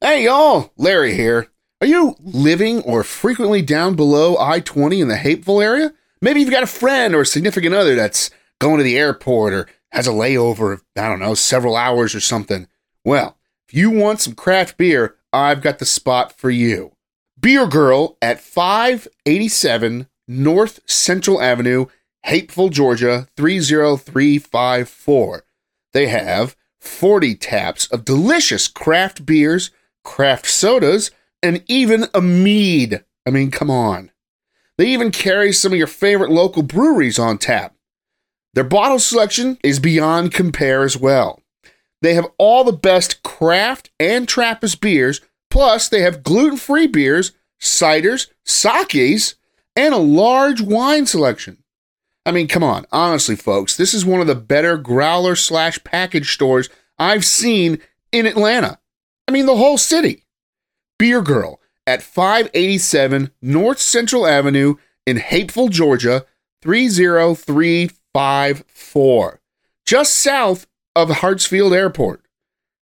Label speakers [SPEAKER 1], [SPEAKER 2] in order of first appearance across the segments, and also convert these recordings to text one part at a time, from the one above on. [SPEAKER 1] Hey, y'all, Larry here. Are you living or frequently down below I 20 in the hateful area? Maybe you've got a friend or a significant other that's going to the airport or has a layover of, I don't know, several hours or something. Well, if you want some craft beer, I've got the spot for you. Beer Girl at 587 North Central Avenue, Hateful, Georgia 30354. They have 40 taps of delicious craft beers, craft sodas, and even a mead. I mean, come on. They even carry some of your favorite local breweries on tap. Their bottle selection is beyond compare as well. They have all the best craft and Trappist beers, plus, they have gluten free beers, ciders, sakes, and a large wine selection. I mean, come on. Honestly, folks, this is one of the better growler slash package stores I've seen in Atlanta. I mean, the whole city. Beer Girl at 587 North Central Avenue in Hateful, Georgia, 30354, just south of Hartsfield Airport.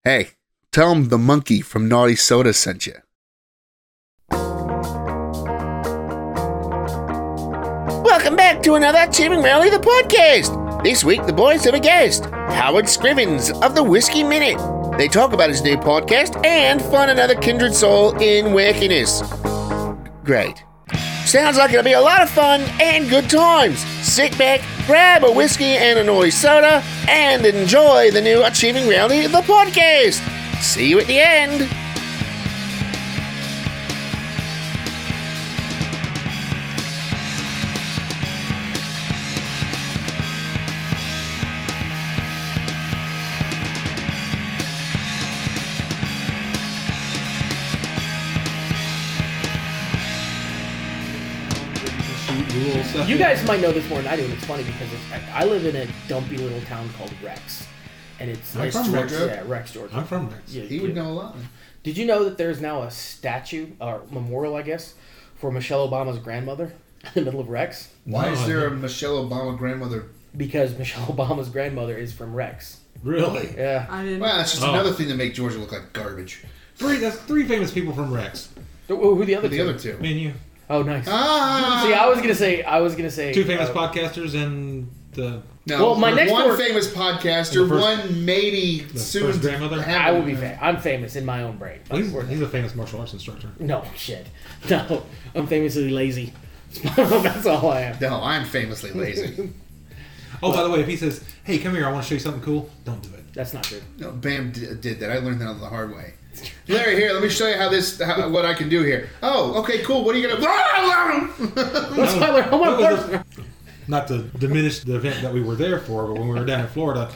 [SPEAKER 1] Hey, tell them the monkey from Naughty Soda sent you. Welcome back to another Achieving Rally the podcast. This week, the boys have a guest, Howard Scrivens of the Whiskey Minute. They talk about his new podcast and find another kindred soul in wackiness. Great. Sounds like it'll be a lot of fun and good times. Sit back, grab a whiskey and a noise soda, and enjoy the new Achieving Rally the podcast. See you at the end.
[SPEAKER 2] You guys might know this more than I do, and it's funny because it's, I, I live in a dumpy little town called Rex, and it's
[SPEAKER 3] I'm
[SPEAKER 2] it's
[SPEAKER 3] from
[SPEAKER 2] Rex,
[SPEAKER 3] Georgia.
[SPEAKER 2] yeah, Rex, Georgia.
[SPEAKER 3] I'm from Rex.
[SPEAKER 2] Yeah,
[SPEAKER 1] He would
[SPEAKER 2] yeah.
[SPEAKER 1] know a lot.
[SPEAKER 2] Did you know that there's now a statue or memorial, I guess, for Michelle Obama's grandmother in the middle of Rex
[SPEAKER 1] Why
[SPEAKER 3] No,
[SPEAKER 1] is
[SPEAKER 3] I
[SPEAKER 1] there a Michelle Obama grandmother?
[SPEAKER 2] because Michelle Obama's grandmother is from Rex.
[SPEAKER 3] Really?
[SPEAKER 2] Yeah,
[SPEAKER 4] I didn't.
[SPEAKER 1] Well, that's just
[SPEAKER 3] Oh.
[SPEAKER 1] another thing to make Georgia look like garbage.
[SPEAKER 3] Three. That's three famous people from Rex.
[SPEAKER 2] who, who the other?
[SPEAKER 1] But the
[SPEAKER 2] two?
[SPEAKER 1] other two.
[SPEAKER 3] Me and you.
[SPEAKER 2] Oh, nice.
[SPEAKER 1] Ah!
[SPEAKER 2] See, I was gonna say, I was gonna say
[SPEAKER 3] Two famous
[SPEAKER 2] uh,
[SPEAKER 3] podcasters and the.
[SPEAKER 1] No,
[SPEAKER 2] Well, my next
[SPEAKER 1] one
[SPEAKER 2] door-
[SPEAKER 1] famous podcaster,
[SPEAKER 3] The first-
[SPEAKER 1] one maybe soon
[SPEAKER 3] first grandmother?
[SPEAKER 1] have-
[SPEAKER 2] I will be. Fa- I'm famous in my own brain.
[SPEAKER 3] Well, he's, he's a famous martial arts instructor.
[SPEAKER 2] No shit. No, I'm famously lazy. That's all I am.
[SPEAKER 1] No, I'm famously lazy.
[SPEAKER 3] Oh, by the way, if he says, "Hey, come here, I want to show you something cool," don't do it.
[SPEAKER 2] That's not true.
[SPEAKER 1] no, Bam d- did that. I learned that the hard way. Larry, here, let me show you how this, how, what I can do here. Oh, okay, cool. What are you gonna?
[SPEAKER 2] That's why I learned- oh my
[SPEAKER 3] That was
[SPEAKER 2] God.
[SPEAKER 3] Not to diminish the event that we were there for, but when we were down in Florida,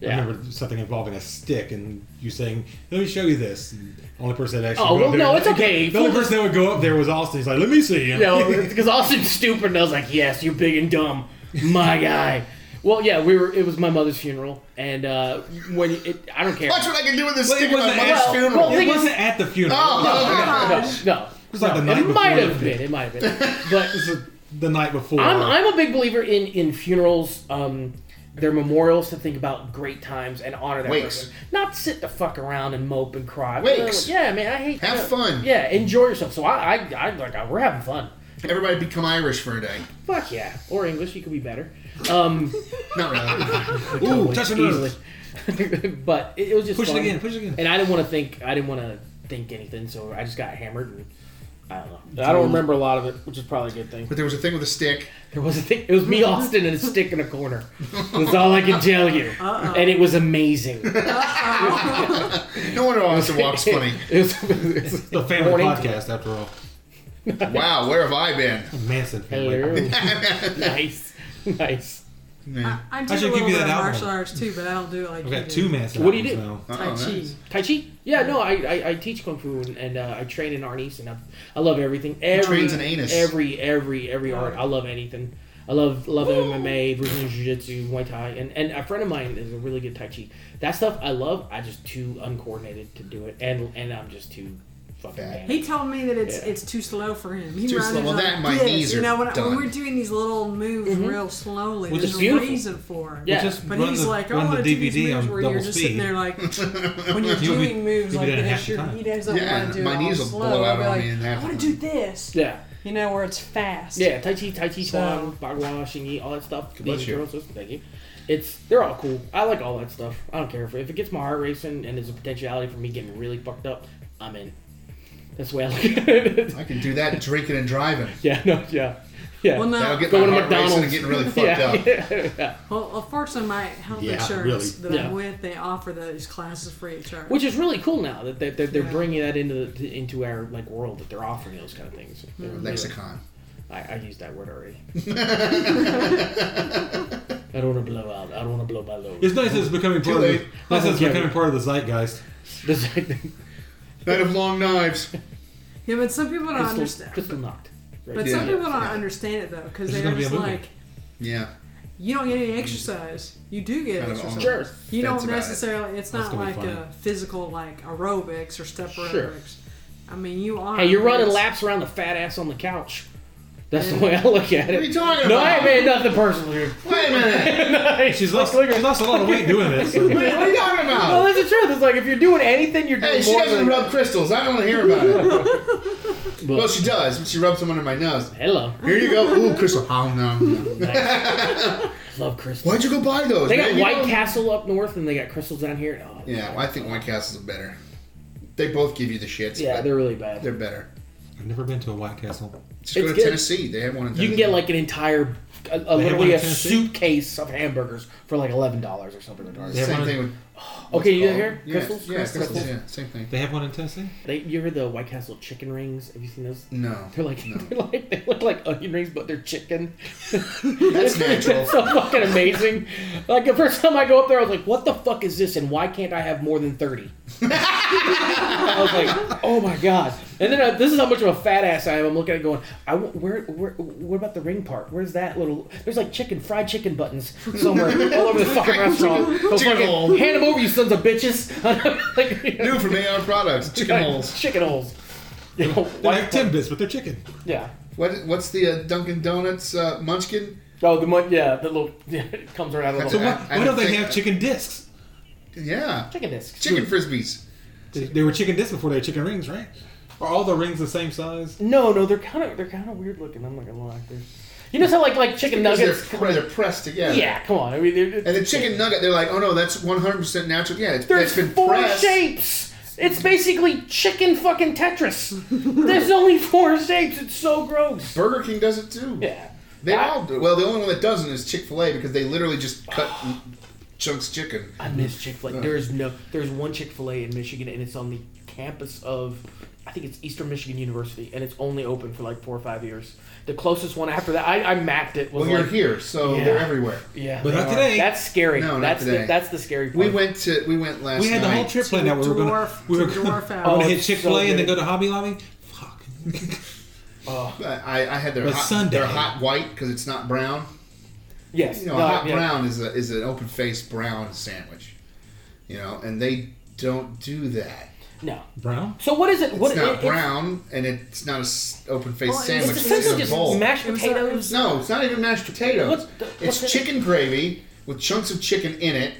[SPEAKER 2] Yeah.
[SPEAKER 3] I remember something involving a stick and you saying, "Let me show you this." And the only person that actually.
[SPEAKER 2] Oh,
[SPEAKER 3] go
[SPEAKER 2] well,
[SPEAKER 3] up there-
[SPEAKER 2] no, it's okay.
[SPEAKER 3] The only person that would go up there was Austin. He's like, "Let me see." And-
[SPEAKER 2] No, because Austin's stupid, and I was like, "Yes, you're big and dumb, my guy." Well, yeah, we were. It was my mother's funeral, and uh, when it, I don't care.
[SPEAKER 1] Watch what I can do with this
[SPEAKER 3] Well,
[SPEAKER 1] stick in
[SPEAKER 3] it
[SPEAKER 1] my
[SPEAKER 3] wasn't
[SPEAKER 1] mother's
[SPEAKER 3] at-
[SPEAKER 1] funeral.
[SPEAKER 2] well,
[SPEAKER 3] it
[SPEAKER 2] thing is-
[SPEAKER 3] wasn't at the funeral.
[SPEAKER 1] Oh,
[SPEAKER 2] No, no,
[SPEAKER 3] was like
[SPEAKER 2] no,
[SPEAKER 3] the night
[SPEAKER 2] it might
[SPEAKER 3] before
[SPEAKER 2] have
[SPEAKER 3] the-
[SPEAKER 2] been. It might have been, but
[SPEAKER 3] This is the night before.
[SPEAKER 2] I'm, I'm a big believer in in funerals. Um, they're memorials to think about great times and honor that
[SPEAKER 1] Wakes.
[SPEAKER 2] person. Not sit the fuck around and mope and cry. uh,
[SPEAKER 1] Wakes.
[SPEAKER 2] Yeah, man, I hate
[SPEAKER 1] Have
[SPEAKER 2] that.
[SPEAKER 1] fun.
[SPEAKER 2] Yeah, enjoy yourself. So I, I, I like we're having fun.
[SPEAKER 1] Everybody become Irish for a day.
[SPEAKER 2] Fuck yeah, or English, you could be better. Um,
[SPEAKER 1] Not really.
[SPEAKER 3] Ooh, touch the
[SPEAKER 2] easily.
[SPEAKER 3] nose.
[SPEAKER 2] but it, it was just
[SPEAKER 3] Push it
[SPEAKER 2] fun.
[SPEAKER 3] again. Push it again.
[SPEAKER 2] And I didn't want to think. I didn't want to think anything. So I just got hammered. And, I don't know. I don't remember a lot of it, which is probably a good thing.
[SPEAKER 1] but there was a thing with a stick.
[SPEAKER 2] There was a thing. It was me, Austin, and a stick in a corner. That's all I can tell you. And it was amazing. It
[SPEAKER 1] No wonder Austin walks funny.
[SPEAKER 2] was, it was-
[SPEAKER 3] the family
[SPEAKER 2] Morning.
[SPEAKER 3] podcast, after all.
[SPEAKER 1] Wow, where have I been?
[SPEAKER 3] Manson family.
[SPEAKER 2] Hello. nice, nice.
[SPEAKER 4] I, I do
[SPEAKER 3] I
[SPEAKER 4] a
[SPEAKER 3] should
[SPEAKER 4] little
[SPEAKER 3] give you
[SPEAKER 4] bit of
[SPEAKER 3] that
[SPEAKER 4] martial
[SPEAKER 3] album.
[SPEAKER 4] arts too, but I don't do it like
[SPEAKER 3] I've
[SPEAKER 4] you
[SPEAKER 3] got two Manson
[SPEAKER 2] What do you
[SPEAKER 3] albums
[SPEAKER 2] do?
[SPEAKER 3] now.
[SPEAKER 4] Tai Chi.
[SPEAKER 2] Tai Chi? Yeah, no, I, I, I teach kung fu and, and uh, I train in art and I, I love everything. Every,
[SPEAKER 1] trains in anus.
[SPEAKER 2] Every every every art. I love anything. I love love MMA, Brazilian Jiu Jitsu, Muay Thai, and, and a friend of mine is a really good Tai Chi. That stuff I love. I just too uncoordinated to do it, and and I'm just too fucking
[SPEAKER 1] Fat.
[SPEAKER 2] band.
[SPEAKER 4] He told me that it's
[SPEAKER 2] Yeah.
[SPEAKER 4] it's too slow for him. He
[SPEAKER 1] Too
[SPEAKER 4] runs
[SPEAKER 1] slow. Well,
[SPEAKER 4] like
[SPEAKER 1] that and my
[SPEAKER 4] this.
[SPEAKER 1] knees
[SPEAKER 4] You
[SPEAKER 1] are
[SPEAKER 4] know, when, when
[SPEAKER 1] done.
[SPEAKER 4] we're doing these little moves real slowly,
[SPEAKER 3] Which
[SPEAKER 4] there's
[SPEAKER 2] is
[SPEAKER 4] a
[SPEAKER 2] beautiful.
[SPEAKER 4] reason for it.
[SPEAKER 2] Yeah.
[SPEAKER 3] Just
[SPEAKER 4] But
[SPEAKER 3] run
[SPEAKER 4] he's
[SPEAKER 3] the,
[SPEAKER 4] like, I
[SPEAKER 3] run
[SPEAKER 4] want
[SPEAKER 3] the
[SPEAKER 4] to do these
[SPEAKER 3] DVD
[SPEAKER 4] moves
[SPEAKER 3] on
[SPEAKER 4] where
[SPEAKER 3] double
[SPEAKER 4] you're just
[SPEAKER 3] speed.
[SPEAKER 4] sitting there like, when you're
[SPEAKER 3] You'll be-
[SPEAKER 4] doing moves
[SPEAKER 3] you'll
[SPEAKER 4] like
[SPEAKER 3] be doing it half
[SPEAKER 4] this,
[SPEAKER 3] the
[SPEAKER 4] your
[SPEAKER 3] time.
[SPEAKER 4] he doesn't
[SPEAKER 1] Yeah,
[SPEAKER 4] want to do
[SPEAKER 1] my
[SPEAKER 4] it
[SPEAKER 1] knees
[SPEAKER 4] all
[SPEAKER 1] will
[SPEAKER 4] slow.
[SPEAKER 1] blow out
[SPEAKER 4] I'll be
[SPEAKER 1] on
[SPEAKER 4] like,
[SPEAKER 1] me in half
[SPEAKER 4] I
[SPEAKER 1] the
[SPEAKER 4] want to
[SPEAKER 1] time."
[SPEAKER 4] do this.
[SPEAKER 2] Yeah.
[SPEAKER 4] You know, where it's fast.
[SPEAKER 2] Yeah, Tai Chi, Tai Chi Chuan,
[SPEAKER 4] So-
[SPEAKER 2] Bagua, Xingyi, all that stuff.
[SPEAKER 3] God bless
[SPEAKER 2] Ninja
[SPEAKER 3] you.
[SPEAKER 2] Turtles, that's- Thank you. It's they're all cool. I like all that stuff. I don't care if, if it gets my heart racing and there's a potentiality for me getting really fucked up. I'm in. That's the way I like it.
[SPEAKER 1] I can do that drinking and driving.
[SPEAKER 2] yeah, no, yeah, yeah.
[SPEAKER 4] Well, no.
[SPEAKER 1] That'll get
[SPEAKER 2] Uh, Going
[SPEAKER 1] my
[SPEAKER 2] to
[SPEAKER 1] heart racing and
[SPEAKER 2] McDonald's.
[SPEAKER 1] getting really fucked
[SPEAKER 2] yeah,
[SPEAKER 1] up.
[SPEAKER 2] yeah, yeah.
[SPEAKER 4] Well, well, fortunately, my health
[SPEAKER 3] Yeah,
[SPEAKER 4] insurance
[SPEAKER 3] really.
[SPEAKER 4] that
[SPEAKER 2] Yeah.
[SPEAKER 4] I'm with, they offer those classes free of charge.
[SPEAKER 2] Which is really cool now that they're, they're, they're
[SPEAKER 4] Yeah.
[SPEAKER 2] bringing that into the, into our like world that they're offering those kind of things.
[SPEAKER 4] Hmm.
[SPEAKER 2] They're really-
[SPEAKER 1] Lexicon.
[SPEAKER 2] I, I used that word already. I don't want to blow out. I don't want to blow my load.
[SPEAKER 3] It's nice that it's becoming part of the,
[SPEAKER 1] late.
[SPEAKER 3] nice that it's
[SPEAKER 2] Okay.
[SPEAKER 3] becoming part of the zeitgeist.
[SPEAKER 1] Night of long knives.
[SPEAKER 4] yeah, but some people don't
[SPEAKER 2] crystal,
[SPEAKER 4] understand.
[SPEAKER 2] crystal knocked. Right.
[SPEAKER 4] But
[SPEAKER 1] Yeah.
[SPEAKER 4] some people don't
[SPEAKER 1] Yeah.
[SPEAKER 4] understand it though, because
[SPEAKER 3] This is
[SPEAKER 4] they're
[SPEAKER 3] gonna be a
[SPEAKER 4] just
[SPEAKER 3] movie.
[SPEAKER 4] like,
[SPEAKER 1] Yeah.
[SPEAKER 4] you don't get any exercise. You do get
[SPEAKER 1] Kind of
[SPEAKER 4] exercise.
[SPEAKER 1] on the
[SPEAKER 2] Sure.
[SPEAKER 4] You
[SPEAKER 1] fence
[SPEAKER 4] don't
[SPEAKER 1] about it.
[SPEAKER 4] necessarily. It's
[SPEAKER 3] That's
[SPEAKER 4] not
[SPEAKER 3] gonna be
[SPEAKER 4] like
[SPEAKER 3] funny.
[SPEAKER 4] a physical like aerobics or step
[SPEAKER 2] Sure.
[SPEAKER 4] aerobics. I mean, you are.
[SPEAKER 2] Hey, you're running
[SPEAKER 4] it's-
[SPEAKER 2] laps around the fat ass on the couch. That's the way I look at it.
[SPEAKER 1] What are you talking
[SPEAKER 2] No, I
[SPEAKER 1] about?
[SPEAKER 2] ain't made nothing personal.
[SPEAKER 1] Wait a minute.
[SPEAKER 3] She's lost, she's lost a lot of weight doing this. So.
[SPEAKER 1] Wait, what are you talking
[SPEAKER 2] Well,
[SPEAKER 1] about?
[SPEAKER 2] that's the truth. It's like if you're doing anything, you're doing
[SPEAKER 1] Hey, she
[SPEAKER 2] more
[SPEAKER 1] doesn't
[SPEAKER 2] than-
[SPEAKER 1] rub crystals. I don't want to hear about it. well, she does, but she rubs them under my nose.
[SPEAKER 2] Hello,
[SPEAKER 1] Here you go. Ooh, crystal. Oh, no. no.
[SPEAKER 2] love crystals.
[SPEAKER 1] Why'd you go buy those?
[SPEAKER 2] They
[SPEAKER 1] man?
[SPEAKER 2] got
[SPEAKER 1] You
[SPEAKER 2] White
[SPEAKER 1] know-
[SPEAKER 2] Castle up north, and they got crystals down here. Oh,
[SPEAKER 1] Yeah, well, I think White Castle's better. They both give you the shits.
[SPEAKER 2] yeah,
[SPEAKER 1] but
[SPEAKER 2] they're really bad.
[SPEAKER 1] they're better.
[SPEAKER 3] I've never been to a White Castle.
[SPEAKER 1] Just
[SPEAKER 2] It's
[SPEAKER 1] go to
[SPEAKER 2] good.
[SPEAKER 1] Tennessee. They have one in Tennessee.
[SPEAKER 2] you can get like an entire, a,
[SPEAKER 3] They
[SPEAKER 2] a,
[SPEAKER 3] have one
[SPEAKER 2] literally
[SPEAKER 3] in
[SPEAKER 2] a
[SPEAKER 3] Tennessee?
[SPEAKER 2] suitcase of hamburgers for like eleven dollars or something
[SPEAKER 3] They
[SPEAKER 2] retarded.
[SPEAKER 3] have
[SPEAKER 1] same
[SPEAKER 3] one-
[SPEAKER 1] thing with
[SPEAKER 2] Okay, you
[SPEAKER 1] Oh,
[SPEAKER 2] hear
[SPEAKER 1] yeah,
[SPEAKER 2] crystals?
[SPEAKER 1] Yeah, crystals.
[SPEAKER 2] crystals.
[SPEAKER 1] Yeah, same thing.
[SPEAKER 3] They have one in Tennessee.
[SPEAKER 2] They, you heard the White Castle chicken rings? Have you seen those?
[SPEAKER 1] No,
[SPEAKER 2] They're like,
[SPEAKER 1] No.
[SPEAKER 2] they're like, they look like onion rings, but they're chicken.
[SPEAKER 1] that's natural.
[SPEAKER 2] It's so fucking amazing. Like the first time I go up there, I was like, "What the fuck is this?" And why can't I have more than 30? I was like, "Oh my god!" And then uh, this is how much of a fat ass I am. I'm looking at it going, "I w- where where what about the ring part? Where's that little? There's like chicken fried chicken buttons somewhere all over this fucking restaurant. So
[SPEAKER 1] Chicken
[SPEAKER 2] fucking
[SPEAKER 1] hole.
[SPEAKER 2] hand them over, you sons of bitches!" like,
[SPEAKER 1] New from AR Products, chicken holes.
[SPEAKER 2] Chicken holes. You know,
[SPEAKER 3] They're
[SPEAKER 2] why-
[SPEAKER 3] like Timbits, but they're chicken.
[SPEAKER 2] yeah.
[SPEAKER 1] What? What's the uh, Dunkin' Donuts uh, Munchkin?
[SPEAKER 2] Oh, the one, yeah, the little, yeah, it comes around a
[SPEAKER 1] That's
[SPEAKER 2] little.
[SPEAKER 3] So
[SPEAKER 1] I-
[SPEAKER 3] what?
[SPEAKER 1] I
[SPEAKER 3] why don't
[SPEAKER 1] don't
[SPEAKER 3] they
[SPEAKER 1] think-
[SPEAKER 3] have chicken discs?
[SPEAKER 1] Yeah,
[SPEAKER 2] Chicken discs.
[SPEAKER 1] chicken frisbees.
[SPEAKER 3] They, they were chicken discs before they were chicken rings, right? Are all the rings the same size?
[SPEAKER 2] No, no, they're kind of they're kind of weird looking. I'm not gonna lie. They're, you know how like like chicken
[SPEAKER 1] Because
[SPEAKER 2] nuggets.
[SPEAKER 1] They're, when they're pressed together.
[SPEAKER 2] Yeah, come on. I mean, they're,
[SPEAKER 1] And the chicken nugget, they're like, oh no, that's 100% natural. Yeah, it's,
[SPEAKER 2] There's
[SPEAKER 1] that's been
[SPEAKER 2] four
[SPEAKER 1] pressed.
[SPEAKER 2] shapes. It's basically chicken fucking Tetris. There's only four shapes. It's so gross.
[SPEAKER 1] Burger King does it too.
[SPEAKER 2] Yeah.
[SPEAKER 1] They
[SPEAKER 2] I-
[SPEAKER 1] all do. Well, the only one that doesn't is Chick Fil A because they literally just cut chunks chicken.
[SPEAKER 2] I miss Chick Fil A. There is no. There's one Chick Fil A in Michigan, and it's on the campus of, I think it's Eastern Michigan University, and it's only open for like four or five years. The closest one after that, I, I mapped it. Was
[SPEAKER 1] Well, you're
[SPEAKER 2] like-
[SPEAKER 1] here, so
[SPEAKER 2] Yeah.
[SPEAKER 1] they're everywhere.
[SPEAKER 2] Yeah,
[SPEAKER 3] But
[SPEAKER 2] they
[SPEAKER 3] not
[SPEAKER 2] are.
[SPEAKER 3] today.
[SPEAKER 2] That's scary.
[SPEAKER 1] No, not
[SPEAKER 2] that's
[SPEAKER 1] today.
[SPEAKER 2] The, that's the scary part.
[SPEAKER 1] We went to we went last.
[SPEAKER 3] We had the whole
[SPEAKER 1] night.
[SPEAKER 3] trip planned out. We were going to
[SPEAKER 4] Dwarf-
[SPEAKER 3] we were
[SPEAKER 4] to
[SPEAKER 3] gonna,
[SPEAKER 4] dwarf
[SPEAKER 3] we were
[SPEAKER 4] out.
[SPEAKER 3] gonna
[SPEAKER 2] Oh,
[SPEAKER 3] hit
[SPEAKER 2] it's
[SPEAKER 3] Chick Fil A
[SPEAKER 2] so
[SPEAKER 3] and then
[SPEAKER 2] good.
[SPEAKER 3] go to Hobby Lobby. Fuck.
[SPEAKER 1] I, I had their
[SPEAKER 3] But
[SPEAKER 1] hot,
[SPEAKER 3] Sunday.
[SPEAKER 1] their hot white because it's not brown.
[SPEAKER 2] Yes.
[SPEAKER 1] You know,
[SPEAKER 2] no,
[SPEAKER 1] a hot
[SPEAKER 2] yeah.
[SPEAKER 1] brown is a, is an open faced brown sandwich. You know, and they don't do that.
[SPEAKER 2] No.
[SPEAKER 3] Brown.
[SPEAKER 2] So what is it?
[SPEAKER 1] It's
[SPEAKER 2] what
[SPEAKER 1] not
[SPEAKER 2] it- it-
[SPEAKER 1] brown, and it's not an open faced
[SPEAKER 4] Well, it's
[SPEAKER 1] sandwich.
[SPEAKER 2] It's
[SPEAKER 1] It's,
[SPEAKER 2] essentially
[SPEAKER 1] in a
[SPEAKER 2] just
[SPEAKER 1] bowl.
[SPEAKER 2] mashed
[SPEAKER 4] It was like- it
[SPEAKER 2] potatoes.
[SPEAKER 4] was-
[SPEAKER 1] no, it's not even mashed potatoes.
[SPEAKER 2] What's the-
[SPEAKER 1] it's
[SPEAKER 2] what's the-
[SPEAKER 1] chicken gravy with chunks of chicken in it.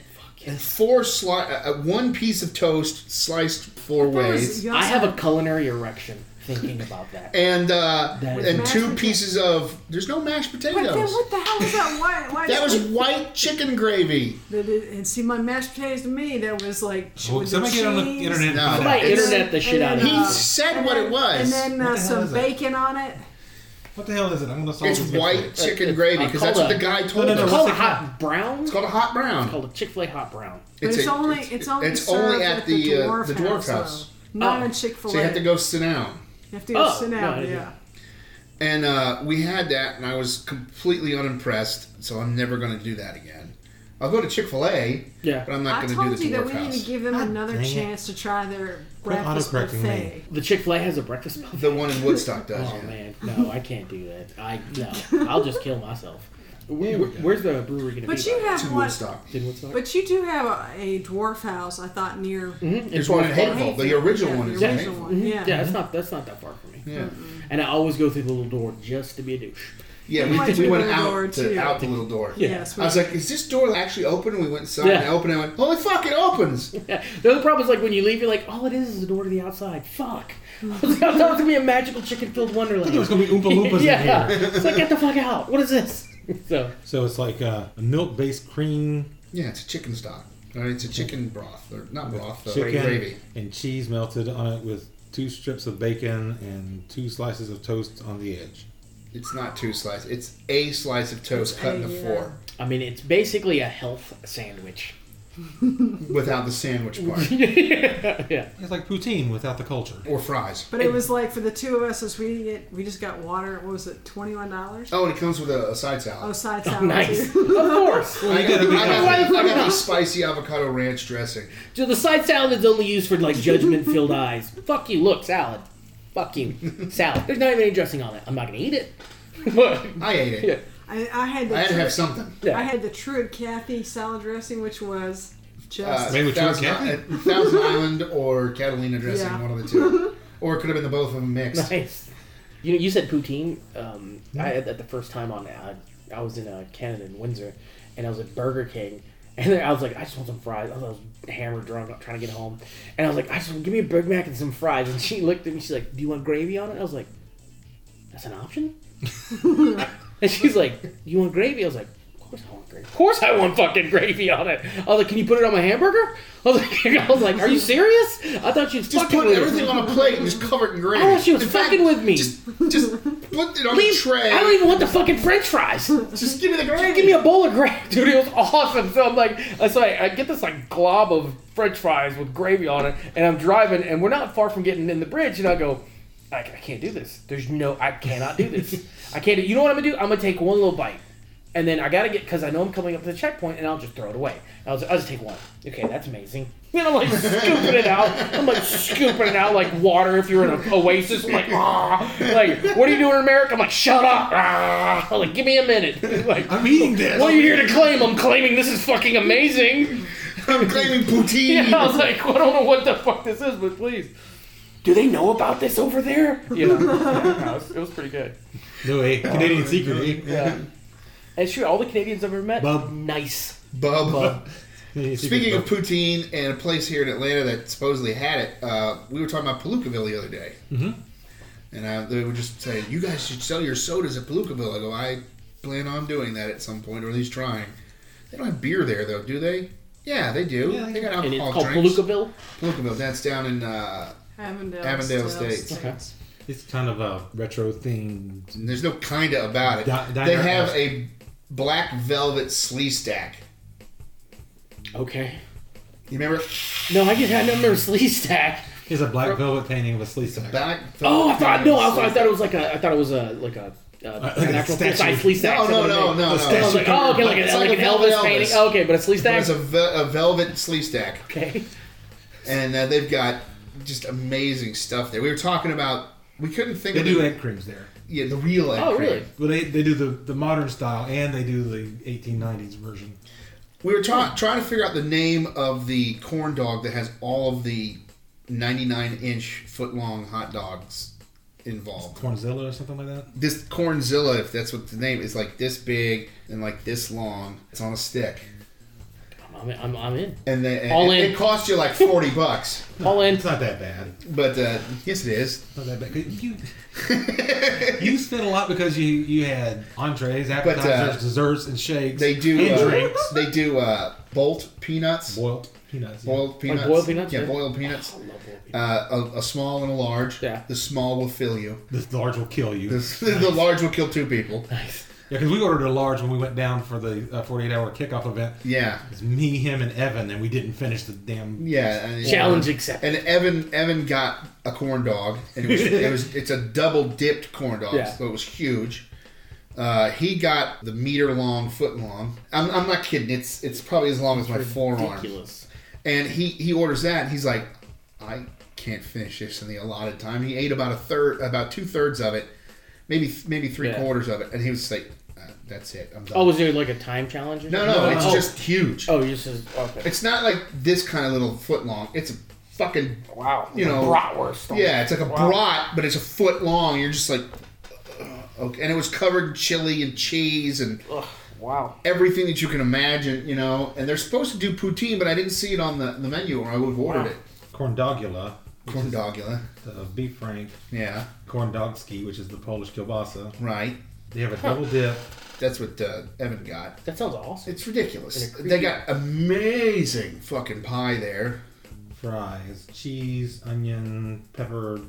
[SPEAKER 1] And four sli- uh, uh, one piece of toast sliced four ways,
[SPEAKER 2] I have a culinary erection thinking about that.
[SPEAKER 1] and uh,
[SPEAKER 2] That is-
[SPEAKER 1] and
[SPEAKER 4] Mashed
[SPEAKER 1] two
[SPEAKER 4] potato-
[SPEAKER 1] pieces of. There's no mashed
[SPEAKER 4] But then
[SPEAKER 1] potatoes.
[SPEAKER 4] what the hell is that? Why? why
[SPEAKER 1] That was white chicken gravy.
[SPEAKER 2] Oh,
[SPEAKER 4] That it- and see, my mashed potatoes to me, that was like ch-
[SPEAKER 3] Well,
[SPEAKER 4] with
[SPEAKER 3] somebody
[SPEAKER 4] the
[SPEAKER 3] get on the
[SPEAKER 4] cheese,
[SPEAKER 3] internet. And
[SPEAKER 1] No.
[SPEAKER 3] find out.
[SPEAKER 2] Right,
[SPEAKER 1] It's-
[SPEAKER 2] internet the shit out of
[SPEAKER 4] and
[SPEAKER 2] it.
[SPEAKER 4] then,
[SPEAKER 1] He
[SPEAKER 4] uh,
[SPEAKER 1] said
[SPEAKER 4] and
[SPEAKER 1] what
[SPEAKER 4] then-
[SPEAKER 1] it was.
[SPEAKER 4] And then
[SPEAKER 3] What the
[SPEAKER 4] uh,
[SPEAKER 3] hell is
[SPEAKER 4] some
[SPEAKER 3] it?
[SPEAKER 4] bacon on it.
[SPEAKER 3] What the hell is it? I'm gonna solve
[SPEAKER 1] It's
[SPEAKER 3] this
[SPEAKER 1] white
[SPEAKER 3] mystery.
[SPEAKER 1] chicken
[SPEAKER 2] It's
[SPEAKER 1] gravy
[SPEAKER 2] called
[SPEAKER 1] because that's what
[SPEAKER 2] a-
[SPEAKER 1] the guy
[SPEAKER 3] No,
[SPEAKER 1] told
[SPEAKER 3] no, no.
[SPEAKER 1] us.
[SPEAKER 2] Call it
[SPEAKER 3] what's it called?
[SPEAKER 2] hot brown.
[SPEAKER 1] It's called a hot brown.
[SPEAKER 2] Called a Chick Fil A hot brown.
[SPEAKER 4] But it's,
[SPEAKER 1] a-
[SPEAKER 4] only it's only
[SPEAKER 1] it's
[SPEAKER 4] served
[SPEAKER 1] only
[SPEAKER 4] at,
[SPEAKER 1] at the uh,
[SPEAKER 4] dwarf
[SPEAKER 1] the dwarf
[SPEAKER 4] house,
[SPEAKER 1] house.
[SPEAKER 4] though. not
[SPEAKER 2] Oh.
[SPEAKER 4] in Chick Fil A.
[SPEAKER 1] So you have to go sit down.
[SPEAKER 4] You have to go
[SPEAKER 2] Oh,
[SPEAKER 4] sit
[SPEAKER 2] no, I
[SPEAKER 4] down.
[SPEAKER 2] didn't.
[SPEAKER 4] yeah.
[SPEAKER 1] And uh, we had that, and I was completely unimpressed. So I'm never going to do that again. I'll go to Chick Fil A,
[SPEAKER 2] Yeah.
[SPEAKER 1] but I'm
[SPEAKER 4] I
[SPEAKER 1] not going to
[SPEAKER 4] told
[SPEAKER 1] do
[SPEAKER 4] you
[SPEAKER 1] the dwarf
[SPEAKER 4] that we need to
[SPEAKER 1] house.
[SPEAKER 4] give them another
[SPEAKER 3] dang it.
[SPEAKER 4] chance to try their
[SPEAKER 3] Quit
[SPEAKER 4] breakfast
[SPEAKER 3] autocorrecting
[SPEAKER 4] buffet.
[SPEAKER 2] The Chick Fil A has a breakfast buffet.
[SPEAKER 1] The one in Woodstock does.
[SPEAKER 2] Oh
[SPEAKER 1] yeah.
[SPEAKER 2] man, no, I can't do that. I no, I'll just kill myself. Where,
[SPEAKER 3] Here we go.
[SPEAKER 2] where's the brewery going to be?
[SPEAKER 4] But you
[SPEAKER 2] by?
[SPEAKER 4] have
[SPEAKER 1] to
[SPEAKER 4] one.
[SPEAKER 1] Woodstock.
[SPEAKER 2] In Woodstock?
[SPEAKER 4] But you do have a, a dwarf house, I thought, near.
[SPEAKER 2] Mhm,
[SPEAKER 1] There's one in
[SPEAKER 2] Hayward.
[SPEAKER 1] Hartford. The original
[SPEAKER 4] Yeah,
[SPEAKER 1] one
[SPEAKER 4] the
[SPEAKER 1] is in
[SPEAKER 4] original
[SPEAKER 1] Hayward.
[SPEAKER 4] one,
[SPEAKER 2] Yeah,
[SPEAKER 4] Yeah.
[SPEAKER 2] that's not that's not that far from me.
[SPEAKER 1] Yeah,
[SPEAKER 2] And I always go through the little door just to be a douche.
[SPEAKER 1] yeah.
[SPEAKER 4] We
[SPEAKER 1] We,
[SPEAKER 4] went
[SPEAKER 1] we
[SPEAKER 4] to
[SPEAKER 1] went
[SPEAKER 4] the
[SPEAKER 1] out
[SPEAKER 4] door,
[SPEAKER 1] to
[SPEAKER 4] too.
[SPEAKER 1] out the little door.
[SPEAKER 2] Yeah.
[SPEAKER 4] Yes,
[SPEAKER 1] I was like, "Is this door actually open?" And we went inside and I
[SPEAKER 2] Yeah.
[SPEAKER 1] opened. And I went, "Holy fuck! It opens!"
[SPEAKER 2] Yeah. The other problem is like when you leave, you're like, all it is is a door to the outside. Fuck. I was like, I thought it was gonna be a magical chicken-filled wonderland.
[SPEAKER 3] There was gonna be Oompa Loompas
[SPEAKER 2] yeah.
[SPEAKER 3] in here.
[SPEAKER 2] It's like get the fuck out. What is this? So
[SPEAKER 3] So it's like uh, a milk-based cream,
[SPEAKER 1] Yeah, it's a chicken stock. All right, it's a chicken broth or not broth, but
[SPEAKER 3] chicken,
[SPEAKER 1] gravy.
[SPEAKER 3] and cheese melted on it with two strips of bacon and two slices of toast on the edge.
[SPEAKER 1] It's not two slices. It's a slice of toast
[SPEAKER 4] It's
[SPEAKER 1] cut
[SPEAKER 4] a,
[SPEAKER 1] into
[SPEAKER 4] yeah.
[SPEAKER 1] four
[SPEAKER 2] I mean, it's basically a health sandwich.
[SPEAKER 1] without the sandwich part
[SPEAKER 2] yeah.
[SPEAKER 3] It's like poutine without the culture.
[SPEAKER 1] or fries.
[SPEAKER 4] But it was like for the two of us as we eating it, we just got water. What was it, twenty one dollars?
[SPEAKER 1] Oh, and it comes with a, a side
[SPEAKER 4] Oh,
[SPEAKER 1] salad.
[SPEAKER 4] side
[SPEAKER 2] Oh,
[SPEAKER 4] salad
[SPEAKER 2] nice.
[SPEAKER 4] too.
[SPEAKER 2] of course.
[SPEAKER 1] I, got,
[SPEAKER 3] gotta
[SPEAKER 1] the-
[SPEAKER 3] be
[SPEAKER 1] I, got,
[SPEAKER 2] healthy.
[SPEAKER 1] the- I got the spicy avocado ranch dressing.
[SPEAKER 2] So the side salad is only used for like judgment-filled eyes. Fuck you. Look, salad. Fuck you, salad. There's not even any dressing on it. I'm not gonna eat it. but
[SPEAKER 1] I ate it.
[SPEAKER 2] yeah.
[SPEAKER 4] I, I had the
[SPEAKER 1] I had to
[SPEAKER 4] Tru-
[SPEAKER 1] have something.
[SPEAKER 2] Yeah.
[SPEAKER 4] I had the true Kathy salad dressing, which was
[SPEAKER 1] Uh,
[SPEAKER 4] just
[SPEAKER 3] Made with true
[SPEAKER 1] Thousand,
[SPEAKER 3] catnip?
[SPEAKER 1] uh, Thousand Island or Catalina dressing,
[SPEAKER 4] Yeah.
[SPEAKER 1] one of the two. Or it could have been the both of them mixed.
[SPEAKER 2] Nice. You know, you said poutine. Um, I had that the first time on. Uh, I was in uh, Canada in Windsor, and I was at Burger King, and then I was like, I just want some fries. I was, I was hammered, drunk, trying to get home, and I was like, I just give me a Big Mac and some fries. And she looked at me. She's like, Do you want gravy on it? I was like, That's an option. and she's like, You want gravy? I was like. "Of course I want gravy. Of course I want fucking gravy on it. I was like, "Can you put it on my hamburger?" I was like, "I was like, are you serious? I thought you was
[SPEAKER 1] Just
[SPEAKER 2] fucking
[SPEAKER 1] put
[SPEAKER 2] with it.
[SPEAKER 1] everything on a plate and just cover it in gravy.
[SPEAKER 2] Oh, she was
[SPEAKER 1] In
[SPEAKER 2] fucking with me.
[SPEAKER 1] Just, just put it on a
[SPEAKER 2] Leave-
[SPEAKER 1] tray.
[SPEAKER 2] I don't even want the fucking French fries. Just
[SPEAKER 1] just give me the gravy.
[SPEAKER 2] give me a bowl of gravy, dude. It was awesome. So I'm like, so I, I get this like glob of French fries with gravy on it, and I'm driving, and we're not far from getting in the bridge, and I go, I, I can't do this. There's no, I cannot do this. I can't. do You know what I'm gonna do? I'm gonna take one little bite, and then I gotta get because I know I'm coming up to the checkpoint, and I'll just throw it away. I'll just, I'll just take one. Okay, that's amazing. And I'm like scooping it out. I'm like scooping it out like water if you're in an oasis. I'm like, ah. Like, what are you doing in America? I'm like, shut up. Ah. I'm like, give me a minute. Like,
[SPEAKER 3] I'm eating this.
[SPEAKER 2] what are you here to claim? I'm claiming this is fucking amazing.
[SPEAKER 1] I'm claiming poutine.
[SPEAKER 2] Yeah, I was like, I don't know what the fuck this is, but please. Do they know about this over there? You know, No, it, was, it was pretty good.
[SPEAKER 3] No, a Canadian secret. eh?
[SPEAKER 2] Yeah. And sure, all the Canadians I've ever met,
[SPEAKER 3] Bub.
[SPEAKER 2] nice.
[SPEAKER 1] Bub.
[SPEAKER 2] Bub.
[SPEAKER 3] Canadian secret,
[SPEAKER 1] Speaking of
[SPEAKER 3] but-
[SPEAKER 1] poutine and a place here in Atlanta that supposedly had it, uh, we were talking about Palookaville the other day. Mm-hmm. And uh, they would just say, you guys should sell your sodas at Palookaville. I go, I plan on doing that at some point, or at least trying. They don't have beer there, though, do they? Yeah, they do.
[SPEAKER 3] Yeah, they
[SPEAKER 1] they got
[SPEAKER 2] And it's
[SPEAKER 1] alcohol
[SPEAKER 2] called
[SPEAKER 1] drinks.
[SPEAKER 2] Palookaville.
[SPEAKER 1] Palookaville, that's down in uh,
[SPEAKER 4] Avondale,
[SPEAKER 1] Avondale
[SPEAKER 4] still.
[SPEAKER 1] Estates.
[SPEAKER 2] Okay.
[SPEAKER 3] it's kind of a retro thing.
[SPEAKER 1] and there's no kinda about it.
[SPEAKER 3] Di- diner
[SPEAKER 1] they have
[SPEAKER 3] house.
[SPEAKER 1] a black velvet slee stack.
[SPEAKER 2] Okay.
[SPEAKER 1] You remember?
[SPEAKER 2] No, I get I remember Slee Stack.
[SPEAKER 3] It's a black velvet painting of a sleeve sack.
[SPEAKER 1] Black
[SPEAKER 2] Oh, I thought no, I, was, I
[SPEAKER 1] Slee
[SPEAKER 2] thought it was like a, I thought it was a like a, uh,
[SPEAKER 3] like
[SPEAKER 2] an
[SPEAKER 3] a
[SPEAKER 2] actual
[SPEAKER 3] statue.
[SPEAKER 2] full size Slee Stack.
[SPEAKER 1] No, no,
[SPEAKER 2] someone
[SPEAKER 1] no,
[SPEAKER 2] made.
[SPEAKER 1] no,
[SPEAKER 3] The
[SPEAKER 1] no.
[SPEAKER 2] I was like, oh, okay, like, a,
[SPEAKER 1] It's
[SPEAKER 2] like,
[SPEAKER 1] like
[SPEAKER 2] an
[SPEAKER 1] a velvet
[SPEAKER 2] Elvis,
[SPEAKER 1] Elvis.
[SPEAKER 2] painting. Oh, okay, but a Slee
[SPEAKER 1] But
[SPEAKER 2] Stack.
[SPEAKER 1] It's a, ve- a velvet slee stack,
[SPEAKER 2] okay.
[SPEAKER 1] and uh, they've got just amazing stuff there. We were talking about we couldn't think
[SPEAKER 3] They
[SPEAKER 1] of
[SPEAKER 3] do
[SPEAKER 1] the,
[SPEAKER 3] egg creams there.
[SPEAKER 1] yeah the real egg
[SPEAKER 2] Oh,
[SPEAKER 1] cream.
[SPEAKER 2] really?
[SPEAKER 3] Well, they, they do the, the modern style and they do the 1890s version.
[SPEAKER 1] We were ta- trying to figure out the name of the corn dog that has all of the 99 inch foot long hot dogs involved.
[SPEAKER 3] Cornzilla or something like that.
[SPEAKER 1] This cornzilla, if that's what the name is, like this big and like this long. It's on a stick,
[SPEAKER 2] I'm, I'm, I'm in.
[SPEAKER 1] and they,
[SPEAKER 2] All
[SPEAKER 1] it,
[SPEAKER 2] in.
[SPEAKER 1] it costs you like 40 bucks.
[SPEAKER 2] All in.
[SPEAKER 3] It's not that bad.
[SPEAKER 1] But uh, yes, it is.
[SPEAKER 3] Not that bad. 'Cause You you spent a lot because you you had entrees, appetizers, desserts, and shakes.
[SPEAKER 1] uh, They do
[SPEAKER 3] and
[SPEAKER 1] uh,
[SPEAKER 3] drinks.
[SPEAKER 1] They do uh, bolt peanuts.
[SPEAKER 3] Boiled peanuts. yeah.
[SPEAKER 1] boiled peanuts.
[SPEAKER 2] boiled peanuts,
[SPEAKER 1] Yeah,
[SPEAKER 2] yeah.
[SPEAKER 1] boiled peanuts.
[SPEAKER 2] I love boiled peanuts.
[SPEAKER 1] Uh, a, a small and a large.
[SPEAKER 2] Yeah.
[SPEAKER 1] The small will fill you.
[SPEAKER 3] This large will kill you.
[SPEAKER 1] The, the large will kill two people.
[SPEAKER 2] Nice.
[SPEAKER 3] Yeah, because we ordered a large when we went down for the uh, 48 hour kickoff event.
[SPEAKER 1] Yeah.
[SPEAKER 3] It's me, him, and Evan, and we didn't finish the damn.
[SPEAKER 1] Yeah. And,
[SPEAKER 2] Challenge accepted.
[SPEAKER 1] And Evan Evan got a corn dog, and it was, it was it's a double dipped corn dog,
[SPEAKER 2] Yeah.
[SPEAKER 1] so it was huge. Uh, he got the meter long, foot long. I'm, I'm not kidding. It's it's probably as long as my forearm.
[SPEAKER 2] Ridiculous.
[SPEAKER 1] And he he orders that, and he's like, I can't finish this in the allotted time. He ate about a third, about two thirds of it, maybe maybe three
[SPEAKER 2] Yeah.
[SPEAKER 1] quarters of it, and he was like, uh, that's it. I'm done.
[SPEAKER 2] Oh, was there like a time challenge? Or
[SPEAKER 1] no,
[SPEAKER 2] something?
[SPEAKER 1] no, it's
[SPEAKER 2] oh.
[SPEAKER 1] just huge.
[SPEAKER 2] Oh, you says okay.
[SPEAKER 1] It's not like this kind of little foot long. It's a fucking
[SPEAKER 2] Wow.
[SPEAKER 1] You know-
[SPEAKER 2] bratwurst.
[SPEAKER 1] yeah. It's like a
[SPEAKER 2] Wow.
[SPEAKER 1] brat, but it's a foot long. You're just like, ugh, okay. And it was covered in chili and cheese and
[SPEAKER 2] Ugh, wow.
[SPEAKER 1] everything that you can imagine, you know. And they're supposed to do poutine, but I didn't see it on the, the menu, or I would have ordered
[SPEAKER 2] Wow.
[SPEAKER 1] it.
[SPEAKER 3] Corndogula,
[SPEAKER 1] Corn dogula.
[SPEAKER 3] the uh, beef frank,
[SPEAKER 1] Yeah,
[SPEAKER 3] corndogski, which is the Polish kielbasa.
[SPEAKER 1] right.
[SPEAKER 3] They have a double dip.
[SPEAKER 1] That's what uh, Evan got.
[SPEAKER 2] That sounds awesome.
[SPEAKER 1] It's ridiculous.
[SPEAKER 2] And a cream.
[SPEAKER 1] They got amazing fucking pie there.
[SPEAKER 3] fries, cheese, onion, pepper.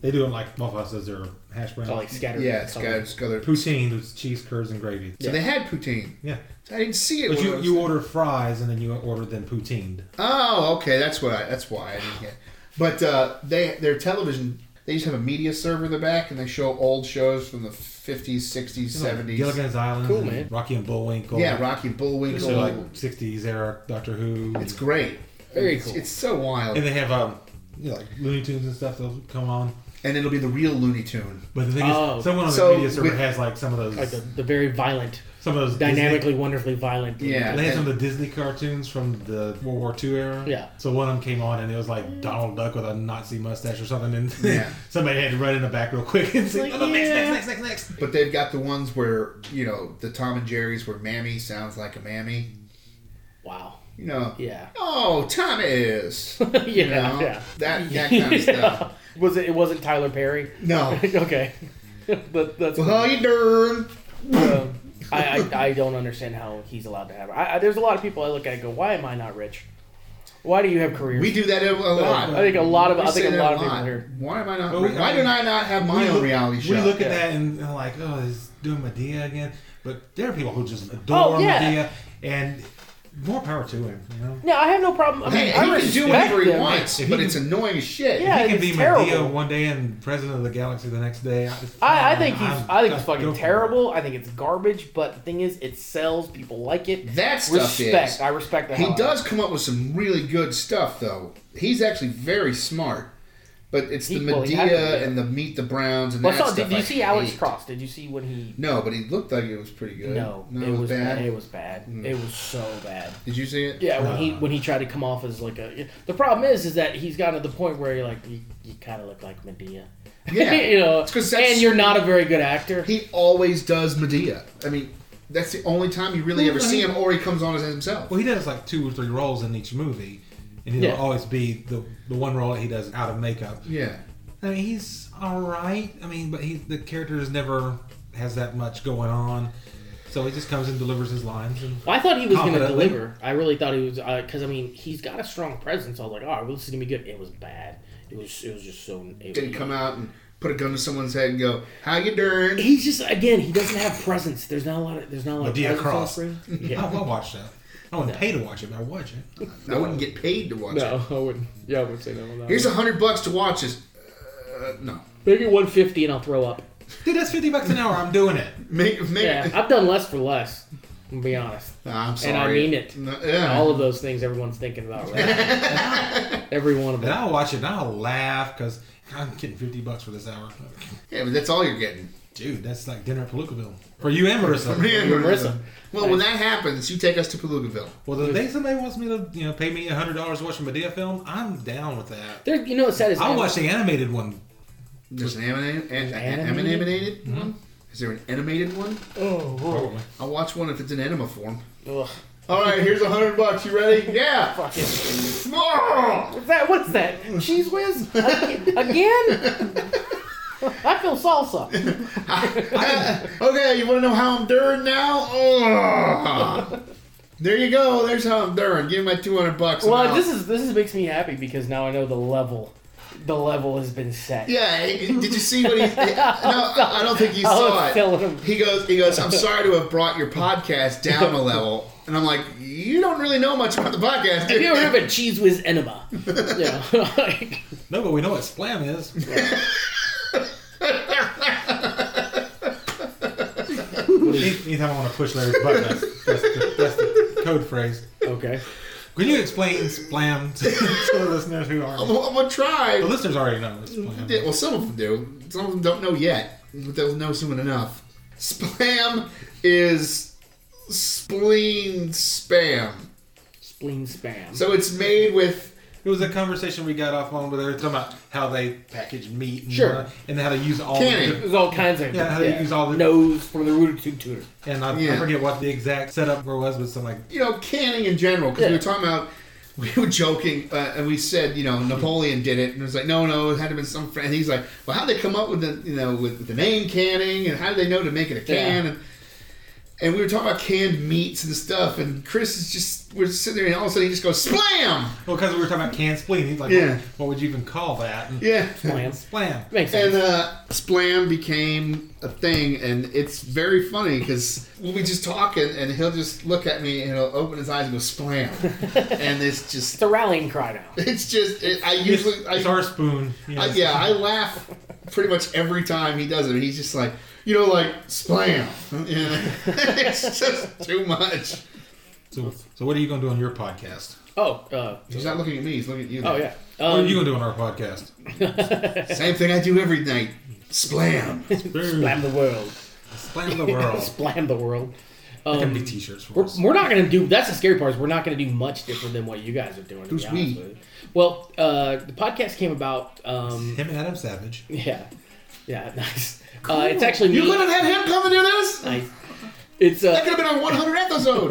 [SPEAKER 3] They do it like Moffat says they're hash browns.
[SPEAKER 2] It's all like scattered.
[SPEAKER 1] Yeah, it's got
[SPEAKER 2] color.
[SPEAKER 1] it's got their. So
[SPEAKER 3] poutine with cheese, curds, and gravy. Yeah.
[SPEAKER 1] they had poutine. I didn't see it.
[SPEAKER 3] But
[SPEAKER 1] when I
[SPEAKER 3] you,
[SPEAKER 1] was
[SPEAKER 3] you
[SPEAKER 1] there.
[SPEAKER 3] order fries and then you order them poutined.
[SPEAKER 1] Oh, okay. That's what I. That's why I didn't get. But uh, they their television. They used to have a media server in the back, and they show old shows from the fifties, sixties, seventies.
[SPEAKER 3] Gilligan's Island.
[SPEAKER 2] Cool,
[SPEAKER 3] and
[SPEAKER 2] man.
[SPEAKER 3] Rocky and Bullwinkle.
[SPEAKER 1] Yeah, Rocky Bullwinkle.
[SPEAKER 3] So like 60s era Doctor Who.
[SPEAKER 1] it's great.
[SPEAKER 2] Very
[SPEAKER 1] it's,
[SPEAKER 2] cool.
[SPEAKER 1] It's so wild,
[SPEAKER 3] and they have um, you know, like Looney Tunes and stuff that'll come on.
[SPEAKER 1] and it'll be the real Looney Tune.
[SPEAKER 3] But the thing
[SPEAKER 2] Oh.
[SPEAKER 3] is, someone on the
[SPEAKER 1] So
[SPEAKER 3] media server
[SPEAKER 1] with-
[SPEAKER 3] has like some of those,
[SPEAKER 2] Like the, the very violent,
[SPEAKER 3] some of those Disney-
[SPEAKER 2] dynamically, wonderfully violent.
[SPEAKER 1] Yeah.
[SPEAKER 3] They had some of the Disney cartoons from the World War II era.
[SPEAKER 2] Yeah.
[SPEAKER 3] So one of them came on and it was like Donald Duck with a Nazi mustache or something, and
[SPEAKER 1] Yeah.
[SPEAKER 3] somebody had to run in the back real quick and say,
[SPEAKER 2] Like,
[SPEAKER 3] "Oh, no, next,
[SPEAKER 2] yeah.
[SPEAKER 3] next, next, next, next."
[SPEAKER 1] But they've got the ones where you know the Tom and Jerry's where Mammy sounds like a mammy.
[SPEAKER 2] Wow.
[SPEAKER 1] You know.
[SPEAKER 2] Yeah.
[SPEAKER 1] Oh, Thomas.
[SPEAKER 2] yeah.
[SPEAKER 1] You know,
[SPEAKER 2] Yeah.
[SPEAKER 1] That that kind of stuff.
[SPEAKER 2] Was it? It wasn't Tyler Perry.
[SPEAKER 1] No.
[SPEAKER 2] okay. that, that's.
[SPEAKER 1] Well, how you doing?
[SPEAKER 2] um, I, I I don't understand how he's allowed to have. it. I, I, there's a lot of people I look at and go, why am I not rich? Why do you have careers?
[SPEAKER 1] We do that a, a lot.
[SPEAKER 2] I think a lot of
[SPEAKER 1] We
[SPEAKER 2] I think
[SPEAKER 1] say
[SPEAKER 2] a
[SPEAKER 1] that
[SPEAKER 2] lot of people here.
[SPEAKER 1] Why am I not?
[SPEAKER 3] Well, we-
[SPEAKER 1] why
[SPEAKER 3] Oh, I
[SPEAKER 1] do
[SPEAKER 3] mean,
[SPEAKER 1] I not have my
[SPEAKER 3] We
[SPEAKER 1] own
[SPEAKER 3] look-
[SPEAKER 1] reality show?
[SPEAKER 3] We look at
[SPEAKER 2] Yeah.
[SPEAKER 3] that and they're like, "Oh, he's doing Medea again." But there are people who just adore
[SPEAKER 2] Oh, yeah.
[SPEAKER 3] Medea, and more power to him. You know,
[SPEAKER 2] No, I have no problem. I mean,
[SPEAKER 1] hey,
[SPEAKER 2] I
[SPEAKER 1] he can do
[SPEAKER 2] respect
[SPEAKER 1] whatever he
[SPEAKER 2] them.
[SPEAKER 1] wants,
[SPEAKER 3] If he
[SPEAKER 1] but
[SPEAKER 3] can-
[SPEAKER 1] it's annoying as shit.
[SPEAKER 2] Yeah,
[SPEAKER 3] he can
[SPEAKER 2] it's
[SPEAKER 3] be Medea
[SPEAKER 2] terrible.
[SPEAKER 3] one day and president of the galaxy the next day. I,
[SPEAKER 2] I, I think he's.
[SPEAKER 3] I'm-
[SPEAKER 2] I think it's
[SPEAKER 3] go for
[SPEAKER 2] fucking
[SPEAKER 3] it.
[SPEAKER 2] terrible. I think it's garbage. But the thing is, it sells. People like it.
[SPEAKER 1] That stuff
[SPEAKER 2] respect.
[SPEAKER 1] is.
[SPEAKER 2] I respect that.
[SPEAKER 1] He does come up with some really good stuff, though. He's actually very smart. But it's the
[SPEAKER 2] He- well, he
[SPEAKER 1] Medea
[SPEAKER 2] had to be.
[SPEAKER 1] and the Meet the Browns and
[SPEAKER 2] Well,
[SPEAKER 1] that
[SPEAKER 2] I saw-
[SPEAKER 1] stuff.
[SPEAKER 2] did you
[SPEAKER 1] I
[SPEAKER 2] see Alex
[SPEAKER 1] hate.
[SPEAKER 2] Cross? Did you see when he?
[SPEAKER 1] No, but he looked like it was pretty good.
[SPEAKER 2] No,
[SPEAKER 1] no
[SPEAKER 2] it was
[SPEAKER 1] bad.
[SPEAKER 2] bad. It was bad. It was so bad.
[SPEAKER 1] Did you see it?
[SPEAKER 2] Yeah, when he when he tried to come off as like a the problem is is that he's gotten to the point where you're like you, you kind of look like Medea,
[SPEAKER 1] Yeah.
[SPEAKER 2] you know,
[SPEAKER 1] It's 'cause that's-
[SPEAKER 2] and you're not a very good actor.
[SPEAKER 1] He always does Medea. I mean, that's the only time you really
[SPEAKER 3] Well,
[SPEAKER 1] ever
[SPEAKER 3] no,
[SPEAKER 1] see
[SPEAKER 3] he-
[SPEAKER 1] him, or he comes on as himself.
[SPEAKER 3] Well, he does like two or three roles in each movie, and he'll
[SPEAKER 2] Yeah.
[SPEAKER 3] always be the the one role that he does out of makeup.
[SPEAKER 1] Yeah.
[SPEAKER 3] I mean, he's all right. I mean, but he the character is never has that much going on, so he just comes and delivers his lines. And
[SPEAKER 2] I thought he was going to
[SPEAKER 3] Confidently.
[SPEAKER 2] deliver. I really thought he was because I mean he's got a strong presence. I was like, oh, well, this is gonna be good. It was bad. It was it was just so. It
[SPEAKER 1] Didn't
[SPEAKER 2] was-
[SPEAKER 1] come out and put a gun to someone's head and go, "How you doing?"
[SPEAKER 2] He's just again he doesn't have presence. There's not a lot of there's not a lot
[SPEAKER 3] Medea
[SPEAKER 2] of presence
[SPEAKER 3] Cross.
[SPEAKER 2] offering.
[SPEAKER 3] I
[SPEAKER 2] Yeah.
[SPEAKER 3] will watch that. I wouldn't pay to watch it, but I will watch it.
[SPEAKER 1] I wouldn't get paid to watch it.
[SPEAKER 2] I wouldn't. Yeah, I would say no. on that
[SPEAKER 1] Here's
[SPEAKER 2] one.
[SPEAKER 1] a hundred bucks to watch this. Uh, no,
[SPEAKER 2] Make it 150 and I'll throw up.
[SPEAKER 3] Dude, that's fifty bucks an hour. I'm doing it.
[SPEAKER 1] make make.
[SPEAKER 2] Yeah, I've done less for less. I'm gonna be honest.
[SPEAKER 1] Nah, I'm sorry,
[SPEAKER 2] And I mean it.
[SPEAKER 1] No, yeah.
[SPEAKER 2] All of those things everyone's thinking about, right? Every one of
[SPEAKER 3] And
[SPEAKER 2] them.
[SPEAKER 3] I'll watch it and I'll laugh because I'm getting fifty bucks for this hour.
[SPEAKER 1] yeah, but that's all you're getting.
[SPEAKER 3] Dude, that's like dinner at Palookaville for you and Marissa.
[SPEAKER 1] Man,
[SPEAKER 2] Marissa.
[SPEAKER 1] Well, when that happens, you take us to Palookaville.
[SPEAKER 3] Well, the day somebody wants me to, you know, pay me hundred dollars to watch a Medea film, I'm down with that.
[SPEAKER 2] There, you know what's sad is
[SPEAKER 3] I'll watch the animated one.
[SPEAKER 1] There's an animated, an, an
[SPEAKER 2] Animated?
[SPEAKER 1] animated
[SPEAKER 2] Mm-hmm.
[SPEAKER 1] one. Is there an animated one?
[SPEAKER 2] Oh,
[SPEAKER 1] I'll watch one if it's in anima form.
[SPEAKER 2] ugh.
[SPEAKER 1] All right, here's a hundred bucks. You ready? Yeah.
[SPEAKER 2] Fuck it.
[SPEAKER 1] Oh!
[SPEAKER 2] What's that? What's that? Cheese whiz again? Again? I feel salsa.
[SPEAKER 1] okay, you want to know how I'm doing now? Oh. There you go. There's how I'm doing. Give me my two hundred bucks. and
[SPEAKER 2] Well,
[SPEAKER 1] I'll-
[SPEAKER 2] this is this is makes me happy because now I know the level, the level has been set.
[SPEAKER 1] Yeah, eh, did you see what he? eh, No, I I don't think you
[SPEAKER 2] I
[SPEAKER 1] saw
[SPEAKER 2] was
[SPEAKER 1] it.
[SPEAKER 2] telling Oh, him.
[SPEAKER 1] He goes, he goes. I'm sorry to have brought your podcast down a level, and I'm like, you don't really know much about the podcast,
[SPEAKER 2] Have
[SPEAKER 1] do
[SPEAKER 2] you
[SPEAKER 1] you?
[SPEAKER 2] ever had a cheese whiz enema? Yeah. like,
[SPEAKER 3] No, but we know what splam is. Anytime I want to push Larry's button, that's, that's, the, that's the code phrase.
[SPEAKER 2] okay.
[SPEAKER 3] Can you explain splam to, to the listeners who
[SPEAKER 1] I'm,
[SPEAKER 3] are?
[SPEAKER 1] I'm gonna try.
[SPEAKER 3] The listeners already know what splam.
[SPEAKER 1] Yeah,
[SPEAKER 3] is.
[SPEAKER 1] Well, some of them do. Some of them don't know yet, but they'll know soon enough. Splam is spleen spam.
[SPEAKER 2] Spleen spam.
[SPEAKER 1] So it's made with
[SPEAKER 3] It was a conversation we got off on, but they were talking about how they package meat and,
[SPEAKER 2] Sure.
[SPEAKER 3] uh, and how to use all
[SPEAKER 1] Canning.
[SPEAKER 3] the
[SPEAKER 2] There's all kinds of
[SPEAKER 3] Yeah, how they use all the-
[SPEAKER 2] nose from the rooted tutor.
[SPEAKER 3] and I, I
[SPEAKER 1] Yeah.
[SPEAKER 3] forget what the exact setup where it was, but something like
[SPEAKER 1] you know canning in general because we
[SPEAKER 2] Yeah.
[SPEAKER 1] were talking about we were joking uh, and we said you know Napoleon did it and it was like no no it had to have been some friend. And he's like well how would they come up with the you know with, with the name canning and how do they know to make it a can
[SPEAKER 2] Yeah.
[SPEAKER 1] and and we were talking about canned meats and stuff and Chris is just we're sitting there and all of a sudden he just goes splam
[SPEAKER 3] well, because we were talking about canned spleen. He's like,
[SPEAKER 1] Yeah.
[SPEAKER 3] "Well, what would you even call that? And
[SPEAKER 1] yeah.
[SPEAKER 2] Plants.
[SPEAKER 3] Splam.
[SPEAKER 2] Makes sense.
[SPEAKER 1] And uh, Splam became a thing, and it's very funny because we'll be just talking, and he'll just look at me, and he'll open his eyes and go Splam, and it's just,
[SPEAKER 2] it's a rallying cry now.
[SPEAKER 1] it's just, it, I
[SPEAKER 3] It's,
[SPEAKER 1] usually, I,
[SPEAKER 3] it's our spoon. you know.
[SPEAKER 1] I- yeah, I laugh pretty much every time he does it. He's just like, you know, like Splam. Yeah. it's just too much.
[SPEAKER 3] So, so what are you going to do on your podcast?
[SPEAKER 2] Oh, uh,
[SPEAKER 1] He's not looking at me; he's looking at you.
[SPEAKER 2] oh yeah.
[SPEAKER 3] What
[SPEAKER 2] Um,
[SPEAKER 3] are you going to do on our podcast?
[SPEAKER 1] Same thing I do every night. Splam.
[SPEAKER 2] splam the world.
[SPEAKER 3] Splam the world.
[SPEAKER 2] splam the world.
[SPEAKER 3] There can be
[SPEAKER 2] Um,
[SPEAKER 3] t-shirts for
[SPEAKER 2] we're,
[SPEAKER 3] us.
[SPEAKER 2] we're not going to do. That's the scary part. Is we're not going to do much different than what you guys are doing. to
[SPEAKER 1] Who's
[SPEAKER 2] be honest
[SPEAKER 1] we?
[SPEAKER 2] with you. Well, uh, the podcast came about. Um,
[SPEAKER 3] Him and Adam Savage.
[SPEAKER 2] yeah, yeah, nice. Uh, it's actually me.
[SPEAKER 1] You could have had him come and do this.
[SPEAKER 2] nice. It's
[SPEAKER 1] That
[SPEAKER 2] uh,
[SPEAKER 1] could have been a 100 episode.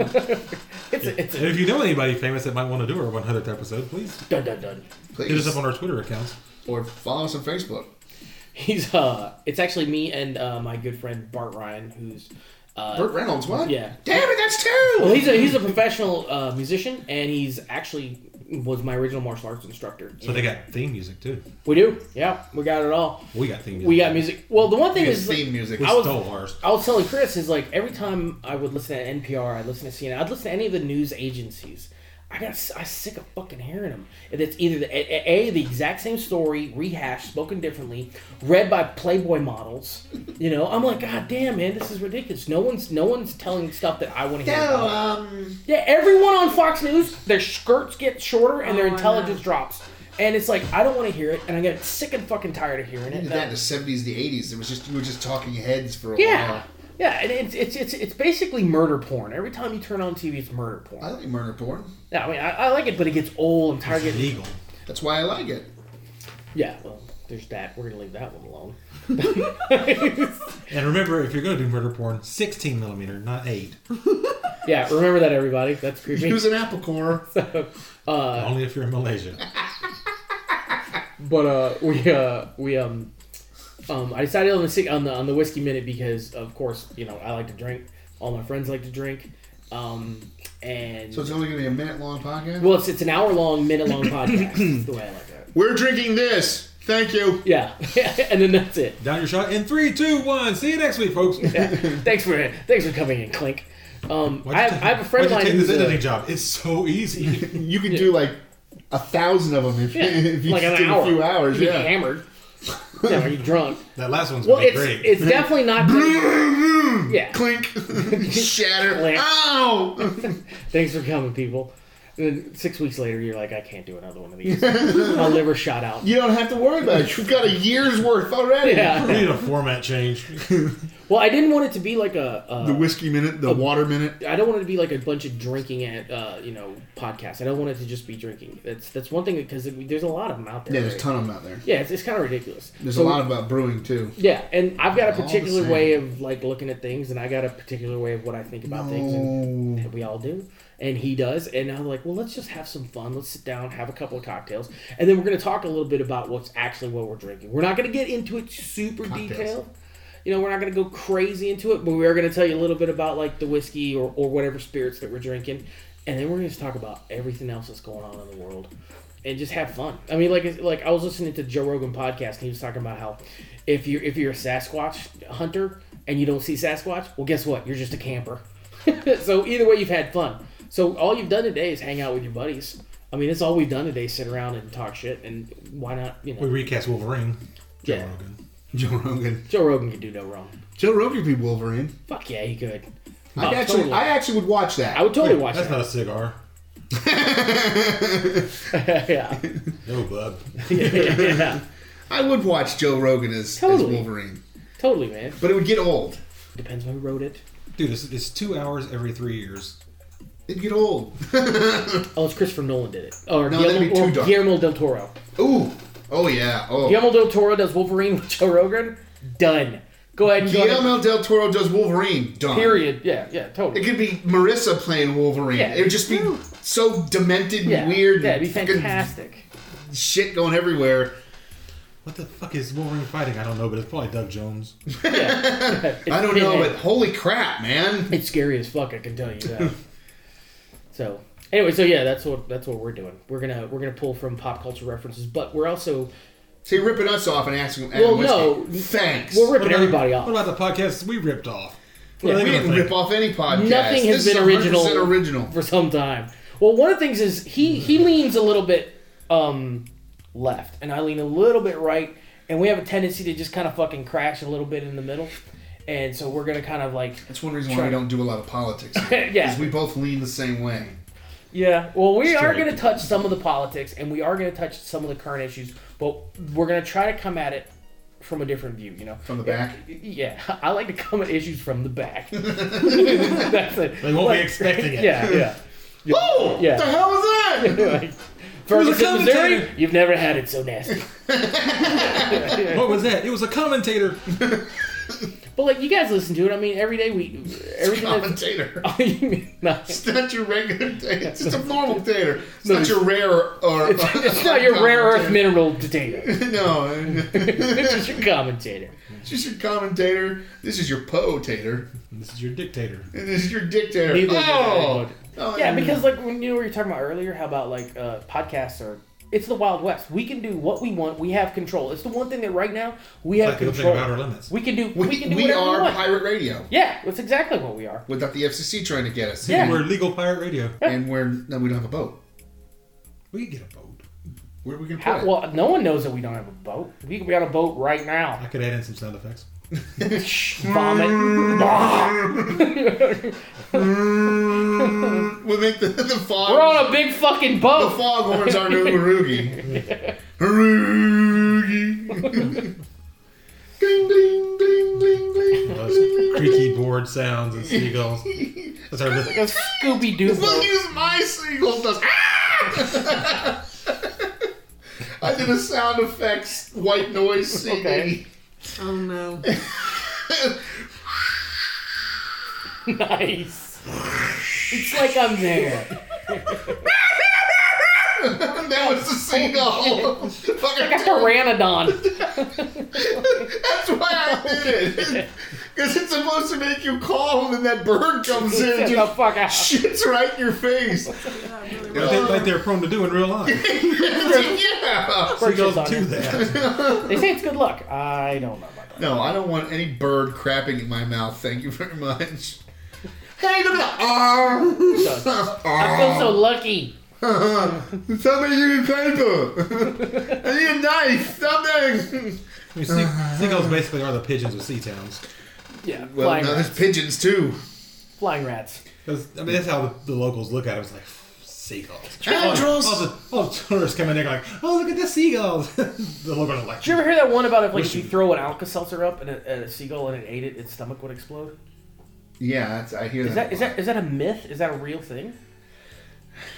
[SPEAKER 2] it's a, it's a,
[SPEAKER 3] And if you know anybody famous that might want to do our 100th episode, please
[SPEAKER 2] dun dun dun.
[SPEAKER 3] hit us
[SPEAKER 1] Please.
[SPEAKER 3] up on our Twitter accounts.
[SPEAKER 1] Or follow us on Facebook.
[SPEAKER 2] He's uh, it's actually me and uh, my good friend Bart Ryan, who's uh,
[SPEAKER 1] Burt Reynolds, what?
[SPEAKER 2] Yeah.
[SPEAKER 1] Damn it, that's two!
[SPEAKER 2] Well, he's a he's a professional uh, musician, and he's actually was my original martial arts instructor.
[SPEAKER 3] So they got theme music too.
[SPEAKER 2] we do, yeah, we got it all.
[SPEAKER 3] We got theme music.
[SPEAKER 2] We got music. Well, the one thing
[SPEAKER 1] His
[SPEAKER 2] is,
[SPEAKER 1] theme music.
[SPEAKER 3] We
[SPEAKER 2] I was-
[SPEAKER 3] stole ours.
[SPEAKER 2] I was telling Chris is like every time I would listen to NPR, I'd listen to CNN, I'd listen to any of the news agencies. I got I was sick of fucking hearing them. And it's either the, a, a the exact same story rehashed, spoken differently, read by Playboy models. You know, I'm like, God damn, man, this is ridiculous. No one's no one's telling stuff that I want to hear.
[SPEAKER 1] No,
[SPEAKER 2] about."
[SPEAKER 1] um,
[SPEAKER 2] Yeah, everyone on Fox News, their skirts get shorter and their
[SPEAKER 4] Oh, I know.
[SPEAKER 2] intelligence drops. And it's like I don't want to hear it, and I get sick and fucking tired of hearing
[SPEAKER 1] we
[SPEAKER 2] it.
[SPEAKER 1] did that in the seventies, the eighties. It was just you were just talking heads for a
[SPEAKER 2] Yeah,
[SPEAKER 1] while.
[SPEAKER 2] yeah, and it's it's it's it's basically murder porn. Every time you turn on TV, it's murder
[SPEAKER 1] I
[SPEAKER 2] porn.
[SPEAKER 1] like murder porn.
[SPEAKER 2] Yeah, I mean, I, I like it, but it gets old and tired. of
[SPEAKER 3] It's
[SPEAKER 2] getting-
[SPEAKER 3] illegal.
[SPEAKER 1] That's why I like it.
[SPEAKER 2] Yeah, well, there's that. We're gonna leave that one alone.
[SPEAKER 3] And remember, if you're going to do murder porn, 16 millimeter, not 8.
[SPEAKER 2] Yeah, remember that, everybody. That's creepy.
[SPEAKER 1] Use an apple core.
[SPEAKER 2] Uh.
[SPEAKER 3] Only if you're in Malaysia.
[SPEAKER 2] But uh, we uh, we um, um, I decided on the si- on the on the whiskey minute because of course you know I like to drink. All my friends like to drink. Um, and
[SPEAKER 1] So it's only gonna be a minute long podcast.
[SPEAKER 2] well, it's it's an hour long, minute long podcast. That's the way I like it.
[SPEAKER 1] We're drinking this. Thank you.
[SPEAKER 2] Yeah, and then that's it.
[SPEAKER 3] Down your shot in three, two, one. See you next week, folks.
[SPEAKER 2] Yeah. thanks for thanks for coming in, Clink. Um,
[SPEAKER 3] Why'd
[SPEAKER 2] I
[SPEAKER 3] you
[SPEAKER 2] have,
[SPEAKER 3] take-
[SPEAKER 2] I have a friend of
[SPEAKER 3] why'd
[SPEAKER 2] mine
[SPEAKER 3] you take
[SPEAKER 2] who's
[SPEAKER 3] this
[SPEAKER 2] a-
[SPEAKER 3] editing job. It's so easy.
[SPEAKER 1] You could do like a thousand of them if, if you
[SPEAKER 2] like an
[SPEAKER 1] did
[SPEAKER 2] hour,
[SPEAKER 1] a few hours.
[SPEAKER 2] You get
[SPEAKER 1] Yeah.
[SPEAKER 2] hammered. yeah, are you drunk?
[SPEAKER 3] that last one's
[SPEAKER 2] Well,
[SPEAKER 3] gonna be
[SPEAKER 2] it's
[SPEAKER 3] great.
[SPEAKER 2] it's definitely not. yeah,
[SPEAKER 1] Clink. Shatter.
[SPEAKER 2] Clink.
[SPEAKER 1] Ow!
[SPEAKER 2] thanks for coming, people. And then six weeks later, you're like, I can't do another one of these. My liver shot out.
[SPEAKER 1] You don't have to worry about it. You've got a year's worth already.
[SPEAKER 3] we
[SPEAKER 2] Yeah.
[SPEAKER 3] need a format change.
[SPEAKER 2] Well, I didn't want it to be like a. Uh,
[SPEAKER 1] The whiskey minute, the water minute.
[SPEAKER 2] I don't want it to be like a bunch of drinking at uh, you know podcasts. I don't want it to just be drinking. That's that's one thing because there's a lot of them out there.
[SPEAKER 1] Yeah, there's a
[SPEAKER 2] right?
[SPEAKER 1] ton of them out there.
[SPEAKER 2] Yeah, it's, it's kind of ridiculous.
[SPEAKER 1] There's
[SPEAKER 2] So-
[SPEAKER 1] a lot about brewing too.
[SPEAKER 2] Yeah, and I've got a
[SPEAKER 1] All the
[SPEAKER 2] particular
[SPEAKER 1] same.
[SPEAKER 2] way of like looking at things, and I got a particular way of what I think about things, and, and we all do, and he does, and I'm like, well, let's just have some fun. Let's sit down, have a couple of cocktails, and then we're gonna talk a little bit about what's actually what we're drinking. We're not gonna get into it super
[SPEAKER 1] Cocktails.
[SPEAKER 2] detailed. You know, we're not going to go crazy into it, but we are going to tell you a little bit about like the whiskey or, or whatever spirits that we're drinking, and then we're going to talk about everything else that's going on in the world, and just have fun. I mean, like like I was listening to Joe Rogan podcast, and he was talking about how if you are if you're a Sasquatch hunter and you don't see Sasquatch, well, guess what? You're just a camper. so either way, you've had fun. So all you've done today is hang out with your buddies. I mean, that's all we've done today: sit around and talk shit. And why not? You
[SPEAKER 3] we
[SPEAKER 2] know,
[SPEAKER 3] recast Wolverine. Joe
[SPEAKER 2] Yeah.
[SPEAKER 3] Rogan.
[SPEAKER 1] Joe Rogan.
[SPEAKER 2] Joe Rogan could do no wrong.
[SPEAKER 1] Joe Rogan could be Wolverine.
[SPEAKER 2] Fuck yeah, he could.
[SPEAKER 1] I
[SPEAKER 2] Oh,
[SPEAKER 1] actually,
[SPEAKER 2] totally.
[SPEAKER 1] I actually would watch that.
[SPEAKER 2] I would totally watch
[SPEAKER 3] That's
[SPEAKER 2] that.
[SPEAKER 3] not a cigar.
[SPEAKER 2] yeah.
[SPEAKER 3] No, bub.
[SPEAKER 2] yeah.
[SPEAKER 1] I would watch Joe Rogan as, as
[SPEAKER 2] Totally.
[SPEAKER 1] Wolverine,
[SPEAKER 2] Totally, man.
[SPEAKER 1] but it would get old.
[SPEAKER 2] Depends when we wrote it.
[SPEAKER 3] Dude, it's, it's two hours every three years.
[SPEAKER 1] It'd get old.
[SPEAKER 2] Oh, it's Christopher Nolan did it. Or,
[SPEAKER 1] No, that'd
[SPEAKER 2] Guillermo,
[SPEAKER 1] be too
[SPEAKER 2] or
[SPEAKER 1] dark.
[SPEAKER 2] Guillermo del Toro.
[SPEAKER 1] Ooh. Oh yeah. Oh.
[SPEAKER 2] Guillermo del Toro does Wolverine with Joe Rogan. Done. Go ahead and go. ahead.
[SPEAKER 1] Guillermo del Toro does Wolverine. Done.
[SPEAKER 2] Period. Yeah, yeah,
[SPEAKER 1] It
[SPEAKER 2] totally.
[SPEAKER 1] could be Marissa playing Wolverine.
[SPEAKER 2] Yeah.
[SPEAKER 1] It would just be so demented and
[SPEAKER 2] Yeah,
[SPEAKER 1] weird.
[SPEAKER 2] Yeah, it'd be
[SPEAKER 1] and fucking
[SPEAKER 2] fantastic.
[SPEAKER 1] Shit going everywhere.
[SPEAKER 3] What the fuck is Wolverine fighting? I don't know, but it's probably Doug Jones.
[SPEAKER 1] I don't know,
[SPEAKER 2] Pinhead.
[SPEAKER 1] but holy crap, man!
[SPEAKER 2] It's scary as fuck. I can tell you that. so anyway, so yeah, that's what that's what we're doing. We're gonna we're gonna pull from pop culture references, but we're also
[SPEAKER 1] So you're ripping us off and asking. Adam
[SPEAKER 2] Well,
[SPEAKER 1] West-
[SPEAKER 2] no.
[SPEAKER 1] thanks.
[SPEAKER 2] we're ripping
[SPEAKER 3] What about-
[SPEAKER 2] everybody off.
[SPEAKER 3] What about the podcasts we ripped off?
[SPEAKER 2] Yeah,
[SPEAKER 3] What are
[SPEAKER 1] we
[SPEAKER 3] they gonna
[SPEAKER 1] didn't
[SPEAKER 3] think?
[SPEAKER 1] rip off any podcast.
[SPEAKER 2] Nothing has
[SPEAKER 1] This
[SPEAKER 2] been
[SPEAKER 1] is 100%
[SPEAKER 2] original.
[SPEAKER 1] Original.
[SPEAKER 2] for some time. Well, one of the things is he he leans a little bit um, left, and I lean a little bit right, and we have a tendency to just kind of fucking crash a little bit in the middle, and so we're gonna kind of like
[SPEAKER 1] That's one reason why
[SPEAKER 2] Sure.
[SPEAKER 1] we don't do a lot of politics.
[SPEAKER 2] Yeah.
[SPEAKER 1] because we both lean the same way.
[SPEAKER 2] yeah. Well, we are
[SPEAKER 3] Straight.
[SPEAKER 2] gonna touch some of the politics, and we are gonna touch some of the current issues, but we're gonna try to come at it from a different view, you know.
[SPEAKER 1] From the back?
[SPEAKER 2] Yeah, I like to come at issues from the back. That's it.
[SPEAKER 3] They won't be expecting it.
[SPEAKER 2] Yeah, yeah.
[SPEAKER 1] Oh,
[SPEAKER 2] Yeah.
[SPEAKER 1] what the hell is that?
[SPEAKER 2] like, Ferguson,
[SPEAKER 3] commentator.
[SPEAKER 2] Missouri, you've never had it so nasty.
[SPEAKER 3] What was that? It was a commentator.
[SPEAKER 2] But like you guys listen to it. I mean, every day we everything. That's,
[SPEAKER 1] Commentator.
[SPEAKER 2] you mean, no, it's,
[SPEAKER 1] It's not your regular tater. It's just a normal tater. It's not your rare or.
[SPEAKER 2] it's not your rare earth mineral potato.
[SPEAKER 1] No,
[SPEAKER 2] It's just your commentator.
[SPEAKER 1] it's just your commentator. This is your po tater.
[SPEAKER 3] This is your dictator.
[SPEAKER 1] And this is your dictator.
[SPEAKER 2] Neither is
[SPEAKER 1] oh!
[SPEAKER 2] it.
[SPEAKER 1] oh!
[SPEAKER 2] Yeah, because like when you know what you were talking about earlier, how about like uh, podcasts are. It's the Wild West. We can do what we want. We have control. It's the one thing that right now we have
[SPEAKER 3] Like the thing
[SPEAKER 2] control.
[SPEAKER 3] about our limits.
[SPEAKER 2] We can do. We,
[SPEAKER 1] we, we,
[SPEAKER 2] can do whatever
[SPEAKER 1] are
[SPEAKER 2] we want.
[SPEAKER 1] pirate radio
[SPEAKER 2] yeah, that's exactly what we are.
[SPEAKER 1] without the FCC trying to get us.
[SPEAKER 2] Yeah.
[SPEAKER 3] We're legal pirate radio.
[SPEAKER 1] And we're no, we don't have a boat.
[SPEAKER 3] We can get a boat.
[SPEAKER 1] Where are we gonna put
[SPEAKER 2] How,
[SPEAKER 1] it?
[SPEAKER 2] well, no one knows that we don't have a boat. We could be on a boat right now.
[SPEAKER 3] I could add in some sound effects.
[SPEAKER 2] Vomit.
[SPEAKER 1] we make the, the fog.
[SPEAKER 2] We're on a big fucking
[SPEAKER 1] the
[SPEAKER 2] boat.
[SPEAKER 1] foghorns are new Harugi. Harugi. ding ding ding ding ding.
[SPEAKER 3] Those creaky board sounds and seagulls. That's our rhythm.
[SPEAKER 2] A Scooby Doo
[SPEAKER 1] Look,
[SPEAKER 2] boat.
[SPEAKER 1] use my seagull does. Ah! I did a sound effects white noise CD.
[SPEAKER 2] Okay.
[SPEAKER 4] Oh no.
[SPEAKER 2] Nice. It's like I'm there.
[SPEAKER 1] that was the seagull. Fucking
[SPEAKER 2] Like a pteranodon.
[SPEAKER 1] That's why I did it. Because it's supposed to make you calm, and that bird comes in and
[SPEAKER 2] Get the
[SPEAKER 1] just
[SPEAKER 2] fuck out.
[SPEAKER 1] shits right in your face.
[SPEAKER 4] Yeah, I really
[SPEAKER 3] Like,
[SPEAKER 4] was.
[SPEAKER 3] they, like they're prone to do in real life.
[SPEAKER 1] yeah.
[SPEAKER 2] Perches
[SPEAKER 3] Seagulls
[SPEAKER 2] on
[SPEAKER 3] do
[SPEAKER 2] it.
[SPEAKER 3] that.
[SPEAKER 2] They say it's good luck. I don't know about that.
[SPEAKER 1] No, I don't want any bird crapping in my mouth. Thank you very much. Ah. Hey, look at that.
[SPEAKER 2] So, I feel so lucky.
[SPEAKER 1] Somebody give me paper. I need a knife. Something.
[SPEAKER 3] I mean, sea- seagulls basically are the pigeons of sea towns.
[SPEAKER 2] Yeah,
[SPEAKER 1] Well,
[SPEAKER 2] flying,
[SPEAKER 1] now there's
[SPEAKER 2] rats.
[SPEAKER 1] pigeons too.
[SPEAKER 2] flying rats.
[SPEAKER 3] 'Cause, I mean, that's how the, the locals look at it. It's like, seagulls.
[SPEAKER 1] Childress.
[SPEAKER 3] All the, all the tourists come in there like, oh, look at the seagulls. the locals are like,
[SPEAKER 2] Did you ever hear that one about if like if you throw an Alka Seltzer up and a, at a seagull and it ate it, its stomach would explode?
[SPEAKER 1] Yeah, that's, I hear
[SPEAKER 2] Is that is
[SPEAKER 1] a
[SPEAKER 2] that is that a myth? Is that a real thing?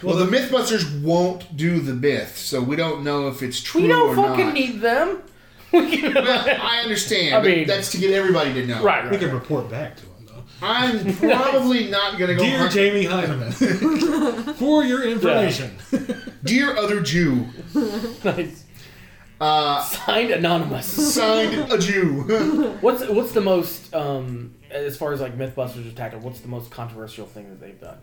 [SPEAKER 1] lot. Well, the MythBusters won't do the myth, so we don't know if it's true
[SPEAKER 2] We
[SPEAKER 1] or
[SPEAKER 2] don't fucking
[SPEAKER 1] not.
[SPEAKER 2] need them. We can-
[SPEAKER 1] Well, I understand.
[SPEAKER 2] I
[SPEAKER 1] but
[SPEAKER 2] mean-
[SPEAKER 1] that's to get everybody to know.
[SPEAKER 2] right,
[SPEAKER 3] we
[SPEAKER 2] right.
[SPEAKER 3] can report back to them, though.
[SPEAKER 1] I'm probably not gonna go.
[SPEAKER 3] Dear
[SPEAKER 1] hunt-
[SPEAKER 3] Jamie Heineman, for your information.
[SPEAKER 1] Dear other Jew,
[SPEAKER 2] Nice.
[SPEAKER 1] uh,
[SPEAKER 2] Signed anonymous.
[SPEAKER 1] signed a Jew.
[SPEAKER 2] What's what's the most um as far as like MythBusters are tackled? What's the most controversial thing that they've done?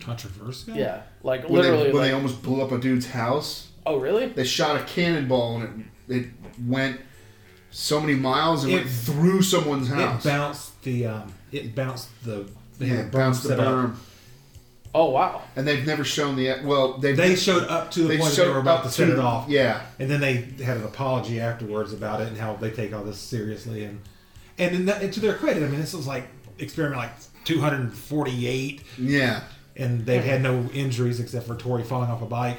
[SPEAKER 3] Controversial?
[SPEAKER 2] Yeah, like
[SPEAKER 1] when
[SPEAKER 2] literally.
[SPEAKER 1] they, when
[SPEAKER 2] like,
[SPEAKER 1] they almost blew up a dude's house,
[SPEAKER 2] oh really?
[SPEAKER 1] they shot a cannonball and it it went so many miles and went
[SPEAKER 3] It-
[SPEAKER 1] through someone's
[SPEAKER 3] It
[SPEAKER 1] house.
[SPEAKER 3] bounced the, um, it bounced the, they
[SPEAKER 1] yeah,
[SPEAKER 3] had
[SPEAKER 1] it
[SPEAKER 3] a berm
[SPEAKER 1] bounced the
[SPEAKER 3] set up.
[SPEAKER 1] berm,
[SPEAKER 2] Oh wow.
[SPEAKER 1] and they've never shown the well. They've,
[SPEAKER 3] They showed up to the
[SPEAKER 1] they
[SPEAKER 3] point that they
[SPEAKER 1] showed
[SPEAKER 3] were about
[SPEAKER 1] up
[SPEAKER 3] to set
[SPEAKER 1] to-
[SPEAKER 3] it off.
[SPEAKER 1] Yeah,
[SPEAKER 3] And then they had an apology afterwards about it and how they take all this seriously and and, in that, and to their credit, I mean, this was like experiment like 248,
[SPEAKER 1] yeah.
[SPEAKER 3] and they've had no injuries except for Tori falling off a bike.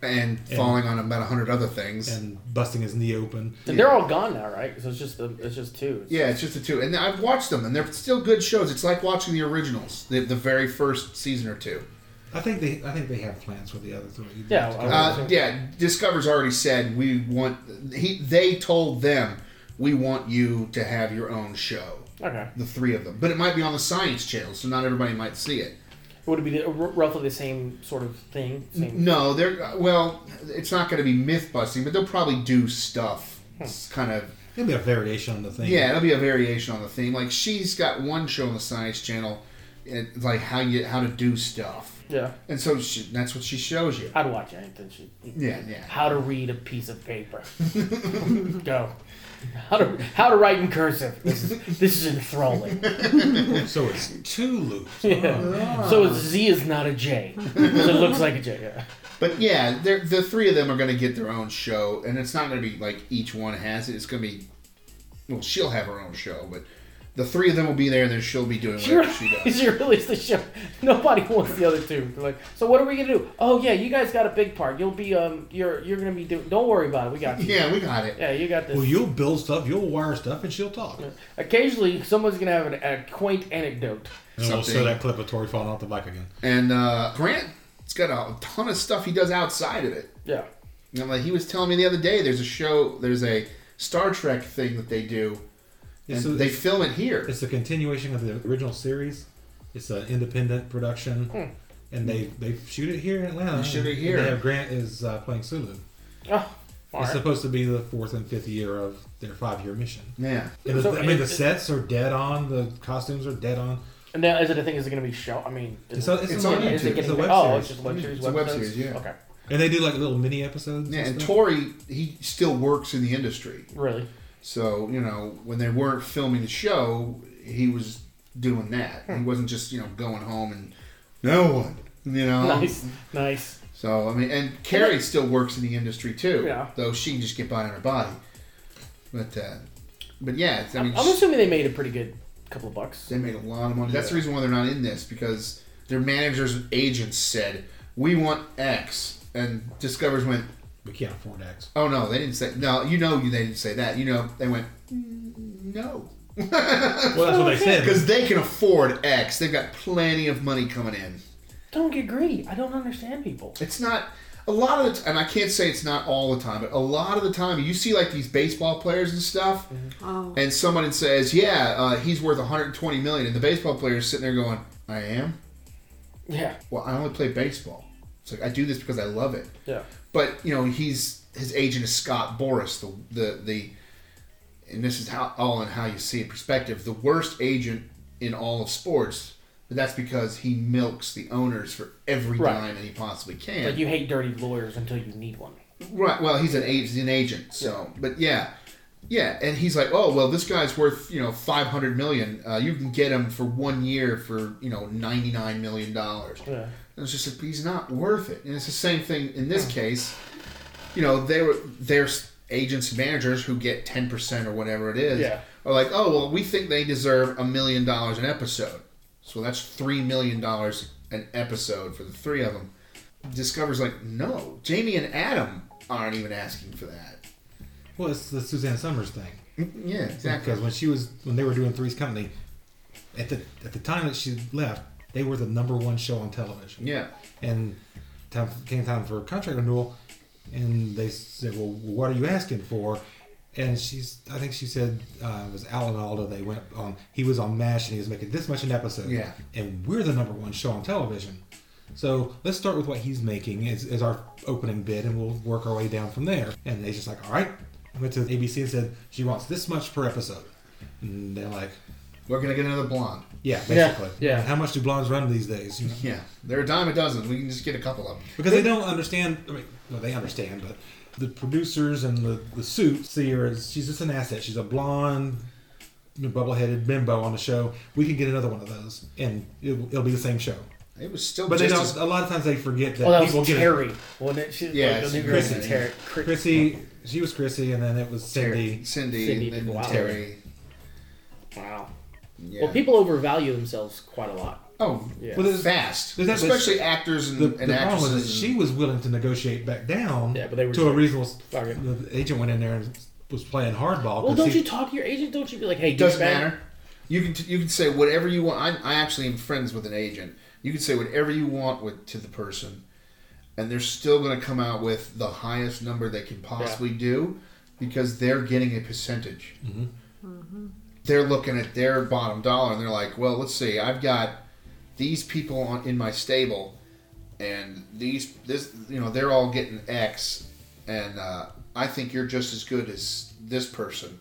[SPEAKER 1] and falling on about a hundred other things.
[SPEAKER 3] and busting his knee open.
[SPEAKER 2] And they're all gone now, right? So it's just the, it's just two.
[SPEAKER 1] yeah, it's just the two, and I've watched them, and they're still good shows. It's like watching the originals, the, the very first season or two.
[SPEAKER 3] I think they I think they have plans for the other three.
[SPEAKER 2] Yeah,
[SPEAKER 3] Oh,
[SPEAKER 2] I-
[SPEAKER 1] Uh, yeah, Discover's already said we want. He they told them we want you to have your own show,
[SPEAKER 2] Okay.
[SPEAKER 1] the three of them, but it might be on the Science Channel, so not everybody might see it.
[SPEAKER 2] Would it be the, r- roughly the same sort of thing? Same.
[SPEAKER 1] No, they're uh, well. It's not going to be myth busting, but they'll probably do stuff. It's kind of
[SPEAKER 3] Maybe a variation on the thing.
[SPEAKER 1] yeah. It'll be a variation on the theme. Like she's got one show on the Science Channel, and it's like how you how to do stuff,
[SPEAKER 2] Yeah.
[SPEAKER 1] and so she, that's what she shows you.
[SPEAKER 2] I'd watch anything. She,
[SPEAKER 1] Yeah, yeah.
[SPEAKER 2] how to read a piece of paper. Go. How to how to write in cursive. This is this is enthralling.
[SPEAKER 3] So it's two loops.
[SPEAKER 2] Yeah. So a Z is not a J. So it looks like a J. Yeah.
[SPEAKER 1] But yeah, they're- the three of them are going to get their own show, and it's not going to be like each one has it. It's going to be, well, she'll have her own show, but the three of them will be there, and then she'll be doing
[SPEAKER 2] She
[SPEAKER 1] whatever she
[SPEAKER 2] re-
[SPEAKER 1] does.
[SPEAKER 2] she released the show. Nobody wants the other two. They're like, so what are we gonna do? Oh yeah, you guys got a big part. You'll be um, you're you're gonna be doing. Don't worry about it. We got you.
[SPEAKER 1] Yeah, we got it.
[SPEAKER 2] Yeah, you got this.
[SPEAKER 3] Well, you'll build stuff, you'll wire stuff, and she'll talk. And
[SPEAKER 2] Occasionally, someone's gonna have an, a quaint anecdote.
[SPEAKER 3] we'll
[SPEAKER 1] Something.
[SPEAKER 3] show that clip of Tori falling off the bike again.
[SPEAKER 1] And uh, Grant's got a ton of stuff he does outside of it.
[SPEAKER 2] Yeah.
[SPEAKER 1] You know, like he was telling me the other day, there's a show, there's a Star Trek thing that they do, and
[SPEAKER 3] It's a,
[SPEAKER 1] they film it here.
[SPEAKER 3] it's a continuation of the original series. It's an independent production,
[SPEAKER 2] Hmm.
[SPEAKER 3] and they they shoot it here in Atlanta.
[SPEAKER 1] They shoot it
[SPEAKER 3] And
[SPEAKER 1] here.
[SPEAKER 3] They have Grant is uh, playing Sulu.
[SPEAKER 2] Oh, all
[SPEAKER 3] It's
[SPEAKER 2] right.
[SPEAKER 3] supposed to be the fourth and fifth year of their five year mission.
[SPEAKER 1] Yeah.
[SPEAKER 3] And the-
[SPEAKER 2] So
[SPEAKER 3] I mean,
[SPEAKER 2] it-
[SPEAKER 3] the sets are dead on. The costumes are dead on.
[SPEAKER 2] And now, is it a thing? Is it going to be show? I mean, is,
[SPEAKER 3] It's, on- it's,
[SPEAKER 1] It's
[SPEAKER 3] on
[SPEAKER 1] on
[SPEAKER 3] YouTube.
[SPEAKER 1] YouTube.
[SPEAKER 2] is it
[SPEAKER 3] It's
[SPEAKER 2] getting?
[SPEAKER 3] a web
[SPEAKER 2] oh,
[SPEAKER 3] series.
[SPEAKER 2] it's just web series.
[SPEAKER 1] It's a web
[SPEAKER 2] episodes?
[SPEAKER 1] series, yeah.
[SPEAKER 2] Okay.
[SPEAKER 3] and they do like little mini episodes.
[SPEAKER 1] Yeah, and
[SPEAKER 3] stuff.
[SPEAKER 1] Tori, he still works in the industry.
[SPEAKER 2] Really?
[SPEAKER 1] So, you know, when they weren't filming the show, he was doing that. He
[SPEAKER 2] Hmm.
[SPEAKER 1] wasn't just, you know, going home and no one, you know.
[SPEAKER 2] nice. Nice.
[SPEAKER 1] So, I mean, and Carrie still works in the industry too.
[SPEAKER 2] Yeah.
[SPEAKER 1] Though she can just get by on her body. But, uh, but yeah, it's, I mean,
[SPEAKER 2] I'm assuming they made a pretty good couple of bucks.
[SPEAKER 1] they made a lot of money. That's the reason why they're not in this because their managers and agents said, we want X. And Discovers went,
[SPEAKER 3] We can't afford X.
[SPEAKER 1] Oh no, they didn't say no. You know, they didn't say that. You know, they went "Mm, no
[SPEAKER 3] Well, that's what they said.
[SPEAKER 1] because they can afford X. They've got plenty of money coming in.
[SPEAKER 2] Don't get greedy. I don't understand people.
[SPEAKER 1] It's not a lot of the time. And I can't say it's not all the time, but a lot of the time, you see like these baseball players and stuff,
[SPEAKER 4] Oh.
[SPEAKER 1] and someone says, "Yeah, uh, he's worth 120 million," and the baseball player's sitting there going, "I am.
[SPEAKER 2] Yeah.
[SPEAKER 1] Well, I only play baseball. It's like I do this because I love it."
[SPEAKER 2] Yeah.
[SPEAKER 1] but you know he's his agent is Scott Boris, the the the, and this is how all in how you see it perspective, the worst agent in all of sports. But that's because he milks the owners for every
[SPEAKER 2] Right.
[SPEAKER 1] dime that he possibly can.
[SPEAKER 2] Like you hate dirty lawyers until you need one.
[SPEAKER 1] Right. Well, he's an agent. He's an agent. So, but yeah, yeah, and he's like, oh well, this guy's worth you know five hundred million. Uh, you can get him for one year for you know ninety nine million dollars.
[SPEAKER 2] Yeah.
[SPEAKER 1] And it's just like he's not worth it. And it's the same thing in this case. You know, they were there's agents and managers who get ten percent or whatever it is.
[SPEAKER 2] Yeah.
[SPEAKER 1] Are like, oh well, we think they deserve a million dollars an episode. So that's three million dollars an episode for the three of them discovers like no jamie and adam aren't even asking for that
[SPEAKER 3] Well, it's the Suzanne Summers thing.
[SPEAKER 1] yeah exactly
[SPEAKER 3] Because when she was when they were doing Three's Company, at the at the time that she left, they were the number one show on television.
[SPEAKER 1] yeah
[SPEAKER 3] And time came time for a contract renewal, and they said, "Well, what are you asking for?" And she's, I think she said uh, it was Alan Alda. They went on. He was on Mash, and he was making this much an episode.
[SPEAKER 1] Yeah.
[SPEAKER 3] And we're the number one show on television. So let's start with what he's making as, as our opening bid, and we'll work our way down from there. And they just like, all right. I went to ABC and said she wants this much per episode. And they're like,
[SPEAKER 1] we're gonna get another blonde
[SPEAKER 3] yeah,
[SPEAKER 2] Yeah,
[SPEAKER 3] basically.
[SPEAKER 2] yeah.
[SPEAKER 3] How much do blondes run these days? You know?
[SPEAKER 1] yeah they're a dime a dozen we can just get a couple of them
[SPEAKER 3] Because they don't understand. I mean, well, they understand, but the producers and the the suit see her as she's just an asset. She's a blonde, bubble-headed bimbo on the show. We can get another one of those, and it'll, it'll be the same show.
[SPEAKER 1] it was still
[SPEAKER 3] But they
[SPEAKER 1] just
[SPEAKER 3] don't.
[SPEAKER 1] as-
[SPEAKER 3] a lot of times they forget that
[SPEAKER 2] Oh, that
[SPEAKER 3] people
[SPEAKER 2] was
[SPEAKER 3] get
[SPEAKER 2] Terry. Wasn't it? She,
[SPEAKER 1] Yeah,
[SPEAKER 2] like, the
[SPEAKER 1] it's
[SPEAKER 2] new girl was
[SPEAKER 1] Chrissy.
[SPEAKER 2] Terry. Chr-
[SPEAKER 3] Chrissy. She was Chrissy, and then it was
[SPEAKER 1] Terry-
[SPEAKER 3] Cindy.
[SPEAKER 1] cindy,
[SPEAKER 2] Cindy,
[SPEAKER 1] and then
[SPEAKER 2] wow.
[SPEAKER 1] terry
[SPEAKER 2] Wow.
[SPEAKER 1] yeah.
[SPEAKER 2] Well, people overvalue themselves quite a lot.
[SPEAKER 1] Oh,
[SPEAKER 2] Yeah.
[SPEAKER 3] Well, there's-
[SPEAKER 1] fast.
[SPEAKER 3] There's that-
[SPEAKER 1] Especially actors and,
[SPEAKER 3] the,
[SPEAKER 1] and
[SPEAKER 3] the problem was
[SPEAKER 1] actresses.
[SPEAKER 3] that she was willing to negotiate back down
[SPEAKER 2] Yeah, but they were
[SPEAKER 3] to
[SPEAKER 2] just
[SPEAKER 3] a
[SPEAKER 2] like,
[SPEAKER 3] reasonable.
[SPEAKER 2] fuck it.
[SPEAKER 3] The agent went in there and was playing hardball.
[SPEAKER 2] Well,
[SPEAKER 3] 'cause
[SPEAKER 2] don't
[SPEAKER 3] he-
[SPEAKER 2] you talk to your agent? Don't you be like, hey,
[SPEAKER 1] It
[SPEAKER 2] give
[SPEAKER 1] doesn't
[SPEAKER 2] me back-
[SPEAKER 1] matter. You can you can say whatever you want. I'm, I actually am friends with an agent. You can say whatever you want with to the person, and they're still going to come out with the highest number they can possibly do because they're getting a percentage. Mm-hmm. They're looking at their bottom dollar and they're like, well, let's see. I've got these people on in my stable, and these this you know they're all getting X, and uh, I think you're just as good as this person,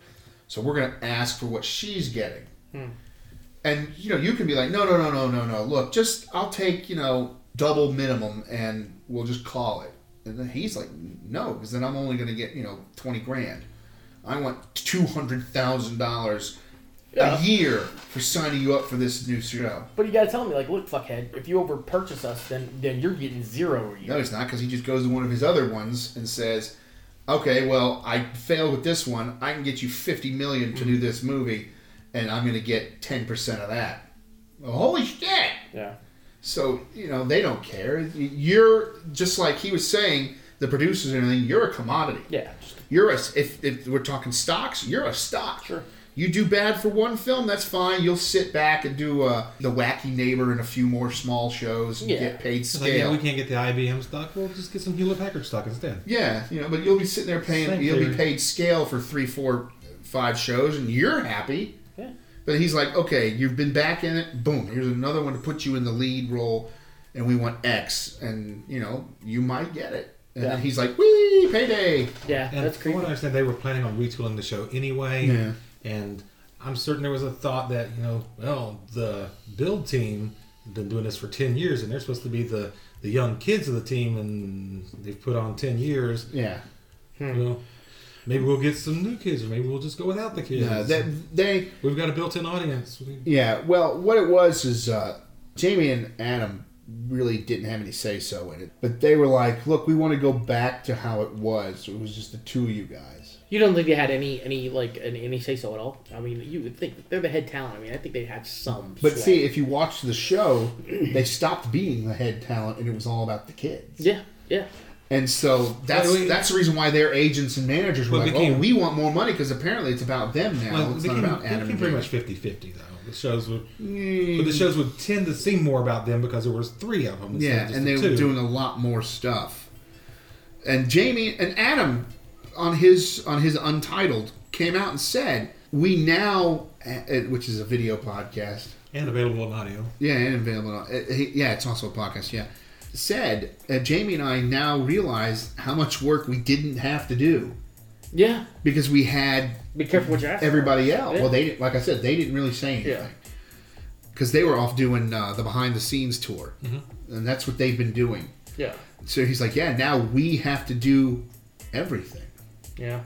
[SPEAKER 1] so we're gonna ask for what she's getting. And you know you can be like, no, no, no, no, no, no. Look, just I'll take you know double minimum, and we'll just call it. And then he's like, no, because then I'm only gonna get you know twenty grand. I want two hundred thousand dollars.
[SPEAKER 2] Yeah.
[SPEAKER 1] A year for signing you up for this new show.
[SPEAKER 2] But you gotta tell me, like, look, fuckhead, if you over purchase us, then then you're getting zero. a year.
[SPEAKER 1] No, he's not, because he just goes to one of his other ones and says, "Okay, well, I failed with this one. I can get you fifty million to
[SPEAKER 2] Mm-hmm.
[SPEAKER 1] do this movie, and I'm going to get ten percent of that." Well, holy shit!
[SPEAKER 2] Yeah.
[SPEAKER 1] So you know they don't care. You're just like he was saying, the producers and everything. You're a commodity.
[SPEAKER 2] Yeah. Just,
[SPEAKER 1] You're a if, if we're talking stocks, you're a stock.
[SPEAKER 2] Sure.
[SPEAKER 1] You do bad for one film, that's fine. You'll sit back and do uh, the wacky neighbor and a few more small shows and
[SPEAKER 2] Yeah.
[SPEAKER 1] get paid
[SPEAKER 3] It's
[SPEAKER 1] scale.
[SPEAKER 3] like, yeah, we can't get the IBM stock. We'll just get some Hewlett Packard stock instead.
[SPEAKER 1] Yeah, you know, but you'll be sitting there paying.
[SPEAKER 3] Same
[SPEAKER 1] you'll
[SPEAKER 3] theory.
[SPEAKER 1] be paid scale for three, four, five shows, and you're happy.
[SPEAKER 2] Yeah.
[SPEAKER 1] But he's like, okay, you've been back in it. Boom, here's another one to put you in the lead role, and we want X, and you know, you might get it. And
[SPEAKER 2] Yeah.
[SPEAKER 1] then he's like, wee, payday.
[SPEAKER 2] yeah.
[SPEAKER 3] And
[SPEAKER 2] that's
[SPEAKER 3] from
[SPEAKER 2] creepy.
[SPEAKER 3] what I understand, they were planning on retooling the show anyway.
[SPEAKER 1] Yeah.
[SPEAKER 3] And I'm certain there was a thought that, you know, well, the build team has been doing this for 10 years and they're supposed to be the, the young kids of the team and they've put on 10 years.
[SPEAKER 1] Yeah.
[SPEAKER 2] Hmm.
[SPEAKER 3] Well, maybe we'll get some new kids or maybe we'll just go without the kids.
[SPEAKER 1] Yeah. Uh, That they.
[SPEAKER 3] We've got a built in audience. We-
[SPEAKER 1] Yeah. Well, what it was is uh, Jamie and Adam really didn't have any say so in it, but they were like, look, we want to go back to how it was. It was just the two of you guys.
[SPEAKER 2] You don't think they had any any like any, any say so at all? I mean, you would think they're the head talent. I mean, I think they had some.
[SPEAKER 1] But
[SPEAKER 2] sway.
[SPEAKER 1] see, if you watch the show, they stopped being the head talent, and it was all about the kids.
[SPEAKER 2] yeah, yeah,
[SPEAKER 1] And so that's
[SPEAKER 3] Well, we-
[SPEAKER 1] that's the reason why their agents and managers were
[SPEAKER 3] Well,
[SPEAKER 1] like,
[SPEAKER 3] they came-
[SPEAKER 1] "Oh, we want more money because apparently it's about them now.
[SPEAKER 3] Well,
[SPEAKER 1] it's
[SPEAKER 3] they
[SPEAKER 1] not
[SPEAKER 3] came,
[SPEAKER 1] about Mm.
[SPEAKER 3] they
[SPEAKER 1] Adam
[SPEAKER 3] came
[SPEAKER 1] and
[SPEAKER 3] pretty
[SPEAKER 1] Jamie."
[SPEAKER 3] much 50 50, though. The shows would. But the shows would tend to seem more about them because there was three of them. instead of
[SPEAKER 1] Yeah,
[SPEAKER 3] just
[SPEAKER 1] and
[SPEAKER 3] the
[SPEAKER 1] they
[SPEAKER 3] two.
[SPEAKER 1] were doing a lot more stuff. And Jamie and Adam on his on his Untitled came out and said, "We now," eh, which is a video podcast.
[SPEAKER 3] and available in audio.
[SPEAKER 1] Yeah, and available. On, uh, he- yeah, it's also a podcast. Yeah, said uh, Jamie and I now realize how much work we didn't have to do
[SPEAKER 2] yeah.
[SPEAKER 1] because we had
[SPEAKER 2] Be careful what you ask. for.
[SPEAKER 1] everybody else.
[SPEAKER 2] Yeah.
[SPEAKER 1] Well, they didn't- like I said, they didn't really say anything
[SPEAKER 2] Yeah.
[SPEAKER 1] because they were off doing uh, the behind the scenes tour,
[SPEAKER 2] Mm-hmm.
[SPEAKER 1] and that's what they've been doing.
[SPEAKER 2] yeah,
[SPEAKER 1] So he's like, "Yeah, now we have to do everything."
[SPEAKER 2] yeah.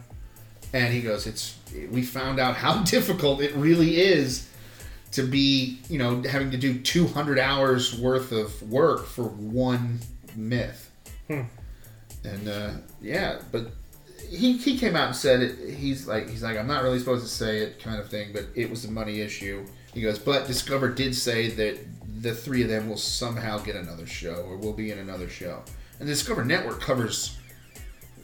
[SPEAKER 1] and he goes it's we found out how difficult it really is to be you know having to do 200 hours worth of work for one myth
[SPEAKER 2] Hmm.
[SPEAKER 1] and uh, yeah but he, he came out and said it, he's like he's like i'm not really supposed to say it kind of thing but it was a money issue he goes but discover did say that the three of them will somehow get another show or will be in another show and the discover network covers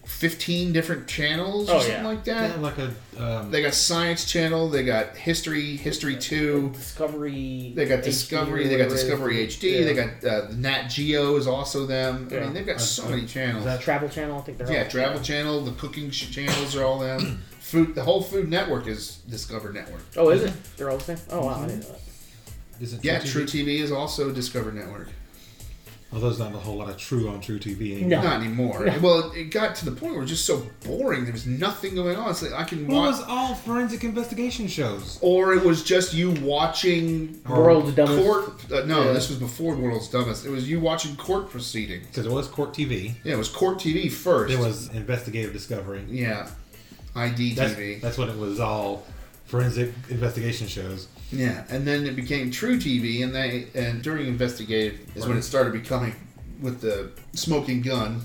[SPEAKER 1] 15 different channels or
[SPEAKER 2] Oh,
[SPEAKER 1] something
[SPEAKER 2] yeah.
[SPEAKER 1] like
[SPEAKER 3] They
[SPEAKER 1] that
[SPEAKER 3] had like a. Um,
[SPEAKER 1] they got Science Channel. They got History, History Two.
[SPEAKER 2] Discovery.
[SPEAKER 1] They got
[SPEAKER 2] HD,
[SPEAKER 1] Discovery. They got
[SPEAKER 2] whatever it is.
[SPEAKER 1] Discovery HD. They
[SPEAKER 2] Yeah.
[SPEAKER 1] got uh, Nat Geo is also them. I
[SPEAKER 2] Yeah.
[SPEAKER 1] mean, they've got so many channels.
[SPEAKER 3] that-
[SPEAKER 2] Travel Channel. I think they're
[SPEAKER 1] yeah,
[SPEAKER 2] all-
[SPEAKER 1] Travel Channel. The cooking sh- channels are all them. Food. The whole Food Network is Discover Network.
[SPEAKER 2] Oh, is it?
[SPEAKER 1] Mm-hmm.
[SPEAKER 2] They're all the same. Oh wow, I didn't know that.
[SPEAKER 3] is it
[SPEAKER 1] Yeah,
[SPEAKER 3] True TV?
[SPEAKER 1] True TV is also Discover Network.
[SPEAKER 3] Although Oh, there's not a whole lot of true on True TV anymore.
[SPEAKER 2] No.
[SPEAKER 1] Not anymore. Well, it got to the point where it was just so boring. There was nothing going on. It's like I can
[SPEAKER 3] Well, it
[SPEAKER 1] watch.
[SPEAKER 3] was all forensic investigation shows.
[SPEAKER 1] Or it was just you watching
[SPEAKER 2] World's dumbest.
[SPEAKER 1] Mm-hmm. court. Uh, no,
[SPEAKER 2] Yeah.
[SPEAKER 1] this was before World's Dumbest. It was you watching court proceedings.
[SPEAKER 3] Because it was court TV.
[SPEAKER 1] Yeah, it was Court TV first.
[SPEAKER 3] It was investigative discovery.
[SPEAKER 1] yeah, ID
[SPEAKER 3] That's,
[SPEAKER 1] TV.
[SPEAKER 3] that's what it was all forensic investigation shows.
[SPEAKER 1] yeah, and then it became True TV, and they and during investigative is when it started becoming with the smoking gun,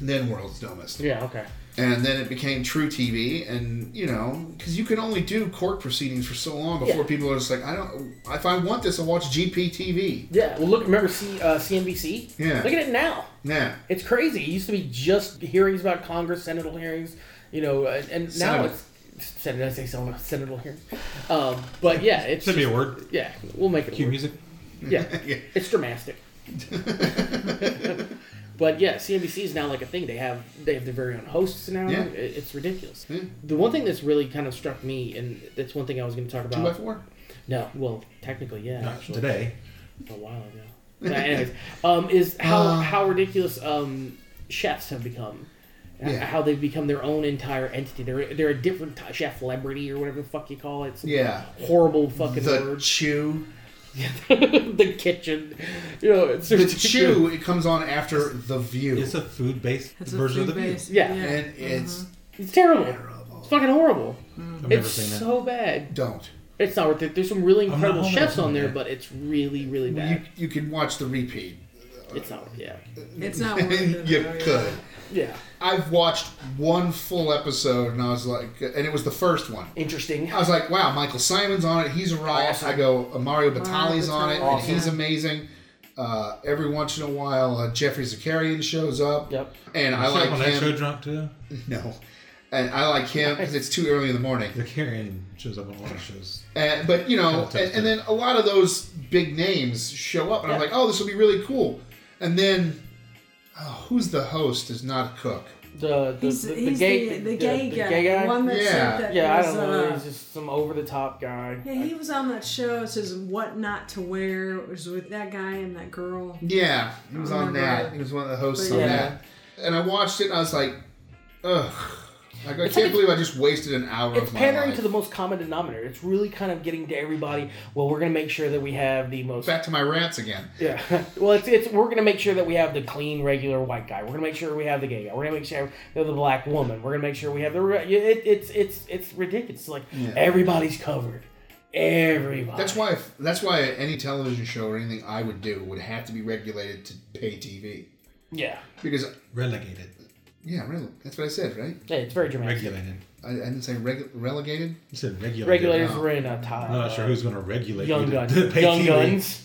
[SPEAKER 1] and then World's Dumbest.
[SPEAKER 2] Yeah. Okay.
[SPEAKER 1] And then it became True TV, and you know, because you can only do court proceedings for so long before
[SPEAKER 2] Yeah.
[SPEAKER 1] people are just like, I don't. If I want this, I'll watch GPTV.
[SPEAKER 2] Yeah. Well, look. Remember C, uh, CNBC?
[SPEAKER 1] Yeah.
[SPEAKER 2] Look at it now.
[SPEAKER 1] Yeah,
[SPEAKER 2] It's crazy. It used to be just hearings about Congress, senatorial hearings, you know, and, and now
[SPEAKER 1] Senate.
[SPEAKER 2] it's. Sen- did I say sen- senatorial hearings? Um, but yeah, it's
[SPEAKER 3] Should be a
[SPEAKER 2] just-
[SPEAKER 3] word.
[SPEAKER 2] yeah. We'll make it.
[SPEAKER 3] Cue
[SPEAKER 2] work.
[SPEAKER 3] music.
[SPEAKER 2] Yeah.
[SPEAKER 1] Yeah.
[SPEAKER 2] It's dramatic. but yeah, CNBC is now like a thing. They have they have their very own hosts now.
[SPEAKER 1] Yeah.
[SPEAKER 2] It- It's ridiculous.
[SPEAKER 1] Yeah.
[SPEAKER 2] The one thing that's really kind of struck me, and that's one thing I was going to talk
[SPEAKER 1] two by
[SPEAKER 2] about.
[SPEAKER 1] four.
[SPEAKER 2] No, well, technically, yeah,
[SPEAKER 3] Not
[SPEAKER 2] actually,
[SPEAKER 3] today.
[SPEAKER 2] a while ago. But anyways, um, is how
[SPEAKER 1] Uh,
[SPEAKER 2] how ridiculous um, chefs have become. Uh,
[SPEAKER 1] Yeah.
[SPEAKER 2] How they've become their own entire entity. They're they're a different t- chef celebrity or whatever the fuck you call it. Some
[SPEAKER 1] Yeah,
[SPEAKER 2] Horrible fucking
[SPEAKER 1] the
[SPEAKER 2] word.
[SPEAKER 1] chew.
[SPEAKER 2] the kitchen. You know, it's
[SPEAKER 1] The
[SPEAKER 2] ridiculous.
[SPEAKER 1] chew. It comes on after the view,
[SPEAKER 3] It's a food-based
[SPEAKER 4] It's a
[SPEAKER 3] version of the
[SPEAKER 4] food
[SPEAKER 3] view.
[SPEAKER 4] base.
[SPEAKER 2] Yeah.
[SPEAKER 1] and it's
[SPEAKER 2] It's terrible. It's fucking horrible.
[SPEAKER 3] I've never
[SPEAKER 2] It's
[SPEAKER 3] seen that.
[SPEAKER 2] so bad.
[SPEAKER 1] don't.
[SPEAKER 2] It's not worth it. There's some really
[SPEAKER 3] not
[SPEAKER 2] incredible
[SPEAKER 3] home
[SPEAKER 2] chefs
[SPEAKER 3] enough
[SPEAKER 2] on there,
[SPEAKER 3] yet.
[SPEAKER 2] but it's really, really
[SPEAKER 1] You
[SPEAKER 2] bad.
[SPEAKER 1] you can watch the repeat.
[SPEAKER 2] It's not. Yeah.
[SPEAKER 4] It's not worth it.
[SPEAKER 1] you
[SPEAKER 4] though, yeah.
[SPEAKER 1] could.
[SPEAKER 2] Yeah.
[SPEAKER 1] I've watched one full episode, and I was like, and it was the first one.
[SPEAKER 2] Interesting.
[SPEAKER 1] I was like, wow, Michael Simon's on it. He's a riot.
[SPEAKER 2] Awesome.
[SPEAKER 1] I go, uh, Mario Batali's on it,
[SPEAKER 4] Awesome.
[SPEAKER 1] and he's amazing. Uh, every once in a while, uh, Jeffrey Zakarian shows up.
[SPEAKER 2] Yep.
[SPEAKER 1] And I
[SPEAKER 3] Shut
[SPEAKER 1] like
[SPEAKER 3] up on that show
[SPEAKER 1] him.
[SPEAKER 3] drunk too.
[SPEAKER 1] No. And I like him because it's too early in the morning.
[SPEAKER 3] The Carrion shows up on a lot of shows.
[SPEAKER 1] And, Uh, but, you know,
[SPEAKER 3] Kinda
[SPEAKER 1] and, and
[SPEAKER 3] tested.
[SPEAKER 1] then a lot of those big names show up, and I'm
[SPEAKER 2] Yeah.
[SPEAKER 1] like, oh, this will be really cool. And then, oh, who's the host is not a cook?
[SPEAKER 2] The the,
[SPEAKER 4] He's,
[SPEAKER 2] the, the
[SPEAKER 4] he's
[SPEAKER 2] gay
[SPEAKER 4] the, the gay guy. The one that
[SPEAKER 1] Yeah.
[SPEAKER 4] said that
[SPEAKER 2] yeah, I
[SPEAKER 4] was,
[SPEAKER 2] don't know.
[SPEAKER 4] uh,
[SPEAKER 2] He's just some over the top guy.
[SPEAKER 4] yeah, he was on that show. It says what not to wear. It was with that guy and that girl.
[SPEAKER 1] Yeah, he was on
[SPEAKER 4] remember
[SPEAKER 1] that.
[SPEAKER 4] that.
[SPEAKER 1] He was one of the hosts
[SPEAKER 4] But
[SPEAKER 1] on
[SPEAKER 2] yeah.
[SPEAKER 1] that. And I watched it, and I was like, ugh. Like, I
[SPEAKER 2] It's
[SPEAKER 1] can't
[SPEAKER 2] like-
[SPEAKER 1] believe I just wasted an hour
[SPEAKER 2] It's
[SPEAKER 1] of my
[SPEAKER 2] pandering
[SPEAKER 1] life.
[SPEAKER 2] to the most common denominator. It's really kind of getting to everybody. Well, we're gonna make sure that we have the most.
[SPEAKER 1] Back to my rants again.
[SPEAKER 2] Yeah. Well, it's, it's we're gonna make sure that we have the clean, regular white guy. We're gonna make sure we have the gay guy. We're gonna make sure we have the black woman. We're gonna make sure we have the. re- It, it's it's it's ridiculous. It's like everybody's covered. Everybody.
[SPEAKER 1] That's why. That's why any television show or anything I would do would have to be regulated to pay TV
[SPEAKER 2] Yeah.
[SPEAKER 1] because
[SPEAKER 3] Relegated.
[SPEAKER 1] yeah, really, that's what I said, right?
[SPEAKER 2] Yeah, it's very dramatic.
[SPEAKER 3] Regulated.
[SPEAKER 1] I, I didn't say reg- relegated.
[SPEAKER 3] You said regulated.
[SPEAKER 2] Regulators were in a tie.
[SPEAKER 3] I'm not sure who's going to regulate
[SPEAKER 2] Young
[SPEAKER 3] you to-
[SPEAKER 2] Guns.
[SPEAKER 3] to pay
[SPEAKER 2] Young
[SPEAKER 3] TV.
[SPEAKER 2] Guns.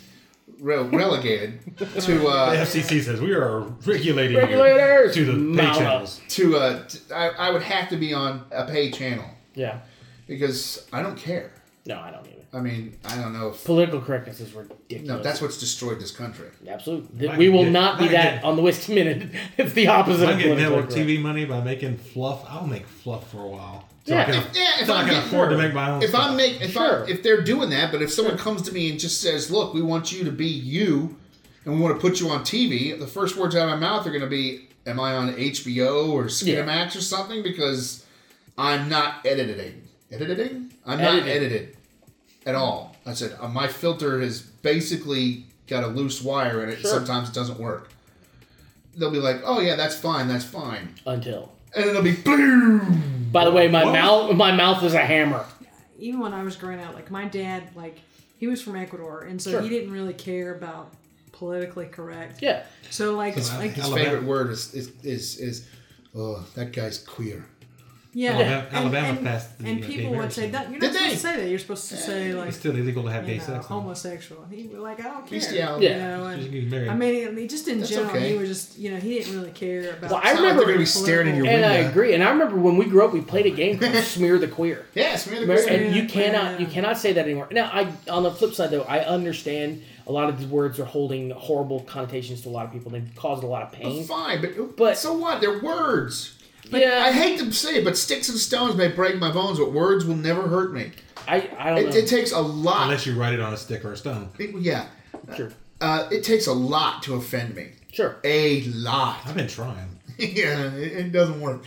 [SPEAKER 1] Re- relegated to
[SPEAKER 3] The
[SPEAKER 1] uh,
[SPEAKER 3] FCC says we are regulating
[SPEAKER 2] Regulators!
[SPEAKER 3] you to the pay
[SPEAKER 2] Mama.
[SPEAKER 3] channels.
[SPEAKER 1] to uh, t- I, I would have to be on a pay channel
[SPEAKER 2] Yeah.
[SPEAKER 1] because I don't care.
[SPEAKER 2] No, I don't either.
[SPEAKER 1] I mean, I don't know if
[SPEAKER 2] Political correctness is ridiculous.
[SPEAKER 1] no, that's what's destroyed this country.
[SPEAKER 2] Absolutely. Th-
[SPEAKER 3] Might
[SPEAKER 2] we will
[SPEAKER 3] get-
[SPEAKER 2] not be
[SPEAKER 3] might
[SPEAKER 2] that
[SPEAKER 3] get-
[SPEAKER 2] on the West Minute. It's the opposite
[SPEAKER 3] I
[SPEAKER 2] of
[SPEAKER 3] get
[SPEAKER 2] political
[SPEAKER 3] network
[SPEAKER 2] correct.
[SPEAKER 3] TV money by making fluff. I'll make fluff for a while. So
[SPEAKER 2] Yeah,
[SPEAKER 3] I can,
[SPEAKER 2] if-
[SPEAKER 1] yeah, if
[SPEAKER 3] so I
[SPEAKER 1] I'm
[SPEAKER 3] can
[SPEAKER 1] getting
[SPEAKER 3] afford to
[SPEAKER 1] more-
[SPEAKER 3] make my own
[SPEAKER 1] If
[SPEAKER 3] stuff.
[SPEAKER 1] I make if
[SPEAKER 2] Sure.
[SPEAKER 1] I if they're doing that, but if someone comes to me and just says, "Look, we want you to be you, and we want to put you on TV," the first words out of my mouth are going to be, "Am I on HBO or Cinemax or something?" Because I'm not editing. Editing? I'm not
[SPEAKER 2] Edited.
[SPEAKER 1] edited at all. I said uh, my filter has basically got a loose wire in it. and
[SPEAKER 2] Sure.
[SPEAKER 1] Sometimes it doesn't work. They'll be like, "Oh yeah, that's fine, that's fine,"
[SPEAKER 2] Until.
[SPEAKER 1] and it'll be boom.
[SPEAKER 2] By the way, my
[SPEAKER 3] What?
[SPEAKER 2] mouth my mouth is a hammer.
[SPEAKER 4] Even when I was growing up, like my dad, like he was from Ecuador, and so
[SPEAKER 2] Sure.
[SPEAKER 4] he didn't really care about politically correct.
[SPEAKER 2] Yeah.
[SPEAKER 4] So like,
[SPEAKER 3] So uh, I-
[SPEAKER 4] like
[SPEAKER 3] I
[SPEAKER 1] His
[SPEAKER 3] love Alabama.
[SPEAKER 1] favorite word is is is, is oh, that guy's queer.
[SPEAKER 4] yeah,
[SPEAKER 3] Alabama-
[SPEAKER 4] and-
[SPEAKER 3] Alabama
[SPEAKER 4] and,
[SPEAKER 3] passed the,
[SPEAKER 4] and
[SPEAKER 3] uh,
[SPEAKER 4] people
[SPEAKER 3] gay
[SPEAKER 4] would say
[SPEAKER 3] marriage
[SPEAKER 4] that you're
[SPEAKER 1] Did
[SPEAKER 4] not supposed
[SPEAKER 1] they?
[SPEAKER 4] to say that. You're supposed to say like
[SPEAKER 3] It's Uh, still illegal to have
[SPEAKER 4] you
[SPEAKER 3] gay
[SPEAKER 4] know, oh
[SPEAKER 3] sex. though.
[SPEAKER 4] homosexual. He was like, I don't care.
[SPEAKER 1] Bestiality.
[SPEAKER 2] Yeah.
[SPEAKER 4] You know,
[SPEAKER 3] You
[SPEAKER 4] and,
[SPEAKER 3] can get married.
[SPEAKER 4] I mean, I mean, just in
[SPEAKER 1] That's
[SPEAKER 4] general,
[SPEAKER 1] okay.
[SPEAKER 4] he was just, you know, he didn't really care about.
[SPEAKER 2] Well, I
[SPEAKER 1] It's not like
[SPEAKER 2] remember
[SPEAKER 1] they're gonna be staring in your
[SPEAKER 2] And I
[SPEAKER 1] window.
[SPEAKER 2] agree. And I remember when we grew up, we played a game called Smear the Queer.
[SPEAKER 1] Yes, man.
[SPEAKER 2] Right,
[SPEAKER 1] Right.
[SPEAKER 2] and you
[SPEAKER 4] Yeah,
[SPEAKER 2] cannot
[SPEAKER 4] yeah.
[SPEAKER 2] you cannot say that anymore. Now, I on the flip side though, I understand a lot of these words are holding horrible connotations to a lot of people. They've caused a lot of pain.
[SPEAKER 1] Fine, but,
[SPEAKER 2] But-
[SPEAKER 1] so what? They're words. I
[SPEAKER 2] yeah,
[SPEAKER 1] hate to say it, but sticks and stones may break my bones, but words will never hurt me.
[SPEAKER 2] I, I, don't
[SPEAKER 1] It,
[SPEAKER 2] know.
[SPEAKER 1] it takes a lot.
[SPEAKER 3] Unless you write it on a stick or a stone.
[SPEAKER 1] it- yeah,
[SPEAKER 2] sure,
[SPEAKER 1] uh, it takes a lot to offend me.
[SPEAKER 2] sure.
[SPEAKER 1] A lot.
[SPEAKER 3] I've been trying.
[SPEAKER 1] yeah, it, it doesn't work.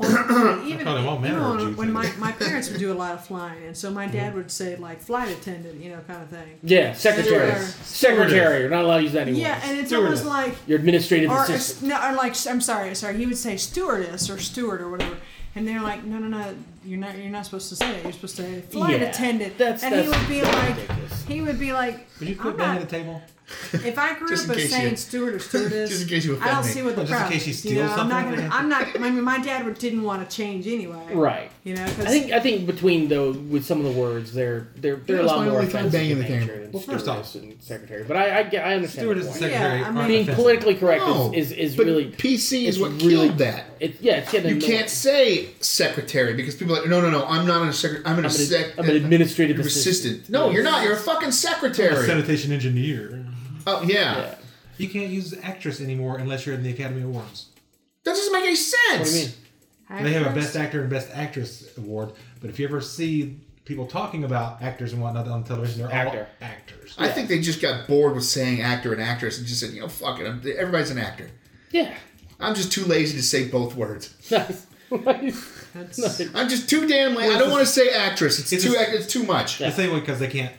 [SPEAKER 4] even,
[SPEAKER 3] Probably all manner
[SPEAKER 4] even
[SPEAKER 3] of
[SPEAKER 4] when-
[SPEAKER 3] Jews
[SPEAKER 4] when
[SPEAKER 3] do Mm-hmm.
[SPEAKER 4] my,
[SPEAKER 3] that.
[SPEAKER 4] my parents would do a lot of flying, and so my dad would say like flight attendant, you know, kind of thing.
[SPEAKER 2] Yeah, secretary,
[SPEAKER 4] Stewardess.
[SPEAKER 2] secretary. You're not allowed to use that anymore.
[SPEAKER 4] Yeah, and it's
[SPEAKER 3] Stewardess.
[SPEAKER 4] almost like
[SPEAKER 2] your administrative
[SPEAKER 4] or
[SPEAKER 2] assistant.
[SPEAKER 4] no, or like I'm sorry, sorry. He would say stewardess or steward or whatever, and they're like, no, no, no, you're not, you're not supposed to say that. You're supposed to say flight
[SPEAKER 2] Yeah,
[SPEAKER 4] attendant.
[SPEAKER 2] that's-
[SPEAKER 4] and
[SPEAKER 2] that's
[SPEAKER 4] he would be like,
[SPEAKER 2] ridiculous.
[SPEAKER 4] he would be like,
[SPEAKER 3] Would you
[SPEAKER 4] I'm
[SPEAKER 3] put down
[SPEAKER 4] not-
[SPEAKER 3] at the table?
[SPEAKER 4] If I grew
[SPEAKER 1] Just
[SPEAKER 4] up
[SPEAKER 1] in
[SPEAKER 4] as
[SPEAKER 1] case
[SPEAKER 4] saying
[SPEAKER 1] you-
[SPEAKER 4] steward or stewardess,
[SPEAKER 1] just in case you
[SPEAKER 4] I don't
[SPEAKER 1] offend me.
[SPEAKER 4] see what the
[SPEAKER 3] Well, just in
[SPEAKER 4] problem
[SPEAKER 3] case you
[SPEAKER 4] is,
[SPEAKER 3] steal
[SPEAKER 4] know, I'm not
[SPEAKER 3] something.
[SPEAKER 4] gonna. I'm not. I mean, my dad would- didn't want to change anyway.
[SPEAKER 2] Right.
[SPEAKER 4] You know,
[SPEAKER 2] I
[SPEAKER 4] because
[SPEAKER 2] think I think between though with some of the words they're they're they're
[SPEAKER 1] Yeah,
[SPEAKER 2] a
[SPEAKER 1] that's
[SPEAKER 2] lot
[SPEAKER 1] my
[SPEAKER 2] more
[SPEAKER 1] only thing,
[SPEAKER 2] offensive
[SPEAKER 1] banging
[SPEAKER 2] in
[SPEAKER 1] the
[SPEAKER 2] nature
[SPEAKER 1] camera.
[SPEAKER 2] than
[SPEAKER 3] Well, first off-
[SPEAKER 2] stewardess and secretary. But I I, get, I understand
[SPEAKER 3] Stewardess
[SPEAKER 2] the
[SPEAKER 3] and
[SPEAKER 2] point.
[SPEAKER 3] secretary.
[SPEAKER 4] Yeah, I
[SPEAKER 3] aren't
[SPEAKER 4] mean-
[SPEAKER 2] being
[SPEAKER 3] offensive.
[SPEAKER 2] politically correct
[SPEAKER 1] No,
[SPEAKER 2] is, is is
[SPEAKER 1] but
[SPEAKER 2] really
[SPEAKER 1] PC is
[SPEAKER 2] it's
[SPEAKER 1] what
[SPEAKER 2] really-
[SPEAKER 1] killed that.
[SPEAKER 2] It, yeah, it's getting
[SPEAKER 1] You
[SPEAKER 2] annoying.
[SPEAKER 1] can't say secretary because people are like, no, no, no, I'm not a secretary. I'm an,
[SPEAKER 2] I'm an,
[SPEAKER 1] sec-
[SPEAKER 2] I'm an administrative
[SPEAKER 1] you're
[SPEAKER 2] assistant.
[SPEAKER 1] assistant. No, you're not. You're a fucking
[SPEAKER 3] A
[SPEAKER 1] secretary.
[SPEAKER 3] sanitation engineer.
[SPEAKER 1] Oh yeah.
[SPEAKER 2] Yeah.
[SPEAKER 3] You can't use actress anymore unless you're in the Academy Awards.
[SPEAKER 1] that doesn't make any sense.
[SPEAKER 2] What do you mean?
[SPEAKER 3] They have a Best Actor and Best Actress award, but if you ever see people talking about actors and whatnot on television, they're
[SPEAKER 2] Actor.
[SPEAKER 3] all actors.
[SPEAKER 1] I think they just got bored with saying actor and actress and just said, you know, fuck it. I'm, everybody's an actor.
[SPEAKER 2] Yeah.
[SPEAKER 1] I'm just too lazy to say both words.
[SPEAKER 2] Nice. Nice.
[SPEAKER 4] That's-
[SPEAKER 1] I'm just too damn lazy. I don't want to say actress. It's,
[SPEAKER 3] It's
[SPEAKER 1] too.
[SPEAKER 3] just-
[SPEAKER 1] act- it's too much.
[SPEAKER 2] Yeah.
[SPEAKER 3] The same way because they can't.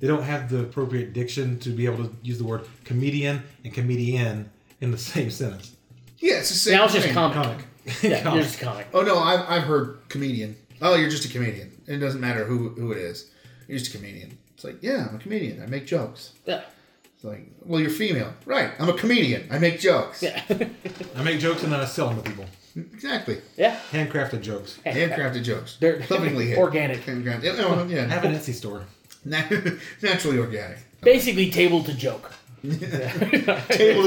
[SPEAKER 3] They don't have the appropriate diction to be able to use the word comedian and comedian in the same sentence.
[SPEAKER 1] Yeah, it's the same.
[SPEAKER 2] Now it's just
[SPEAKER 1] thing.
[SPEAKER 2] comic.
[SPEAKER 3] Comic.
[SPEAKER 2] Yeah,
[SPEAKER 3] Comic.
[SPEAKER 2] you're just comic.
[SPEAKER 1] Oh no, I've, I've heard comedian. Oh, you're just a comedian. It doesn't matter who who it is. You're just a comedian. It's like, yeah, I'm a comedian. I make jokes.
[SPEAKER 2] Yeah.
[SPEAKER 1] It's like, well, you're female, right? I'm a comedian. I make jokes.
[SPEAKER 2] Yeah.
[SPEAKER 3] I make jokes and then I sell them to people.
[SPEAKER 1] Exactly.
[SPEAKER 2] yeah.
[SPEAKER 3] Handcrafted jokes. I
[SPEAKER 1] Handcrafted jokes.
[SPEAKER 2] They're-
[SPEAKER 1] lovingly hand-
[SPEAKER 2] organic.
[SPEAKER 1] Handcrafted. Yeah, no, yeah.
[SPEAKER 3] have an Etsy store.
[SPEAKER 1] Na- naturally organic.
[SPEAKER 2] Basically, table to joke.
[SPEAKER 1] Table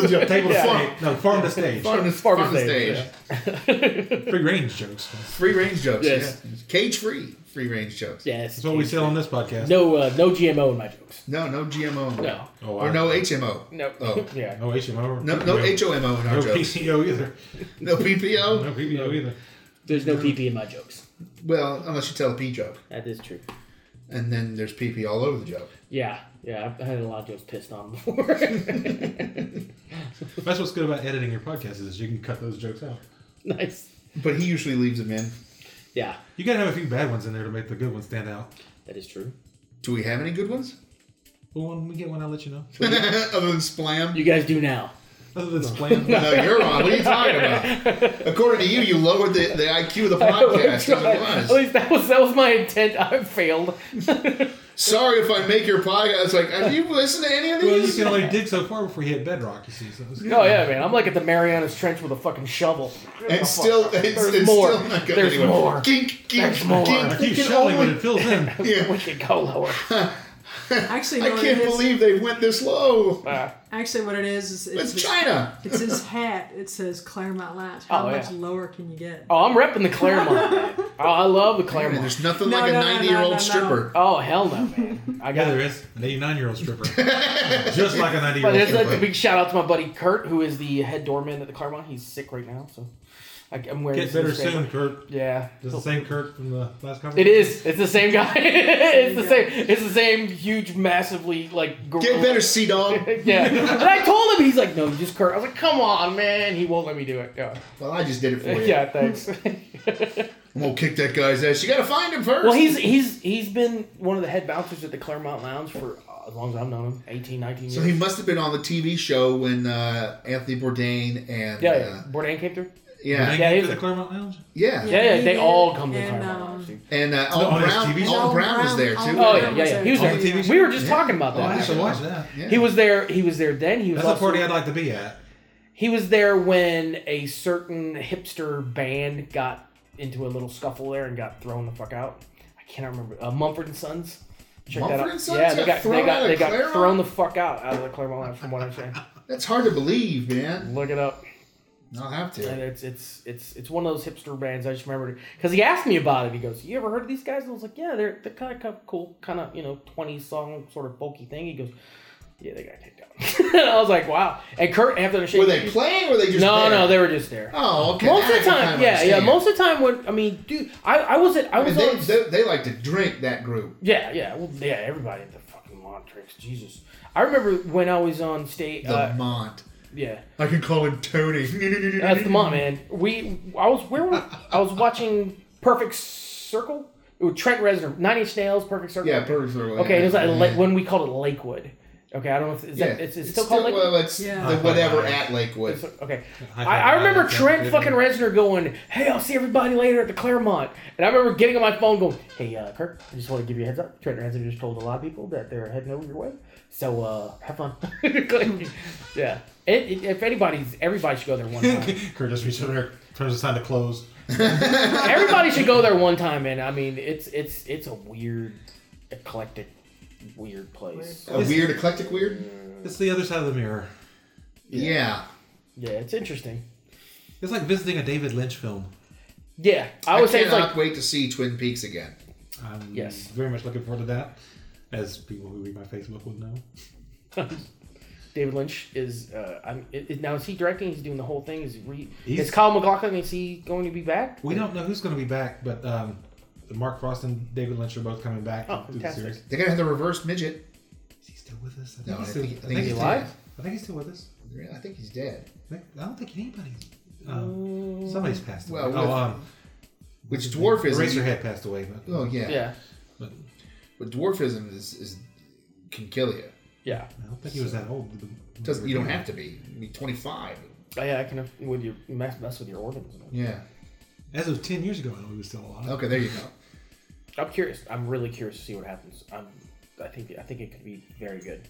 [SPEAKER 1] to joke.
[SPEAKER 3] Table
[SPEAKER 1] Farm-
[SPEAKER 3] to stage. No, farm to stage.
[SPEAKER 1] Farm to,
[SPEAKER 2] Farm to
[SPEAKER 1] farm to
[SPEAKER 2] stage,
[SPEAKER 1] stage.
[SPEAKER 3] Free range jokes.
[SPEAKER 1] Free range jokes.
[SPEAKER 2] Yes.
[SPEAKER 1] Yeah. Cage free. Free range jokes.
[SPEAKER 2] Yes.
[SPEAKER 3] That's what we sell on this podcast.
[SPEAKER 2] No, uh, no GMO in my jokes.
[SPEAKER 1] No, no GMO.
[SPEAKER 2] No.
[SPEAKER 3] Oh,
[SPEAKER 1] Or
[SPEAKER 3] I-
[SPEAKER 1] no HMO.
[SPEAKER 2] No.
[SPEAKER 1] Oh.
[SPEAKER 2] yeah.
[SPEAKER 3] No HMO.
[SPEAKER 1] No, no HOMO in our
[SPEAKER 3] No
[SPEAKER 1] jokes.
[SPEAKER 3] PCO either.
[SPEAKER 1] No PPO.
[SPEAKER 3] No PPO either.
[SPEAKER 2] There's no PP in my jokes.
[SPEAKER 1] Well, unless you tell a P joke.
[SPEAKER 2] That is true.
[SPEAKER 1] And then there's PP all over the joke.
[SPEAKER 2] Yeah. Yeah. I've had a lot of jokes pissed on before.
[SPEAKER 3] That's what's good about editing your podcast is you can cut those jokes out.
[SPEAKER 2] nice.
[SPEAKER 1] But he usually leaves them in.
[SPEAKER 2] Yeah.
[SPEAKER 3] You gotta have a few bad ones in there to make the good ones stand out.
[SPEAKER 2] That is true.
[SPEAKER 1] Do we have any good ones?
[SPEAKER 3] But when we get one, I'll let you know.
[SPEAKER 1] Other than Splam?
[SPEAKER 2] You guys do now.
[SPEAKER 3] Other than Splam,
[SPEAKER 1] No, you're on. What are you talking about? According to you, you lowered the, the IQ of the podcast. as
[SPEAKER 2] At
[SPEAKER 1] it was.
[SPEAKER 2] least that was that was my intent. I failed. Oh,
[SPEAKER 1] Sorry if I make your podcast. It's like, have you listened to any of
[SPEAKER 3] well, you
[SPEAKER 1] these?
[SPEAKER 3] can only dig so far before you hit bedrock. You see, so it's good.
[SPEAKER 2] Oh yeah, man. I'm like at the Marianas Trench with a fucking shovel.
[SPEAKER 1] And still, it's,
[SPEAKER 2] There's
[SPEAKER 1] it's
[SPEAKER 2] more.
[SPEAKER 1] still not good
[SPEAKER 2] There's
[SPEAKER 1] anyway.
[SPEAKER 2] more.
[SPEAKER 1] Kink, kink,
[SPEAKER 2] There's more.
[SPEAKER 1] kink.
[SPEAKER 3] I
[SPEAKER 1] They
[SPEAKER 3] keep
[SPEAKER 1] can
[SPEAKER 3] shoveling when
[SPEAKER 1] only-
[SPEAKER 3] it fills in.
[SPEAKER 1] yeah.
[SPEAKER 2] We could go lower.
[SPEAKER 4] actually,
[SPEAKER 1] I
[SPEAKER 4] what
[SPEAKER 1] can't
[SPEAKER 4] it is-
[SPEAKER 1] believe they went this low.
[SPEAKER 2] Uh,
[SPEAKER 4] Actually, what it is is it's,
[SPEAKER 1] It's China.
[SPEAKER 4] it's his hat. It says Claremont Lounge. How
[SPEAKER 2] Oh,
[SPEAKER 4] much
[SPEAKER 2] yeah.
[SPEAKER 4] lower can you get?
[SPEAKER 2] oh, I'm repping the Claremont. man. Oh, I love the
[SPEAKER 1] I mean,
[SPEAKER 2] Claremont.
[SPEAKER 1] there's nothing
[SPEAKER 4] No,
[SPEAKER 1] like a
[SPEAKER 4] no, no,
[SPEAKER 1] 90 year old
[SPEAKER 4] no, no, no.
[SPEAKER 1] stripper.
[SPEAKER 2] Oh hell no, man. I
[SPEAKER 3] Yeah,
[SPEAKER 2] got
[SPEAKER 3] there is an 89 year old stripper, just like a 90
[SPEAKER 2] But
[SPEAKER 3] year old
[SPEAKER 2] there's
[SPEAKER 3] stripper.
[SPEAKER 2] like a big shout out to my buddy Kurt, who is the head doorman at the Claremont. He's sick right now, so I, I'm wearing.
[SPEAKER 3] Get
[SPEAKER 2] this
[SPEAKER 3] better
[SPEAKER 2] same-
[SPEAKER 3] soon, Kurt.
[SPEAKER 2] Yeah.
[SPEAKER 3] Is the same Kurt from the last conference?
[SPEAKER 2] It is. It's the same guy. it's the
[SPEAKER 4] guy.
[SPEAKER 2] same. It's the same huge, massively like. Gr-
[SPEAKER 1] Get better, sea dog.
[SPEAKER 2] yeah. And I told him he's like, no, just Kurt. I was like, come on, man. He won't let me do it. Yeah.
[SPEAKER 1] Well, I just did
[SPEAKER 3] Oh,
[SPEAKER 1] it for you.
[SPEAKER 2] Yeah. Thanks.
[SPEAKER 1] I'm gonna kick that guy's ass. You gotta find him first.
[SPEAKER 2] well, he's he's he's been one of the head bouncers at the Claremont Lounge for uh, as long as I've known him, 18, 19 years.
[SPEAKER 1] so he must have been on the TV show when uh, Anthony Bourdain and
[SPEAKER 2] yeah,
[SPEAKER 1] uh,
[SPEAKER 2] yeah. Bourdain came through.
[SPEAKER 1] yeah,
[SPEAKER 3] Thank
[SPEAKER 2] Yeah,
[SPEAKER 3] you
[SPEAKER 2] he's
[SPEAKER 3] for the
[SPEAKER 2] a-
[SPEAKER 3] Claremont Lounge.
[SPEAKER 1] yeah,
[SPEAKER 2] Yeah, yeah.
[SPEAKER 4] he
[SPEAKER 2] They
[SPEAKER 4] did,
[SPEAKER 2] all come to the
[SPEAKER 4] and,
[SPEAKER 2] Claremont
[SPEAKER 4] um,
[SPEAKER 2] Lounge. dude.
[SPEAKER 1] and uh,
[SPEAKER 3] No,
[SPEAKER 1] Al
[SPEAKER 3] on his
[SPEAKER 1] Brown,
[SPEAKER 3] TV show?
[SPEAKER 1] Al Brown was there too.
[SPEAKER 4] Al
[SPEAKER 2] Oh
[SPEAKER 4] Brown
[SPEAKER 2] yeah, yeah,
[SPEAKER 4] was
[SPEAKER 2] yeah.
[SPEAKER 4] there.
[SPEAKER 2] He was
[SPEAKER 3] On
[SPEAKER 2] there.
[SPEAKER 3] the TV show?
[SPEAKER 2] We were just
[SPEAKER 1] Yeah.
[SPEAKER 2] talking about
[SPEAKER 3] Oh, I
[SPEAKER 2] that.
[SPEAKER 3] used to watch that.
[SPEAKER 1] Yeah.
[SPEAKER 2] He was there. He was there then. He was
[SPEAKER 3] That's a
[SPEAKER 2] also,
[SPEAKER 3] party I'd like to be at.
[SPEAKER 2] He was there when a certain hipster band got into a little scuffle there and got thrown the fuck out. I cannot remember. Uh, Mumford and Sons. Check
[SPEAKER 1] Mumford
[SPEAKER 2] that out.
[SPEAKER 1] and Sons
[SPEAKER 2] yeah, they
[SPEAKER 1] got
[SPEAKER 2] got they
[SPEAKER 1] thrown out
[SPEAKER 2] got
[SPEAKER 1] of
[SPEAKER 2] they got
[SPEAKER 1] Claremont?
[SPEAKER 2] thrown the fuck out out of the Claremont Lounge, from what I'm saying.
[SPEAKER 1] That's hard to believe, man.
[SPEAKER 2] Look it up.
[SPEAKER 1] I'll have
[SPEAKER 2] And
[SPEAKER 1] to.
[SPEAKER 2] it's it's it's it's one of those hipster bands. I just remembered because he asked me about it. He goes, "You ever heard of these guys?" And I was like, "Yeah, they're they're kind of cool, kind of you know twenty song sort of bulky thing." He goes, "Yeah, they got kicked out." And I was like, "wow. And Kurt after the shake,
[SPEAKER 1] Were they playing? Or were they just
[SPEAKER 2] no,
[SPEAKER 1] there?
[SPEAKER 2] no, they were just there.
[SPEAKER 1] Oh, okay.
[SPEAKER 2] most
[SPEAKER 1] Now
[SPEAKER 2] of
[SPEAKER 1] I
[SPEAKER 2] the
[SPEAKER 1] can
[SPEAKER 2] time,
[SPEAKER 1] kinda
[SPEAKER 2] yeah, yeah.
[SPEAKER 1] understand.
[SPEAKER 2] Most of the time, when I mean, dude, I I wasn't, I
[SPEAKER 1] I mean,
[SPEAKER 2] was
[SPEAKER 1] they,
[SPEAKER 2] on-
[SPEAKER 1] they, they like to drink that group.
[SPEAKER 2] yeah, yeah, well, yeah. Everybody at the fucking Montrix, Jesus. I remember when I was on state.
[SPEAKER 1] The
[SPEAKER 2] Uh,
[SPEAKER 1] Mont.
[SPEAKER 2] yeah.
[SPEAKER 1] I can call him Tony.
[SPEAKER 2] That's the mom, man. We, I was where were, I was watching Perfect Circle. It was Trent Reznor, Nine Inch Nails, Perfect Circle.
[SPEAKER 1] Yeah, perfect.
[SPEAKER 2] Okay, and it was like, Lake- when we called it Lakewood, Okay, I don't know if is
[SPEAKER 1] Yeah,
[SPEAKER 2] that, it's, it's still called like.
[SPEAKER 1] well, it's uh,
[SPEAKER 4] Yeah.
[SPEAKER 1] the whatever
[SPEAKER 3] Yeah.
[SPEAKER 1] at Lakewood.
[SPEAKER 2] it's- Okay,
[SPEAKER 3] High
[SPEAKER 2] I,
[SPEAKER 3] five,
[SPEAKER 2] I remember
[SPEAKER 3] yeah,
[SPEAKER 2] Trent
[SPEAKER 3] yeah.
[SPEAKER 2] fucking Reznor going, "Hey, I'll see everybody later at the Claremont," and I remember getting on my phone going, "Hey, uh, Kirk, I just want to give you a heads up. Trent Reznor just told a lot of people that they're heading over your way, so uh, have fun." yeah, it, it- if anybody's, everybody should go there one time.
[SPEAKER 3] Kurt just reached over there, turns the sign to close.
[SPEAKER 2] Everybody should go there one time, man. I mean, it's it's it's a weird, eclectic, weird place.
[SPEAKER 1] A weird, eclectic weird.
[SPEAKER 3] It's the other side of the mirror.
[SPEAKER 1] Yeah.
[SPEAKER 2] Yeah, it's interesting.
[SPEAKER 3] It's like visiting a David Lynch film.
[SPEAKER 2] Yeah, I would say it's
[SPEAKER 1] cannot
[SPEAKER 2] like
[SPEAKER 1] wait to see Twin Peaks again.
[SPEAKER 3] I'm
[SPEAKER 2] Yes.
[SPEAKER 3] very much looking forward to that, as people who read my Facebook would know.
[SPEAKER 2] David Lynch is. Uh, I'm it, it- now is he directing? He's doing the whole thing. Is he re,
[SPEAKER 3] He's-
[SPEAKER 2] is Kyle McLaughlin? Is he going to be back?
[SPEAKER 3] We don't know who's going to be back, but um, Mark Frost and David Lynch are both coming back
[SPEAKER 2] Oh,
[SPEAKER 3] through the
[SPEAKER 2] fantastic.
[SPEAKER 3] series.
[SPEAKER 1] They're gonna have the reverse midget.
[SPEAKER 3] Is he still with us? I think
[SPEAKER 1] No, I
[SPEAKER 3] he's still,
[SPEAKER 1] think- I
[SPEAKER 3] I
[SPEAKER 1] think
[SPEAKER 3] think
[SPEAKER 1] he's
[SPEAKER 3] he's
[SPEAKER 1] alive.
[SPEAKER 3] still- I think he's still with us.
[SPEAKER 1] I think he's dead.
[SPEAKER 3] I think- I don't think anybody's.
[SPEAKER 2] mm.
[SPEAKER 3] Um, somebody's passed away.
[SPEAKER 1] Well,
[SPEAKER 3] oh,
[SPEAKER 1] with-
[SPEAKER 3] um,
[SPEAKER 1] Which dwarfism?
[SPEAKER 3] Eraserhead passed away. But,
[SPEAKER 1] Oh yeah.
[SPEAKER 2] Yeah, yeah.
[SPEAKER 3] but
[SPEAKER 1] But dwarfism is, is can kill you.
[SPEAKER 3] I don't think he was that old.
[SPEAKER 1] Doesn't you don't have to be. You need 25.
[SPEAKER 2] Oh, yeah, I can have- with your mess, mess with your organs. and all.
[SPEAKER 1] Yeah.
[SPEAKER 3] As of ten years ago, I know he was still alive.
[SPEAKER 1] Okay, there you go.
[SPEAKER 2] I'm curious. I'm really curious to see what happens. I'm, I think I think it could be very good.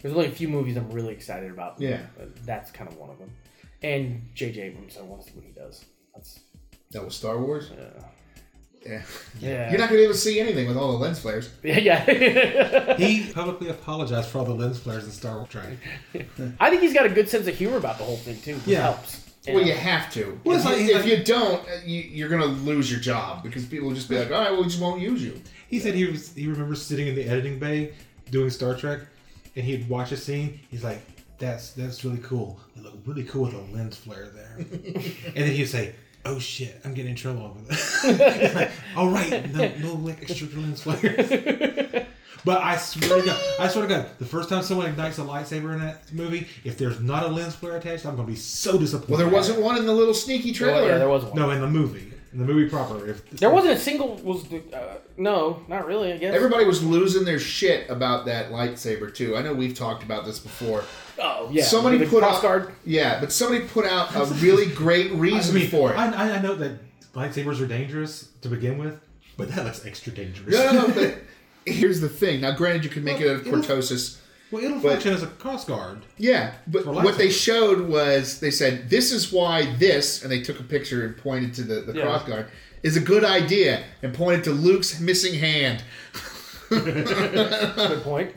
[SPEAKER 2] There's only a few movies I'm really excited about.
[SPEAKER 1] Yeah.
[SPEAKER 2] But that's kind of one of them. And J.J. Abrams, I want to see what he does. That's
[SPEAKER 1] That was Star Wars.
[SPEAKER 2] uh,
[SPEAKER 1] Yeah.
[SPEAKER 2] yeah,
[SPEAKER 1] You're not gonna be able to see anything with all the lens flares.
[SPEAKER 2] yeah, yeah.
[SPEAKER 3] He publicly apologized for all the lens flares in Star Wars. Train.
[SPEAKER 2] I think he's got a good sense of humor about the whole thing too. which
[SPEAKER 3] Yeah.
[SPEAKER 2] helps.
[SPEAKER 1] Well, you have to.
[SPEAKER 3] Well,
[SPEAKER 1] if
[SPEAKER 3] it's
[SPEAKER 1] you,
[SPEAKER 3] like-
[SPEAKER 1] if you don't, uh, you, you're gonna lose your job because people will just be like, "All right, well, we just won't use you."
[SPEAKER 3] He said he was, he remembers sitting in the editing bay doing Star Trek, and he'd watch a scene. He's like, "That's that's really cool. It looked really cool with a lens flare there." and then he'd say, "Oh shit, I'm getting in trouble over this." He's like, All right, no no like extra lens flares. But I swear to God, I swear to God, the first time someone ignites a lightsaber in that movie, if there's not a lens flare attached, I'm gonna be so disappointed.
[SPEAKER 1] Well, there wasn't one in the little sneaky trailer.
[SPEAKER 2] yeah, there was one.
[SPEAKER 3] No, in the movie, in the movie proper, if
[SPEAKER 2] There wasn't a single was uh, no, not really. I guess.
[SPEAKER 1] Everybody was losing their shit about that lightsaber too. I know we've talked about this before.
[SPEAKER 2] oh yeah.
[SPEAKER 1] somebody
[SPEAKER 2] the
[SPEAKER 1] put
[SPEAKER 2] cross
[SPEAKER 1] out,
[SPEAKER 2] guard.
[SPEAKER 1] yeah, but somebody put out a really great reason for it.
[SPEAKER 3] I, I- I know that lightsabers are dangerous to begin with, but that looks extra dangerous.
[SPEAKER 1] no, no, no, but here's the thing. Now, granted, you can make it out of
[SPEAKER 3] Well, it was-
[SPEAKER 1] cortosis.
[SPEAKER 3] Well, it'll
[SPEAKER 1] But-
[SPEAKER 3] function as a cross guard.
[SPEAKER 1] Yeah, but
[SPEAKER 3] For
[SPEAKER 1] what they
[SPEAKER 3] lightsaber.
[SPEAKER 1] showed was they said this is why this, and they took a picture and pointed to the, the
[SPEAKER 2] Yeah.
[SPEAKER 1] cross guard is a good idea, and pointed to Luke's missing hand,
[SPEAKER 2] Good point.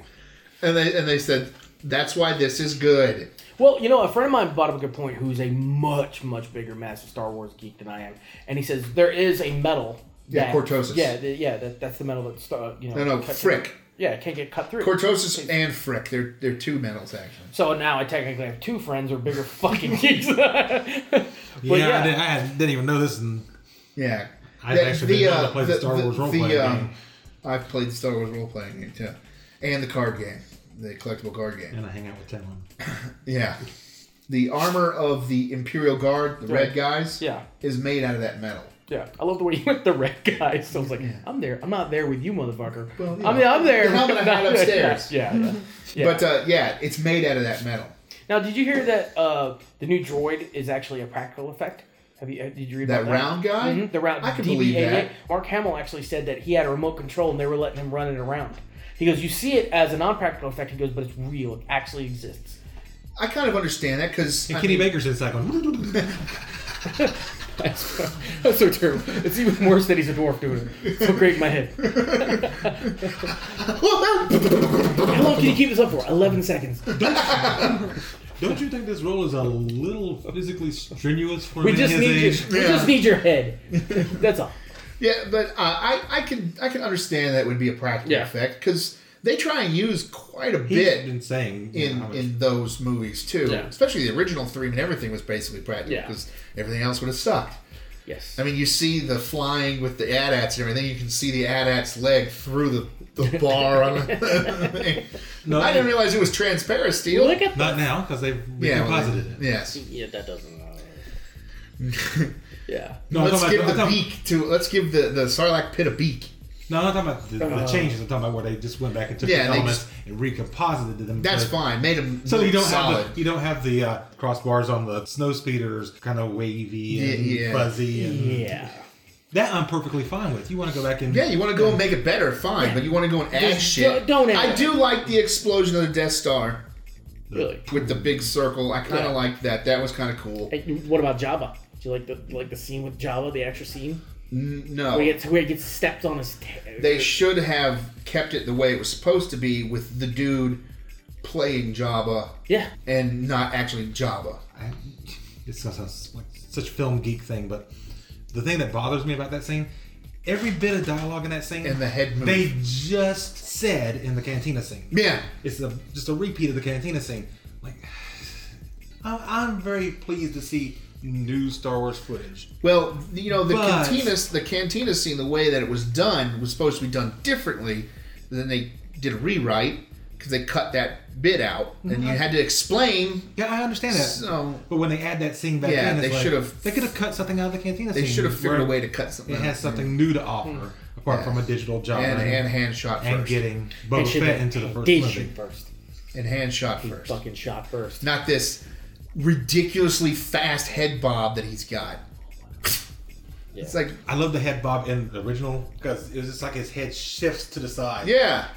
[SPEAKER 1] and they and they said that's why this is good.
[SPEAKER 2] Well, you know, a friend of mine brought up a good point. Who's a much much bigger massive Star Wars geek than I am, and he says there is a metal.
[SPEAKER 1] Yeah,
[SPEAKER 2] that-
[SPEAKER 1] cortosis.
[SPEAKER 2] Yeah, th- yeah, that, that's the metal that's uh, you know.
[SPEAKER 1] No, no,
[SPEAKER 2] cut-
[SPEAKER 1] frick.
[SPEAKER 2] Yeah, it can't get cut through.
[SPEAKER 1] Cortosis and Frick, they're they're two metals actually.
[SPEAKER 2] so now I technically have two friends who are bigger fucking geeks. but yeah, yeah,
[SPEAKER 3] didn't, I hadn't- didn't even know this. And
[SPEAKER 1] Yeah, uh,
[SPEAKER 3] I've actually been able to play the Star Wars role-playing game.
[SPEAKER 1] um, I've played the Star Wars role playing game too, and the card game, the collectible card game.
[SPEAKER 3] and I hang out with Talon.
[SPEAKER 1] Yeah. The armor of the Imperial Guard, the red
[SPEAKER 2] Right.
[SPEAKER 1] guys,
[SPEAKER 2] Yeah.
[SPEAKER 1] is made out of that metal.
[SPEAKER 2] I love the way you went the red guy. So I was like, I'm there. I'm not there with you, motherfucker.
[SPEAKER 1] Well, you
[SPEAKER 2] I mean,
[SPEAKER 1] know,
[SPEAKER 2] I'm there.
[SPEAKER 1] the helmet I had upstairs.
[SPEAKER 2] Yeah, yeah. Yeah.
[SPEAKER 1] But uh, yeah, it's made out of that metal.
[SPEAKER 2] Now, did you hear that uh, the new droid is actually a practical effect? Have you? uh, Did you read
[SPEAKER 1] That
[SPEAKER 2] about
[SPEAKER 1] round guy?
[SPEAKER 2] Mhm, the round.
[SPEAKER 1] I can
[SPEAKER 2] DB-88.
[SPEAKER 1] believe that.
[SPEAKER 2] Mark Hamill actually said that he had a remote control and they were letting him run it around. He goes, "You see it as a non-practical effect." He goes, "But it's real. It actually exists."
[SPEAKER 1] I kind of understand that because
[SPEAKER 3] And Kenny Baker's inside going.
[SPEAKER 2] That's, that's so terrible. It's even worse that he's a dwarf doing it. So great in my head. How long can you keep this up for? Eleven seconds.
[SPEAKER 3] Don't you think this role is a little physically strenuous for
[SPEAKER 2] We
[SPEAKER 3] a man
[SPEAKER 2] just
[SPEAKER 3] his
[SPEAKER 2] need you.
[SPEAKER 3] age?
[SPEAKER 2] We just need your head. That's all.
[SPEAKER 1] yeah, but uh, I I can I can understand that would be a practical
[SPEAKER 2] Yeah.
[SPEAKER 1] effect because they try and use quite a
[SPEAKER 3] He's
[SPEAKER 1] bit
[SPEAKER 3] been saying you know,
[SPEAKER 1] in
[SPEAKER 3] how much-
[SPEAKER 1] in those movies too.
[SPEAKER 2] Yeah.
[SPEAKER 1] Especially the original three and everything was basically practical
[SPEAKER 2] Yeah.
[SPEAKER 1] because everything else would have sucked.
[SPEAKER 2] Yes.
[SPEAKER 1] I mean, you see the flying with the AT-ATs and everything. You can see the AT-AT's leg through the, the bar. on the-
[SPEAKER 3] No,
[SPEAKER 1] I didn't realize it was transparent steel.
[SPEAKER 2] Look at
[SPEAKER 3] not now because they've
[SPEAKER 1] yeah, well,
[SPEAKER 3] redeposited it.
[SPEAKER 1] Yes.
[SPEAKER 2] Yeah, that doesn't. Uh, yeah.
[SPEAKER 3] No, I'm
[SPEAKER 1] let's
[SPEAKER 3] talking
[SPEAKER 1] give
[SPEAKER 3] about-
[SPEAKER 1] the
[SPEAKER 3] I'm talking-
[SPEAKER 1] beak to. Let's give the the Sarlacc pit a beak.
[SPEAKER 3] No, I'm not talking about the, the
[SPEAKER 2] Uh,
[SPEAKER 3] changes. I'm talking about where they just went back and took
[SPEAKER 1] Yeah,
[SPEAKER 3] the
[SPEAKER 1] they
[SPEAKER 3] elements and recomposited them.
[SPEAKER 1] That's
[SPEAKER 3] to-
[SPEAKER 1] fine. Made them
[SPEAKER 3] So you don't
[SPEAKER 1] solid.
[SPEAKER 3] have the, you don't have the uh, crossbars on the snow speeders, kind of wavy and
[SPEAKER 1] Yeah, yeah.
[SPEAKER 3] fuzzy. And
[SPEAKER 2] Yeah.
[SPEAKER 3] That I'm perfectly fine with. You want to go back and
[SPEAKER 1] Yeah, you want to go and make it better, fine. But you want to go and add
[SPEAKER 2] Just
[SPEAKER 1] shit.
[SPEAKER 2] don't- don't add
[SPEAKER 1] I
[SPEAKER 2] it.
[SPEAKER 1] do like the explosion of the Death Star
[SPEAKER 2] Really.
[SPEAKER 1] with the big circle. I kind of
[SPEAKER 2] Yeah.
[SPEAKER 1] liked that. That was kind of cool.
[SPEAKER 2] Hey, What about Java? Do you like the like the scene with Java, the extra scene
[SPEAKER 1] N- No,
[SPEAKER 2] where he gets, where he gets stepped on his? ta-
[SPEAKER 1] they should have kept it the way it was supposed to be with the dude playing Jabba
[SPEAKER 2] yeah.
[SPEAKER 1] and not actually Jabba.
[SPEAKER 3] I, this sounds like such a film geek thing, but the thing that bothers me about that scene, every bit of dialogue in that scene,
[SPEAKER 1] And the head move.
[SPEAKER 3] they just said in the cantina scene.
[SPEAKER 1] Yeah,
[SPEAKER 3] It's a, just a repeat of the cantina scene. Like, I'm, I'm very pleased to see new Star Wars footage.
[SPEAKER 1] Well, you know the
[SPEAKER 3] But-
[SPEAKER 1] cantina, the cantina scene, the way that it was done was supposed to be done differently. Then they did a rewrite because they cut that bit out, and you
[SPEAKER 3] Mm-hmm.
[SPEAKER 1] had to explain.
[SPEAKER 3] Yeah, I understand that.
[SPEAKER 1] So-
[SPEAKER 3] but when they add that scene back
[SPEAKER 1] Yeah,
[SPEAKER 3] in, it's
[SPEAKER 1] they
[SPEAKER 3] like,
[SPEAKER 1] should've-
[SPEAKER 3] They could have cut something out of the cantina
[SPEAKER 1] They
[SPEAKER 3] scene.
[SPEAKER 1] should have figured a
[SPEAKER 3] where
[SPEAKER 1] way to cut something.
[SPEAKER 3] It
[SPEAKER 1] out.
[SPEAKER 3] has something new to offer, apart
[SPEAKER 1] Yeah.
[SPEAKER 3] from a digital job
[SPEAKER 1] and, and hand shot
[SPEAKER 3] and
[SPEAKER 1] first,
[SPEAKER 3] getting
[SPEAKER 2] They
[SPEAKER 3] Boba
[SPEAKER 2] should
[SPEAKER 3] Fett
[SPEAKER 2] have-
[SPEAKER 3] Oh, into the first
[SPEAKER 2] did
[SPEAKER 3] movie.
[SPEAKER 2] shoot first.
[SPEAKER 1] and hand shot
[SPEAKER 2] He
[SPEAKER 1] first.
[SPEAKER 2] fucking shot first.
[SPEAKER 1] Not this ridiculously fast head bob that he's got.
[SPEAKER 2] Yeah.
[SPEAKER 1] It's like,
[SPEAKER 3] I love the head bob in the original because it was just like his head shifts to the side.
[SPEAKER 1] yeah,
[SPEAKER 3] It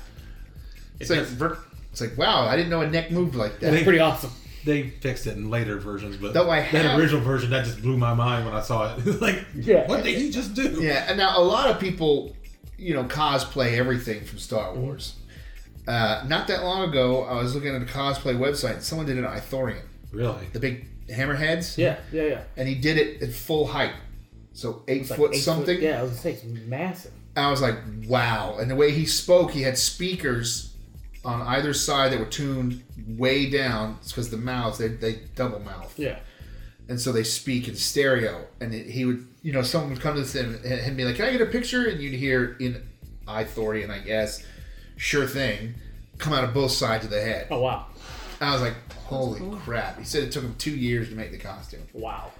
[SPEAKER 1] it's like,
[SPEAKER 3] does-
[SPEAKER 1] ver- it's like, wow, I didn't know a neck moved like that.
[SPEAKER 3] They-
[SPEAKER 2] Pretty awesome.
[SPEAKER 3] they fixed it in later versions, but
[SPEAKER 1] Though I
[SPEAKER 3] that
[SPEAKER 1] have-
[SPEAKER 3] original version that just blew my mind when I saw it. like,
[SPEAKER 2] Yeah.
[SPEAKER 3] what did he just do?
[SPEAKER 1] Yeah, and now a lot of people, you know, cosplay everything from Star
[SPEAKER 2] Mm-hmm.
[SPEAKER 1] Wars. Uh, not that long ago, I was looking at a cosplay website. And someone did an Ithorian,
[SPEAKER 3] Really?
[SPEAKER 1] the big hammerheads,
[SPEAKER 2] Yeah, yeah, yeah.
[SPEAKER 1] and he did it at full height, so eight
[SPEAKER 2] It's like
[SPEAKER 1] foot
[SPEAKER 2] eight
[SPEAKER 1] something.
[SPEAKER 2] yeah, I was gonna say it's massive.
[SPEAKER 1] I was like, wow. And the way he spoke, he had speakers on either side that were tuned way down. It's because the mouths they they double mouth.
[SPEAKER 2] Yeah.
[SPEAKER 1] and so they speak in stereo. And it, he would, you know, someone would come to him and, and be like, "Can I get a picture?" And you'd hear in Ithorian, I guess, sure thing, come out of both sides of the head.
[SPEAKER 2] Oh wow,
[SPEAKER 1] I was like, "Holy crap!" He said it took him two years to make the costume.
[SPEAKER 2] wow.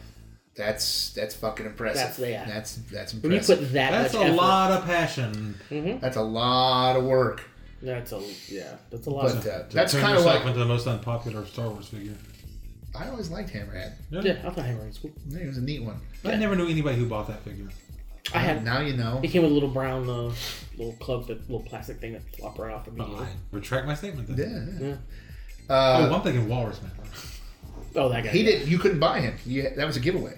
[SPEAKER 1] That's that's fucking impressive.
[SPEAKER 2] That's- yeah.
[SPEAKER 1] That's that's
[SPEAKER 2] When you
[SPEAKER 1] impressive.
[SPEAKER 2] put that
[SPEAKER 3] That's
[SPEAKER 2] much
[SPEAKER 3] a
[SPEAKER 2] effort,
[SPEAKER 3] lot of passion.
[SPEAKER 1] that's a lot of work.
[SPEAKER 2] That's a yeah. That's a lot.
[SPEAKER 1] But
[SPEAKER 2] of,
[SPEAKER 1] uh,
[SPEAKER 3] to
[SPEAKER 1] that's
[SPEAKER 3] turn
[SPEAKER 1] kind of
[SPEAKER 3] yourself
[SPEAKER 1] like
[SPEAKER 3] into the most unpopular Star Wars figure.
[SPEAKER 1] I always liked Hammerhead.
[SPEAKER 2] yeah, I thought Hammer was cool.
[SPEAKER 1] I think It was a neat one.
[SPEAKER 3] I never knew anybody who bought that figure.
[SPEAKER 2] I had.
[SPEAKER 1] Now you know.
[SPEAKER 2] It came with a little brown, uh, little club, that little plastic thing that flopped right off
[SPEAKER 3] Oh,
[SPEAKER 2] immediately.
[SPEAKER 3] I retract my statement. Then.
[SPEAKER 1] Yeah.
[SPEAKER 2] Yeah.
[SPEAKER 1] Uh,
[SPEAKER 3] oh, I'm thinking Walrus Man.
[SPEAKER 2] Oh, that guy.
[SPEAKER 1] he
[SPEAKER 2] yeah.
[SPEAKER 1] did. You couldn't buy him. You, that was a giveaway.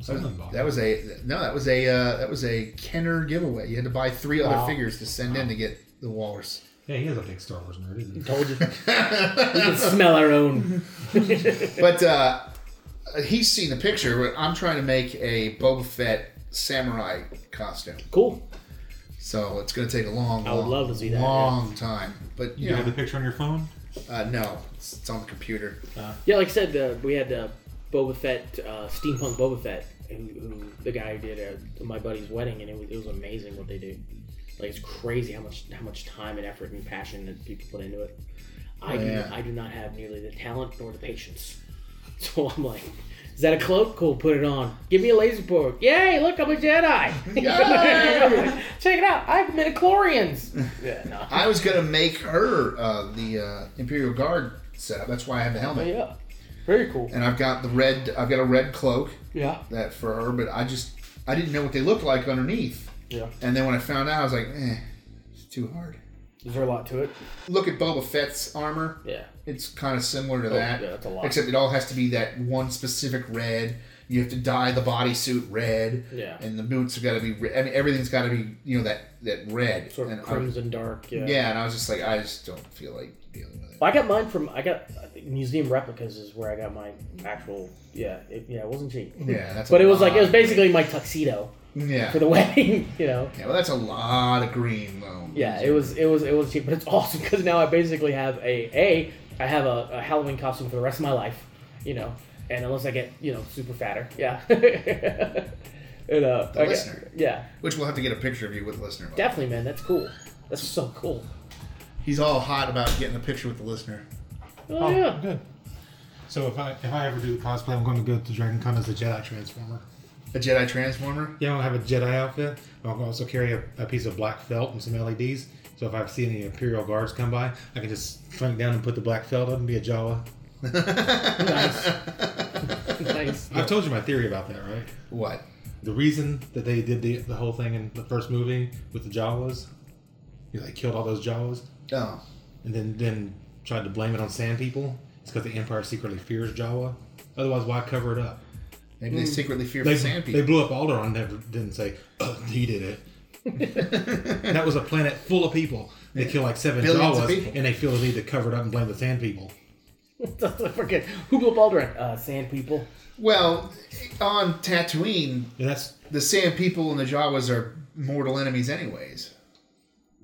[SPEAKER 3] Someone bought
[SPEAKER 1] That was a no. That was a uh, that was a Kenner giveaway. You had to buy three
[SPEAKER 2] Wow.
[SPEAKER 1] other figures to send in to get the walrus.
[SPEAKER 3] Yeah, he is a big Star Wars nerd, isn't he?
[SPEAKER 2] Told you. we can smell our own.
[SPEAKER 1] But uh, he's seen the picture. But I'm trying to make a Boba Fett samurai costume,
[SPEAKER 2] Cool.
[SPEAKER 1] so it's going to take a long,
[SPEAKER 2] I would
[SPEAKER 1] long,
[SPEAKER 2] love to see that,
[SPEAKER 1] long time. But
[SPEAKER 3] You
[SPEAKER 1] you
[SPEAKER 3] have the
[SPEAKER 1] know,
[SPEAKER 3] picture on your phone?
[SPEAKER 1] uh, no, it's, it's on the computer.
[SPEAKER 2] Yeah, like I said, uh, we had uh, Boba Fett, uh, steampunk Boba Fett, who, who the guy who did uh, my buddy's wedding, and it was, it was amazing what they do. Like it's crazy how much how much time and effort and passion that people put into it. I do,
[SPEAKER 1] Yeah.
[SPEAKER 2] I do not have nearly the talent nor the patience. So I'm like, is that a cloak? Cool, put it on. Give me a laser board. Yay! Look, I'm a Jedi. Check it out. I have midichlorians. yeah, no.
[SPEAKER 1] I was going to make her uh, the uh, Imperial Guard setup. That's why I have the helmet,
[SPEAKER 2] But Oh, yeah, very cool.
[SPEAKER 1] and I've got the red. I've got a red cloak
[SPEAKER 2] Yeah,
[SPEAKER 1] that for her, but I just I didn't know what they looked like underneath.
[SPEAKER 2] yeah.
[SPEAKER 1] And then when I found out, I was like, eh, it's too hard.
[SPEAKER 2] Is there a lot to it?
[SPEAKER 1] Look at Boba Fett's armor.
[SPEAKER 2] Yeah.
[SPEAKER 1] It's kind of similar to that.
[SPEAKER 2] Oh, yeah, that's a lot.
[SPEAKER 1] Except it all has to be that one specific red. You have to dye the bodysuit red.
[SPEAKER 2] Yeah.
[SPEAKER 1] And the boots have got to be red. I mean, everything's got to be, you know, that, that red.
[SPEAKER 2] Sort of
[SPEAKER 1] and I-
[SPEAKER 2] crimson dark. Yeah.
[SPEAKER 1] yeah, and I was just like, I just don't feel like dealing with it.
[SPEAKER 2] Well, I got mine from I got I think museum replicas is where I got my actual yeah it, yeah it wasn't cheap
[SPEAKER 1] Yeah, that's a
[SPEAKER 2] but it was like it was
[SPEAKER 1] lot.
[SPEAKER 2] basically my tuxedo
[SPEAKER 1] Yeah.
[SPEAKER 2] for the wedding you know
[SPEAKER 1] yeah, well, that's a lot of green, though.
[SPEAKER 2] yeah it was it was it was cheap but it's awesome because now I basically have a a I have a, a Halloween costume for the rest of my life you know and unless I get you know super fatter yeah and uh I got-
[SPEAKER 1] listener.
[SPEAKER 2] yeah
[SPEAKER 1] Which we'll have to get a picture of you with the listener. Bob.
[SPEAKER 2] definitely man that's cool that's so cool
[SPEAKER 1] He's all hot about getting a picture with the listener.
[SPEAKER 2] oh yeah
[SPEAKER 3] good. So if I if I ever do the cosplay, I'm going to go to Dragon Con as a Jedi Transformer.
[SPEAKER 1] A Jedi Transformer?
[SPEAKER 3] Yeah, I'll have a Jedi outfit. I'll also carry a, a piece of black felt and some LEDs. So if I see any Imperial guards come by, I can just shrink down and put the black felt up and be a Jawa.
[SPEAKER 2] nice. nice.
[SPEAKER 3] I've told you my theory about that, right?
[SPEAKER 1] What?
[SPEAKER 3] The reason that they did the, the whole thing in the first movie with the Jawas, you know, they killed all those Jawas
[SPEAKER 1] Oh.
[SPEAKER 3] and then then tried to blame it on Sand people. It's because the Empire secretly fears Jawa. Otherwise, why cover it up?
[SPEAKER 1] Maybe
[SPEAKER 2] Mm.
[SPEAKER 1] they secretly fear
[SPEAKER 3] They,
[SPEAKER 1] for sand
[SPEAKER 3] they
[SPEAKER 1] people.
[SPEAKER 3] blew up Alderaan. Never didn't say "Ugh, he did it. that was a planet full of people. They kill like seven
[SPEAKER 1] Billions of
[SPEAKER 3] Jawas,
[SPEAKER 1] people.
[SPEAKER 3] and they feel the need to cover it up and blame the sand people.
[SPEAKER 2] Forget who blew up Alderaan. Uh, sand people.
[SPEAKER 1] Well, on Tatooine,
[SPEAKER 3] And that's
[SPEAKER 1] the sand people and the Jawas are mortal enemies, anyways,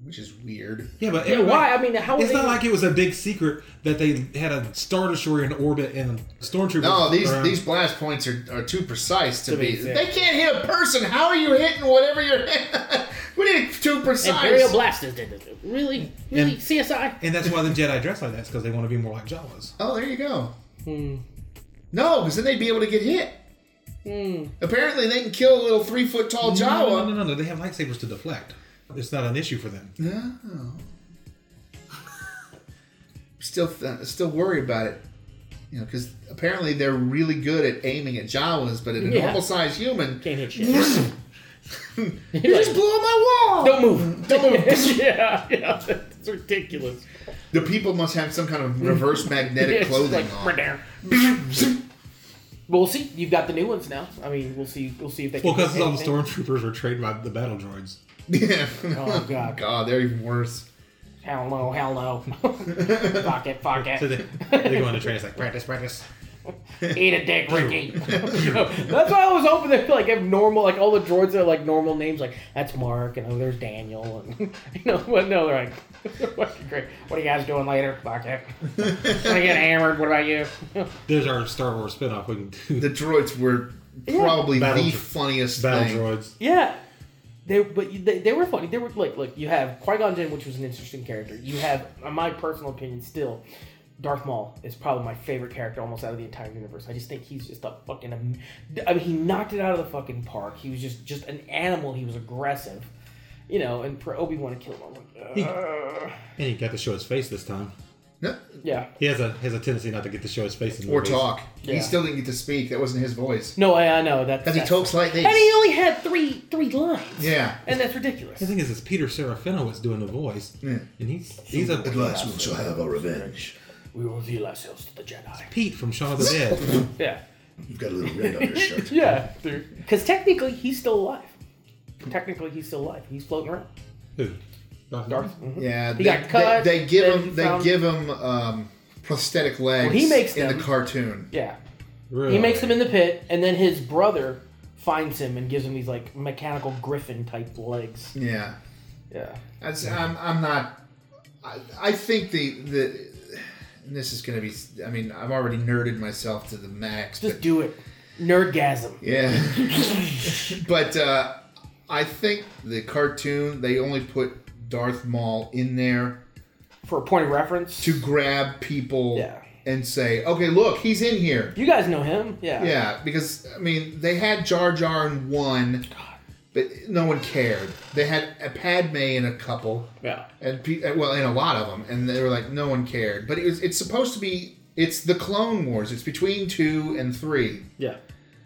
[SPEAKER 1] which is weird.
[SPEAKER 3] yeah, but
[SPEAKER 2] Yeah,
[SPEAKER 3] everybody-
[SPEAKER 2] why? I mean, how?
[SPEAKER 3] It's
[SPEAKER 2] they,
[SPEAKER 3] not like it was a big secret that they had a star destroyer in orbit and stormtroopers.
[SPEAKER 1] No, Oh, these
[SPEAKER 3] around.
[SPEAKER 1] these blast points are, are too precise to,
[SPEAKER 2] To be
[SPEAKER 1] be.
[SPEAKER 2] fair.
[SPEAKER 1] They can't hit a person. How are you hitting whatever you're hitting? we need too
[SPEAKER 2] Imperial
[SPEAKER 1] precise.
[SPEAKER 2] blasters did this. Really,
[SPEAKER 3] And-
[SPEAKER 2] really, CSI.
[SPEAKER 3] and that's why the Jedi dress like that because they want to be more like Jawas.
[SPEAKER 1] oh, there you go.
[SPEAKER 2] Hmm.
[SPEAKER 1] No, because then they'd be able to get hit.
[SPEAKER 2] Hmm.
[SPEAKER 1] Apparently, they can kill a little three foot tall
[SPEAKER 3] No, no,
[SPEAKER 1] Jawa.
[SPEAKER 3] no, no. They have lightsabers to deflect. It's not an issue for them.
[SPEAKER 1] Still, still worry about it. You know, because apparently they're really good at aiming at Jawas, but at a
[SPEAKER 2] Yeah.
[SPEAKER 1] normal sized human,
[SPEAKER 2] Can't hit shit.
[SPEAKER 1] you just blew up my wall.
[SPEAKER 2] Don't move. Don't move. yeah, yeah, it's ridiculous.
[SPEAKER 1] The people must have some kind of reverse magnetic
[SPEAKER 2] It's
[SPEAKER 1] clothing
[SPEAKER 2] like,
[SPEAKER 1] on.
[SPEAKER 2] right there. But we'll see. You've got the new ones now. I mean, we'll see. We'll see if they.
[SPEAKER 3] Well,
[SPEAKER 2] can do
[SPEAKER 3] because all the
[SPEAKER 2] same
[SPEAKER 3] stormtroopers are trained by the battle droids.
[SPEAKER 1] Yeah.
[SPEAKER 2] thing. Oh God!
[SPEAKER 1] God, they're even worse.
[SPEAKER 2] Hell no! Hell no! fuck it! Fuck
[SPEAKER 3] So
[SPEAKER 2] it!
[SPEAKER 3] they, they go into training. It's like practice, practice.
[SPEAKER 2] Eat a dick, Ricky. that's why I was hoping they'd like have normal, like all the droids are like normal names. Like that's Mark, and oh, there's Daniel, and you know, but no, they're like, fucking great. What are you guys doing later? Fuck it. Gonna get hammered. What about you?
[SPEAKER 3] There's our Star Wars spinoff. We can do
[SPEAKER 1] The droids were probably
[SPEAKER 3] Battle
[SPEAKER 1] the
[SPEAKER 3] dro-
[SPEAKER 1] funniest
[SPEAKER 3] battle
[SPEAKER 1] thing.
[SPEAKER 3] droids.
[SPEAKER 2] Yeah. They, but you- they, they were funny. They were like, look, you have Qui Gon Jinn, which was an interesting character. You have, in my personal opinion, still, Darth Maul is probably my favorite character almost out of the entire universe. I just think he's just a fucking. am- I mean, he knocked it out of the fucking park. He was just just an animal. He was aggressive, you know. And for Obi Wan to kill him, I was like, "Ugh."
[SPEAKER 3] And he got to show his face this time.
[SPEAKER 1] No,
[SPEAKER 2] yeah.
[SPEAKER 3] He has a has a tendency not to get to show his face in
[SPEAKER 1] or
[SPEAKER 3] movies.
[SPEAKER 1] talk. He
[SPEAKER 2] Yeah.
[SPEAKER 1] still didn't get to speak. That wasn't his voice.
[SPEAKER 2] No, I, I know that.
[SPEAKER 1] Because he talks like this.
[SPEAKER 2] and he only had three three lines.
[SPEAKER 1] Yeah.
[SPEAKER 2] and that's ridiculous.
[SPEAKER 3] The thing is, it's Peter Serafino was doing the voice, and he's he's a
[SPEAKER 1] Last one shall have our revenge.
[SPEAKER 2] We reveal ourselves to the Jedi.
[SPEAKER 3] Pete from Shaun of the Dead.
[SPEAKER 2] Yeah.
[SPEAKER 1] You've got a little red on your shirt.
[SPEAKER 2] Yeah, dude. Because technically, he's still alive. Technically, he's still alive. He's floating around.
[SPEAKER 3] Who?
[SPEAKER 2] Darth.
[SPEAKER 1] Yeah,
[SPEAKER 2] Mm-hmm.
[SPEAKER 1] they,
[SPEAKER 2] He got cut,
[SPEAKER 1] they, they give
[SPEAKER 2] then
[SPEAKER 1] him they
[SPEAKER 2] found-
[SPEAKER 1] give him um, prosthetic legs.
[SPEAKER 2] Well, he makes
[SPEAKER 1] in
[SPEAKER 2] them.
[SPEAKER 1] the cartoon.
[SPEAKER 2] Yeah.
[SPEAKER 3] Really?
[SPEAKER 2] He makes him in the pit, and then his brother finds him and gives him these like mechanical griffin type legs.
[SPEAKER 1] Yeah,
[SPEAKER 2] Yeah.
[SPEAKER 1] That's, I'm I'm not. I, I think the the. And this is going to be. I mean, I've already nerded myself to the max. but
[SPEAKER 2] Just do it. Nerdgasm.
[SPEAKER 1] Yeah. but uh, I think the cartoon, they only put Darth Maul in there
[SPEAKER 2] For a point of reference.
[SPEAKER 1] to grab people
[SPEAKER 2] Yeah.
[SPEAKER 1] and say, okay, look, he's in here.
[SPEAKER 2] You guys know him. Yeah.
[SPEAKER 1] Yeah, because, I mean, they had Jar Jar in one, but no one cared. They had a Padme in a couple.
[SPEAKER 2] Yeah.
[SPEAKER 1] And pe- uh, well, in a lot of them, and they were like, no one cared. But it was, it's supposed to be, it's the Clone Wars. It's between two and three.
[SPEAKER 2] Yeah.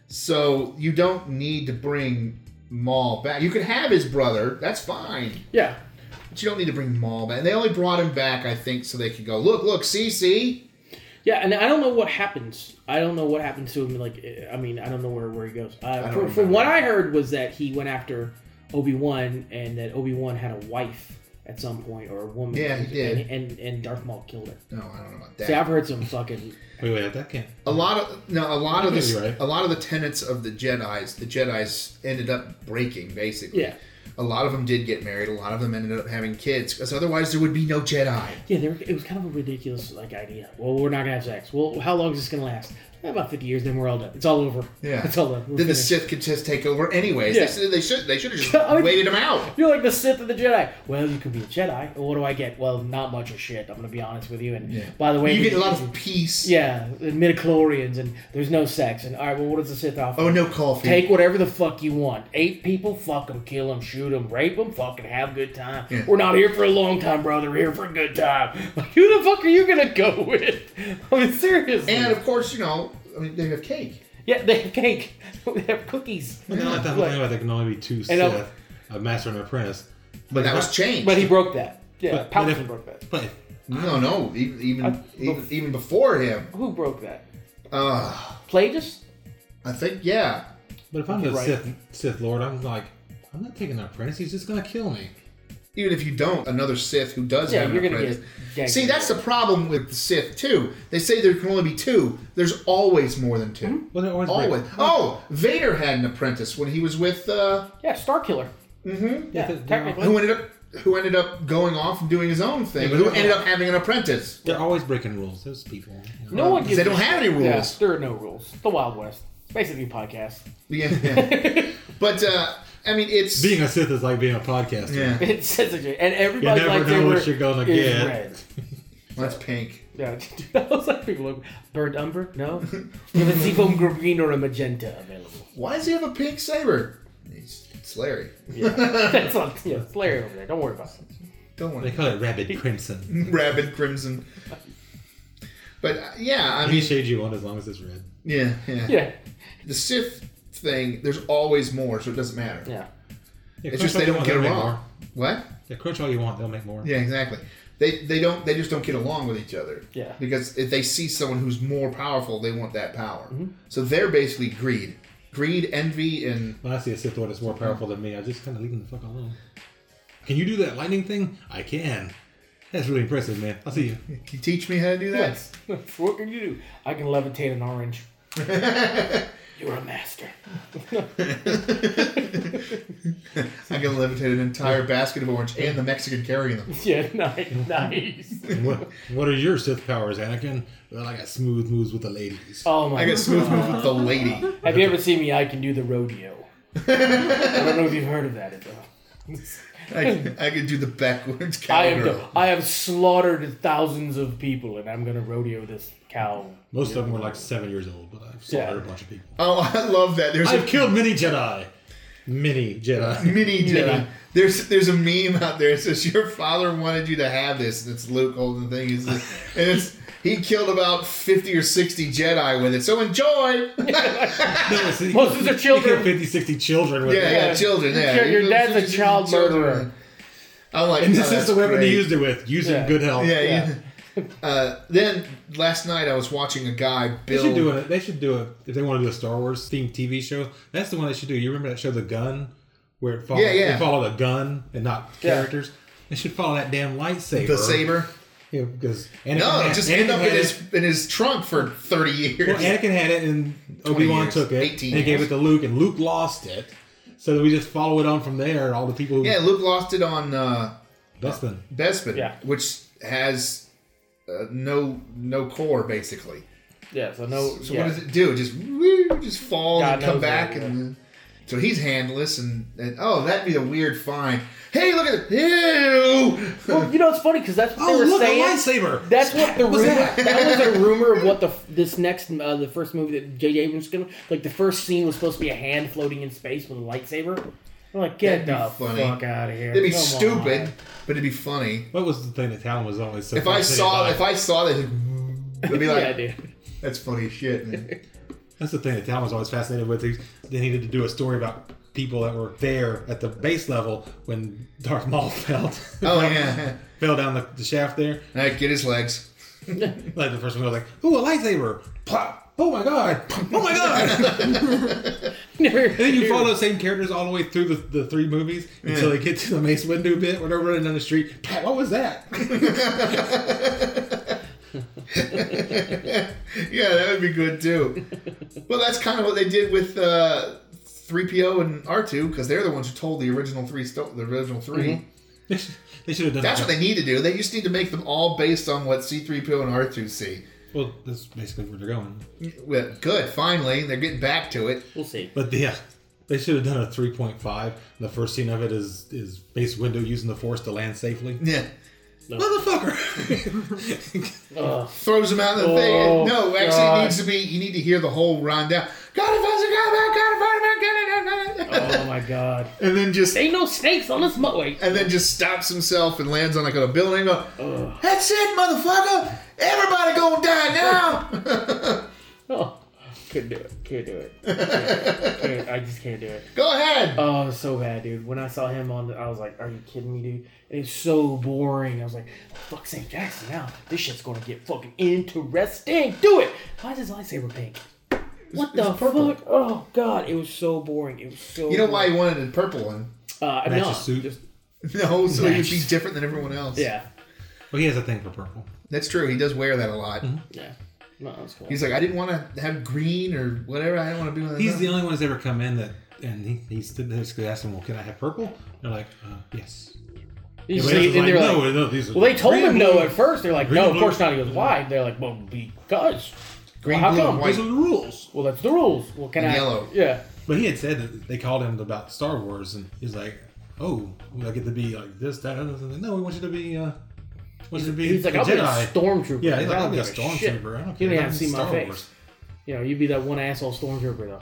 [SPEAKER 1] So you don't need to bring Maul back. You can have his brother. That's fine.
[SPEAKER 2] Yeah.
[SPEAKER 1] But you don't need to bring Maul back. And they only brought him back, I think, so they could go, look, look, see, see?
[SPEAKER 2] Yeah, and I don't know what happens. I don't know what happens to him. Like, I mean, I don't know where, where he goes. Uh,
[SPEAKER 1] don't
[SPEAKER 2] from,
[SPEAKER 1] remember.
[SPEAKER 2] from what I heard was that he went after Obi Wan, and that Obi Wan had a wife at some point or a woman.
[SPEAKER 1] Yeah, he did.
[SPEAKER 2] And and, and Darth Maul killed her.
[SPEAKER 1] No, I don't know about
[SPEAKER 2] See, I've
[SPEAKER 1] that.
[SPEAKER 2] heard some fucking.
[SPEAKER 3] Wait, wait, that can't.
[SPEAKER 1] A
[SPEAKER 2] Mm.
[SPEAKER 1] lot of no, a lot of
[SPEAKER 3] think
[SPEAKER 1] the
[SPEAKER 3] you're right.
[SPEAKER 1] a lot of the tenets of the Jedi's, the Jedi's ended up breaking basically.
[SPEAKER 2] Yeah.
[SPEAKER 1] A lot of them did get married. A lot of them ended up having kids because otherwise there would be no Jedi.
[SPEAKER 2] Yeah, there, it was kind of a ridiculous like idea. Well, we're not gonna have sex. Well, how long is this gonna last? about 50 years, then we're all done. It's all over.
[SPEAKER 1] Yeah.
[SPEAKER 2] It's all done. We're
[SPEAKER 1] then the
[SPEAKER 2] finished.
[SPEAKER 1] Sith could just take over anyways.
[SPEAKER 2] Yeah.
[SPEAKER 1] They They, they should they should have just
[SPEAKER 2] I mean-
[SPEAKER 1] waited him out.
[SPEAKER 2] You're like the Sith of the Jedi. Well, you can be a Jedi. Well, what do I get? Well, not much of shit. I'm gonna be honest with you. And by the way,
[SPEAKER 1] You get a lot of peace.
[SPEAKER 2] yeah, and midichlorians, and there's no sex. And all right, well, what does the Sith offer?
[SPEAKER 1] Oh no, coffee.
[SPEAKER 2] Take whatever the fuck you want. Eight people, fuck them, kill them, shoot them, rape them, fucking have a good time.
[SPEAKER 1] Yeah.
[SPEAKER 2] We're not here for a long time, brother. We're here for a good time. Like, who the fuck are you gonna go with? I mean, seriously.
[SPEAKER 1] and of course, you know, I mean, they have cake.
[SPEAKER 2] yeah, they have cake. they have cookies.
[SPEAKER 3] But then like that whole thing about there can only be two
[SPEAKER 2] And, um,
[SPEAKER 3] Sith, a master and an apprentice.
[SPEAKER 1] But that was changed.
[SPEAKER 2] But he broke that. Yeah,
[SPEAKER 3] But- but
[SPEAKER 2] Palpatine
[SPEAKER 3] if-
[SPEAKER 2] broke that.
[SPEAKER 3] But
[SPEAKER 1] no, no, even even
[SPEAKER 2] I-
[SPEAKER 1] even, even before him.
[SPEAKER 2] Who broke that?
[SPEAKER 1] Uh,
[SPEAKER 2] Plagueis?
[SPEAKER 1] I think yeah.
[SPEAKER 3] but if I'm the
[SPEAKER 2] You're right.
[SPEAKER 3] Sith Sith Lord, I'm like, I'm not taking an apprentice. He's just gonna kill me.
[SPEAKER 1] Even if you don't, another Sith who does
[SPEAKER 2] Yeah,
[SPEAKER 1] have an
[SPEAKER 2] you're gonna
[SPEAKER 1] apprentice-
[SPEAKER 2] get-
[SPEAKER 1] See, that's the problem with the Sith too. They say there can only be two. There's always more than 2
[SPEAKER 2] Mm-hmm.
[SPEAKER 3] Well, they're always
[SPEAKER 1] Always.
[SPEAKER 3] breaking-
[SPEAKER 1] Oh, Vader had an apprentice when he was with uh,
[SPEAKER 2] Yeah, Star Killer. Mm-hmm. Yeah,
[SPEAKER 3] they're- they're
[SPEAKER 2] technically.
[SPEAKER 1] who ended up who ended up going off and doing his own thing.
[SPEAKER 3] Yeah, but
[SPEAKER 1] who
[SPEAKER 3] they're-
[SPEAKER 1] ended up having an apprentice?
[SPEAKER 3] They're always breaking rules. Those people. you know.
[SPEAKER 2] No one
[SPEAKER 1] Because
[SPEAKER 2] gives
[SPEAKER 1] they
[SPEAKER 2] a
[SPEAKER 1] don't
[SPEAKER 2] shit.
[SPEAKER 1] have any
[SPEAKER 2] Yeah,
[SPEAKER 1] rules.
[SPEAKER 2] there are no rules. The Wild West. Basically, podcast.
[SPEAKER 1] Yeah. yeah. but uh, I mean, it's
[SPEAKER 3] Being a Sith is like being a podcaster.
[SPEAKER 1] yeah. Well,
[SPEAKER 2] It's such a and
[SPEAKER 3] You
[SPEAKER 2] everybody's
[SPEAKER 3] never
[SPEAKER 2] like
[SPEAKER 3] know
[SPEAKER 2] they
[SPEAKER 3] what
[SPEAKER 2] were-
[SPEAKER 3] you're gonna
[SPEAKER 2] is
[SPEAKER 3] get.
[SPEAKER 2] Red.
[SPEAKER 1] that's pink.
[SPEAKER 2] Yeah, dude, that was like people like burnt umber. No, you have a seafoam green or a magenta available.
[SPEAKER 1] Why does he have a pink saber? He's, it's Larry.
[SPEAKER 2] Yeah, that's on. Yeah, it's Larry over there. Don't worry about it.
[SPEAKER 1] Don't want
[SPEAKER 3] They
[SPEAKER 1] to
[SPEAKER 3] call it rabid crimson.
[SPEAKER 1] rabid crimson. But uh, yeah, I
[SPEAKER 3] Any
[SPEAKER 1] mean,
[SPEAKER 3] shade you want, as long as it's red.
[SPEAKER 1] yeah, yeah,
[SPEAKER 2] Yeah,
[SPEAKER 1] The Sith thing, there's always more, so it doesn't matter.
[SPEAKER 2] yeah.
[SPEAKER 3] Yeah,
[SPEAKER 1] It's
[SPEAKER 3] crunch
[SPEAKER 1] just
[SPEAKER 3] all
[SPEAKER 1] they
[SPEAKER 3] you
[SPEAKER 1] don't
[SPEAKER 3] want,
[SPEAKER 1] get
[SPEAKER 3] they'll make
[SPEAKER 1] along.
[SPEAKER 3] more.
[SPEAKER 1] What?
[SPEAKER 3] Yeah, crunch all you want, they'll make more.
[SPEAKER 1] Yeah, exactly. They they don't they just don't get along with each other.
[SPEAKER 2] Yeah.
[SPEAKER 1] Because if they see someone who's more powerful, they want that power.
[SPEAKER 2] Mm-hmm.
[SPEAKER 1] So they're basically greed, greed, envy, and
[SPEAKER 3] When I see a Sith Lord that's more powerful than me, I just kind of leave them the fuck alone. Can you do that lightning thing? I can. That's really impressive, man. I'll see you.
[SPEAKER 1] can you teach me how to do that?
[SPEAKER 2] Yes. what can you do? I can levitate an orange. You're a master.
[SPEAKER 1] I can levitate an entire basket of orange and the Mexican carrying them.
[SPEAKER 2] Yeah, nice, nice.
[SPEAKER 3] And what, what are your Sith powers, Anakin? Well, I got smooth moves with the ladies.
[SPEAKER 2] Oh my
[SPEAKER 1] I got smooth move with the lady.
[SPEAKER 2] Have you ever seen me? I can do the rodeo. I don't know if you've heard of that though.
[SPEAKER 1] I can, I can do the backwards
[SPEAKER 2] I have
[SPEAKER 1] cowgirl.
[SPEAKER 2] I have slaughtered thousands of people, and I'm gonna rodeo this cow.
[SPEAKER 3] Most of them were like seven years old, but I've slaughtered a bunch of people.
[SPEAKER 1] Oh, I love that. There's
[SPEAKER 3] I've
[SPEAKER 1] a
[SPEAKER 3] killed many Jedi. Many Jedi.
[SPEAKER 1] mini Jedi. There's there's a meme out there. It says your father wanted you to have this, and it's Luke holding the thing. He's like- and it's he killed about fifty or sixty Jedi with it. So enjoy.
[SPEAKER 3] No, it's-
[SPEAKER 2] Most of their
[SPEAKER 3] you
[SPEAKER 2] children.
[SPEAKER 3] killed 50, 60 children with
[SPEAKER 1] Yeah,
[SPEAKER 3] it.
[SPEAKER 1] yeah, children. Yeah,
[SPEAKER 2] Your- your dad's a child
[SPEAKER 1] Children.
[SPEAKER 2] murderer.
[SPEAKER 1] I'm like,
[SPEAKER 3] And this
[SPEAKER 1] oh,
[SPEAKER 3] is the weapon
[SPEAKER 1] great.
[SPEAKER 3] he used it with. Use it
[SPEAKER 2] Yeah.
[SPEAKER 3] in good health.
[SPEAKER 1] Yeah,
[SPEAKER 2] Yeah.
[SPEAKER 1] yeah. Uh, then last night I was watching a guy
[SPEAKER 3] They
[SPEAKER 1] build.
[SPEAKER 3] should do it. They should do it if they want to do a Star Wars themed TV show. That's the one they should do. You remember that show, The Gun, where it followed,
[SPEAKER 1] Yeah, yeah.
[SPEAKER 3] it followed a gun and not
[SPEAKER 2] Yeah.
[SPEAKER 3] characters. They should follow that damn lightsaber.
[SPEAKER 1] the saber.
[SPEAKER 3] Yeah, because Anakin
[SPEAKER 1] No,
[SPEAKER 3] had,
[SPEAKER 1] just
[SPEAKER 3] Anakin
[SPEAKER 1] end up in
[SPEAKER 3] had
[SPEAKER 1] his
[SPEAKER 3] It.
[SPEAKER 1] in his trunk for thirty years.
[SPEAKER 3] Well, Anakin had it, and Obi Wan
[SPEAKER 1] years,
[SPEAKER 3] took it,
[SPEAKER 1] 18
[SPEAKER 3] and he gave
[SPEAKER 1] years.
[SPEAKER 3] it to Luke, and Luke lost it. So we just follow it on from there. All the people who
[SPEAKER 1] yeah, Luke lost it on uh,
[SPEAKER 3] Bespin.
[SPEAKER 1] Bespin,
[SPEAKER 2] Yeah.
[SPEAKER 1] which has uh, no no core basically.
[SPEAKER 2] Yeah. So no.
[SPEAKER 1] So
[SPEAKER 2] yeah.
[SPEAKER 1] what does it do? It Just woo, just fall
[SPEAKER 2] God
[SPEAKER 1] and come
[SPEAKER 2] knows
[SPEAKER 1] back
[SPEAKER 2] that,
[SPEAKER 1] and. So he's handless, and, and oh, that'd be a weird find. Hey, look at it! Ew!
[SPEAKER 2] Well, you know, it's funny because that's what
[SPEAKER 3] Oh,
[SPEAKER 2] they were
[SPEAKER 3] look, a
[SPEAKER 2] saying.
[SPEAKER 3] lightsaber!
[SPEAKER 2] That's what the
[SPEAKER 3] What was
[SPEAKER 2] rumor. That?
[SPEAKER 3] that?
[SPEAKER 2] was a rumor of what the this next uh, the first movie that J.J. Abrams gonna like the first scene was supposed to be a hand floating in space with a lightsaber. I'm like, get
[SPEAKER 1] That'd be
[SPEAKER 2] the
[SPEAKER 1] funny.
[SPEAKER 2] fuck out of here.
[SPEAKER 1] It'd be
[SPEAKER 2] Come on.
[SPEAKER 1] stupid, but it'd be funny.
[SPEAKER 3] What was the thing that Talon was always so
[SPEAKER 1] If I
[SPEAKER 3] fascinated
[SPEAKER 1] saw
[SPEAKER 3] by?
[SPEAKER 1] if I saw that, it'd be
[SPEAKER 2] Yeah,
[SPEAKER 1] like,
[SPEAKER 2] dude.
[SPEAKER 1] that's funny as shit. man."
[SPEAKER 3] That's the thing that Talon was always fascinated with. He's- They needed to do a story about people that were there at the base level when Darth Maul fell.
[SPEAKER 1] oh yeah,
[SPEAKER 3] fell down the, the shaft there.
[SPEAKER 1] all right, get his legs.
[SPEAKER 3] Like the first one was like, "Ooh, a lightsaber!" Plop. Oh my god! Oh my god! and then you follow the same characters all the way through the, the three movies until they get to the Mace Windu bit when they're running down the street. "Pat, What was that?
[SPEAKER 1] Yeah, that would be good too. well, that's kind of what they did with uh, 3PO and R2 because they're the ones who told the original three. Sto- the original 3
[SPEAKER 2] Mm-hmm.
[SPEAKER 3] they should have done.
[SPEAKER 1] That's
[SPEAKER 3] that.
[SPEAKER 1] what they need to do. They just need to make them all based on what C3PO and R2 see.
[SPEAKER 3] Well, that's basically where they're going.
[SPEAKER 1] Well, good. Finally, they're getting back to it.
[SPEAKER 2] We'll see.
[SPEAKER 3] But yeah, they should have done a 3.5. The first scene of it is is base window using the force to land safely.
[SPEAKER 1] Yeah.
[SPEAKER 3] Motherfucker!
[SPEAKER 2] Ugh.
[SPEAKER 1] Throws him out of the
[SPEAKER 2] Oh,
[SPEAKER 1] thing. No, actually,
[SPEAKER 2] God.
[SPEAKER 1] it needs to be. You need to hear the whole rundown. Gotta find him, gotta find him, gotta find him, gotta
[SPEAKER 2] oh my god.
[SPEAKER 1] And then just
[SPEAKER 2] Ain't no snakes on this mo- wait.
[SPEAKER 1] and then just stops himself and lands on like a building. Go, That's it, motherfucker! Everybody gonna die now!
[SPEAKER 2] Oh, couldn't do it. Can't do it. Can't- can't- I just can't do it.
[SPEAKER 1] Go ahead.
[SPEAKER 2] Oh, it was so bad, dude. When I saw him on, the, I was like, "Are you kidding me, dude?" It was so boring. I was like, "Fuck Sam Jackson now. This shit's gonna get fucking interesting. Do it." Why is his lightsaber pink? What the fuck? Oh god, it was so boring. It was so.
[SPEAKER 1] You know why
[SPEAKER 2] boring.
[SPEAKER 1] he wanted a purple one?
[SPEAKER 2] Uh,
[SPEAKER 3] Match
[SPEAKER 2] no,
[SPEAKER 3] his suit.
[SPEAKER 2] just-
[SPEAKER 1] No, so he would be
[SPEAKER 2] Nice.
[SPEAKER 1] different than everyone else.
[SPEAKER 2] yeah,
[SPEAKER 3] well, he has a thing for purple.
[SPEAKER 1] That's true. He does wear that a lot.
[SPEAKER 2] yeah. No, that was cool.
[SPEAKER 1] He's like, I didn't want to have green or whatever. I didn't want to be one of
[SPEAKER 3] He's the
[SPEAKER 1] those."
[SPEAKER 2] Uh-huh.
[SPEAKER 3] only one who's ever come in that, and he, he stood there basically asked him, "Well, can I have purple?" They're like, uh, "Yes."
[SPEAKER 2] You
[SPEAKER 3] Everybody
[SPEAKER 2] see,
[SPEAKER 3] else is
[SPEAKER 2] and they're
[SPEAKER 3] like,
[SPEAKER 2] like,
[SPEAKER 3] "No, no, these are
[SPEAKER 2] well, they told
[SPEAKER 3] green
[SPEAKER 2] him
[SPEAKER 3] and
[SPEAKER 2] no
[SPEAKER 3] blue.
[SPEAKER 2] at first. They're like,
[SPEAKER 3] Green
[SPEAKER 2] no,
[SPEAKER 3] and
[SPEAKER 2] of course
[SPEAKER 3] blue.
[SPEAKER 2] not. He goes, why? They're like, well, because.
[SPEAKER 1] Green,
[SPEAKER 2] well, how
[SPEAKER 1] blue,
[SPEAKER 2] come?
[SPEAKER 1] and
[SPEAKER 3] These
[SPEAKER 1] white.
[SPEAKER 3] are the rules.
[SPEAKER 2] Well, that's the rules. Well, can
[SPEAKER 1] And
[SPEAKER 2] I?
[SPEAKER 1] yellow.
[SPEAKER 2] Yeah.
[SPEAKER 3] But he had said that they called him about Star Wars, and he's like, "Oh, would I get to be like this, that, and that?" No, we want you to be. Uh, want you to be
[SPEAKER 2] He's like,
[SPEAKER 3] a
[SPEAKER 2] I'll be a
[SPEAKER 3] Jedi."
[SPEAKER 2] stormtrooper.
[SPEAKER 3] Yeah, he's like,
[SPEAKER 2] I don't
[SPEAKER 3] I'll be a
[SPEAKER 2] give shit.
[SPEAKER 3] stormtrooper. I don't
[SPEAKER 2] You
[SPEAKER 3] care.
[SPEAKER 2] don't even
[SPEAKER 3] I'm
[SPEAKER 2] have to see my
[SPEAKER 3] Star
[SPEAKER 2] face.
[SPEAKER 3] Wars.
[SPEAKER 2] You know, you'd be that one asshole stormtrooper though.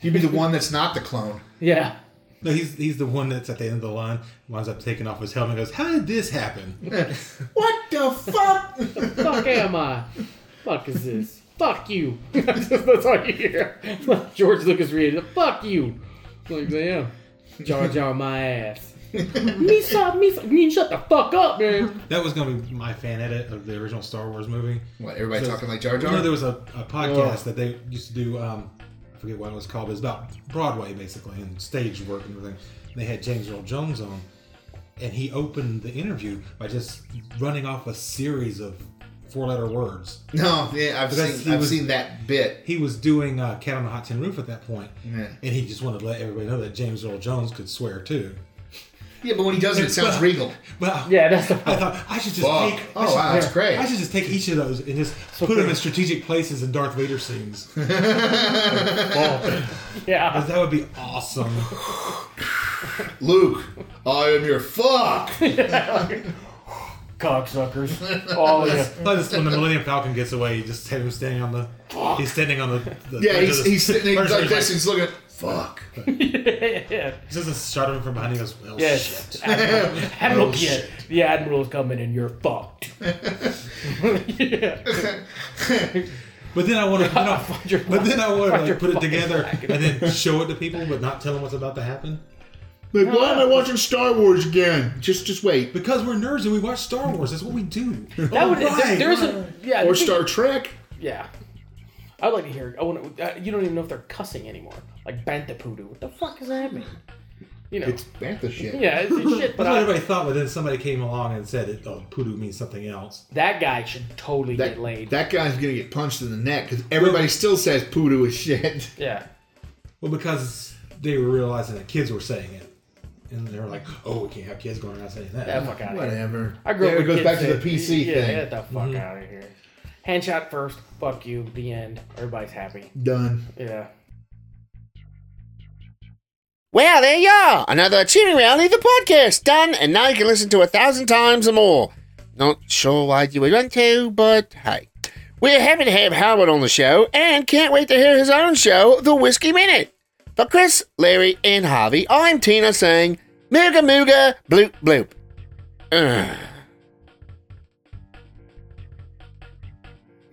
[SPEAKER 1] You'd be the one that's not the clone.
[SPEAKER 2] Yeah.
[SPEAKER 3] No, he's he's the one that's at the end of the line, winds up taking off his helmet, and goes, "How did this happen?"
[SPEAKER 1] what the fuck?
[SPEAKER 2] Fuck am I? Fuck is this? Fuck you. that's all you hear. George Lucas reading. Fuck you. Like damn. Jar Jar my ass. Misa, Misa, you need to shut the fuck up, man.
[SPEAKER 3] That was gonna be my fan edit of the original Star Wars movie.
[SPEAKER 1] what? Everybody
[SPEAKER 3] So-
[SPEAKER 1] talking like Jar
[SPEAKER 3] Well, No,
[SPEAKER 1] Jar?
[SPEAKER 3] there was a, a podcast that they used to do. Um, I forget what it was called. But it was about Broadway, basically, and stage work and everything. They had James Earl Jones on, and he opened the interview by just running off a series of four-letter words.
[SPEAKER 1] no, yeah, I've
[SPEAKER 3] Because he
[SPEAKER 1] seen I've
[SPEAKER 3] was-
[SPEAKER 1] seen that bit.
[SPEAKER 3] He was doing uh, "Cat on the Hot Tin Roof" at that point,
[SPEAKER 1] Yeah.
[SPEAKER 3] and he just wanted to let everybody know that James Earl Jones could swear too.
[SPEAKER 1] Yeah, but when he does it, it sounds regal.
[SPEAKER 3] Well,
[SPEAKER 2] Yeah, that's the.
[SPEAKER 3] I thought I should just
[SPEAKER 1] Fuck.
[SPEAKER 3] take.
[SPEAKER 1] Oh,
[SPEAKER 3] I should-
[SPEAKER 1] wow, that's
[SPEAKER 3] yeah,
[SPEAKER 1] great.
[SPEAKER 3] I should just take each of those and just put them in strategic places in Darth Vader scenes.
[SPEAKER 2] Yeah.
[SPEAKER 3] that would be awesome.
[SPEAKER 1] Luke, I am your fuck.
[SPEAKER 2] Cocksuckers. Oh yeah.
[SPEAKER 3] I just- when the Millennium Falcon gets away, you just have him standing on the. He's standing on the. the
[SPEAKER 1] yeah,
[SPEAKER 3] bridge of
[SPEAKER 1] he's,
[SPEAKER 3] the-
[SPEAKER 1] he's sitting there
[SPEAKER 3] bridge of
[SPEAKER 1] like
[SPEAKER 3] the-
[SPEAKER 1] this. He's looking. Fuck.
[SPEAKER 2] yeah.
[SPEAKER 3] He just doesn't shot him from behind. He goes, well, shit.
[SPEAKER 2] Yes. Admiral, Admiral
[SPEAKER 3] Oh,
[SPEAKER 2] yeah.
[SPEAKER 3] shit.
[SPEAKER 2] The Admiral's coming and you're fucked. yeah.
[SPEAKER 3] But then I want to.
[SPEAKER 2] your
[SPEAKER 3] but then I want to
[SPEAKER 2] find your
[SPEAKER 3] like, put it
[SPEAKER 2] fucking
[SPEAKER 3] together
[SPEAKER 2] flag.
[SPEAKER 3] and then show it to people, but not tell them what's about to happen.
[SPEAKER 1] Like, why am I watching Star Wars again? Just, just wait.
[SPEAKER 3] Because we're nerds and we watch Star Wars. That's what we do.
[SPEAKER 2] That would, there, there's a
[SPEAKER 1] Or
[SPEAKER 2] yeah. I think-
[SPEAKER 1] Star Trek.
[SPEAKER 2] Yeah. I'd like to hear. I want to, uh, You don't even know if they're cussing anymore. Like bantapudu. What the fuck does that mean? You know.
[SPEAKER 1] It's bantha shit.
[SPEAKER 2] yeah, it's, it's shit. But
[SPEAKER 3] That's what
[SPEAKER 2] I,
[SPEAKER 3] everybody thought, but then somebody came along and said, it, "Oh, poodoo means something else."
[SPEAKER 2] that guy should totally
[SPEAKER 1] That,
[SPEAKER 2] get laid.
[SPEAKER 1] that guy's gonna get punched in the neck because everybody still says poodoo is shit.
[SPEAKER 2] yeah.
[SPEAKER 3] Well, because they were realizing that kids were saying it, and they were like, "Oh, we can't have kids going around saying that."
[SPEAKER 2] That fuck out of here.
[SPEAKER 1] Whatever.
[SPEAKER 2] I grew
[SPEAKER 1] There
[SPEAKER 2] up.
[SPEAKER 1] it
[SPEAKER 2] with
[SPEAKER 1] goes
[SPEAKER 2] kids
[SPEAKER 1] back to
[SPEAKER 2] that-
[SPEAKER 1] the PC
[SPEAKER 2] yeah,
[SPEAKER 1] thing. Mm-hmm.
[SPEAKER 2] Get the fuck out of here. Hand shot first. Fuck you. The end. Everybody's happy.
[SPEAKER 1] Done.
[SPEAKER 2] Yeah.
[SPEAKER 5] Well, there you are. Another Cheering Reality, the podcast, done, and now you can listen to a thousand times or more. Not sure why you would want to, but hey. We're happy to have Howard on the show and can't wait to hear his own show, The Whiskey Minute. For Chris, Larry, and Harvey, I'm Tina saying, Mooga Mooga, Bloop Bloop. Ugh.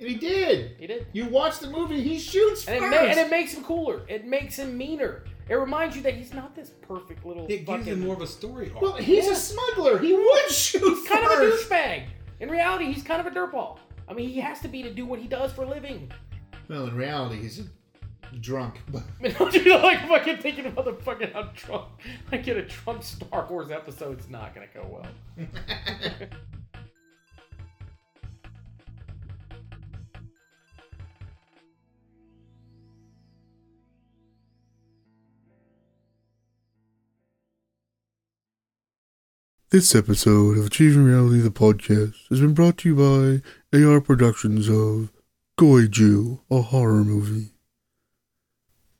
[SPEAKER 1] And he did.
[SPEAKER 2] He did.
[SPEAKER 1] You watch the movie. He shoots
[SPEAKER 2] And it,
[SPEAKER 1] first.
[SPEAKER 2] ma- and it makes him cooler. It makes him meaner. It reminds you that he's not this perfect little
[SPEAKER 3] It gives
[SPEAKER 2] fucking
[SPEAKER 3] them more of a story arc.
[SPEAKER 1] well, he's a smuggler. He would shoot
[SPEAKER 2] He's kind of a
[SPEAKER 1] first.
[SPEAKER 2] douchebag. In reality, he's kind of a dirtball. I mean, he has to be to do what he does for a living.
[SPEAKER 1] well, in reality, he's a drunk. But
[SPEAKER 2] I mean, don't you like fucking thinking about the fucking how Trump, like in a Trump Star Wars episode, it's not gonna go well.
[SPEAKER 6] This episode of Achieving Reality the podcast has been brought to you by AR Productions of Goiju, a horror movie.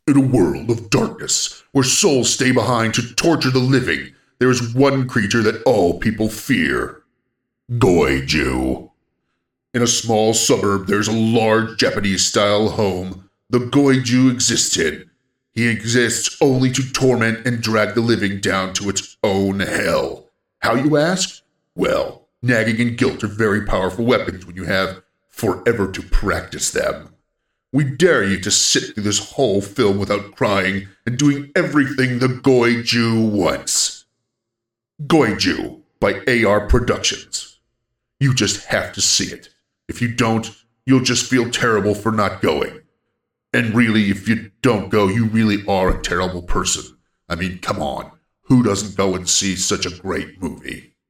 [SPEAKER 7] In a world of darkness, where souls stay behind to torture the living, there is one creature that all people fear Goiju. In a small suburb, there's a large Japanese style home the Goiju exists in. He exists only to torment and drag the living down to its own hell. How, you ask? Well, nagging and guilt are very powerful weapons when you have forever to practice them. We dare you to sit through this whole film without crying and doing everything the Goy Jew wants. Goy Jew by AR Productions. You just have to see it. If you don't, you'll just feel terrible for not going. And really, if you don't go, you really are a terrible person. I mean, come on. Who doesn't go and see such a great movie?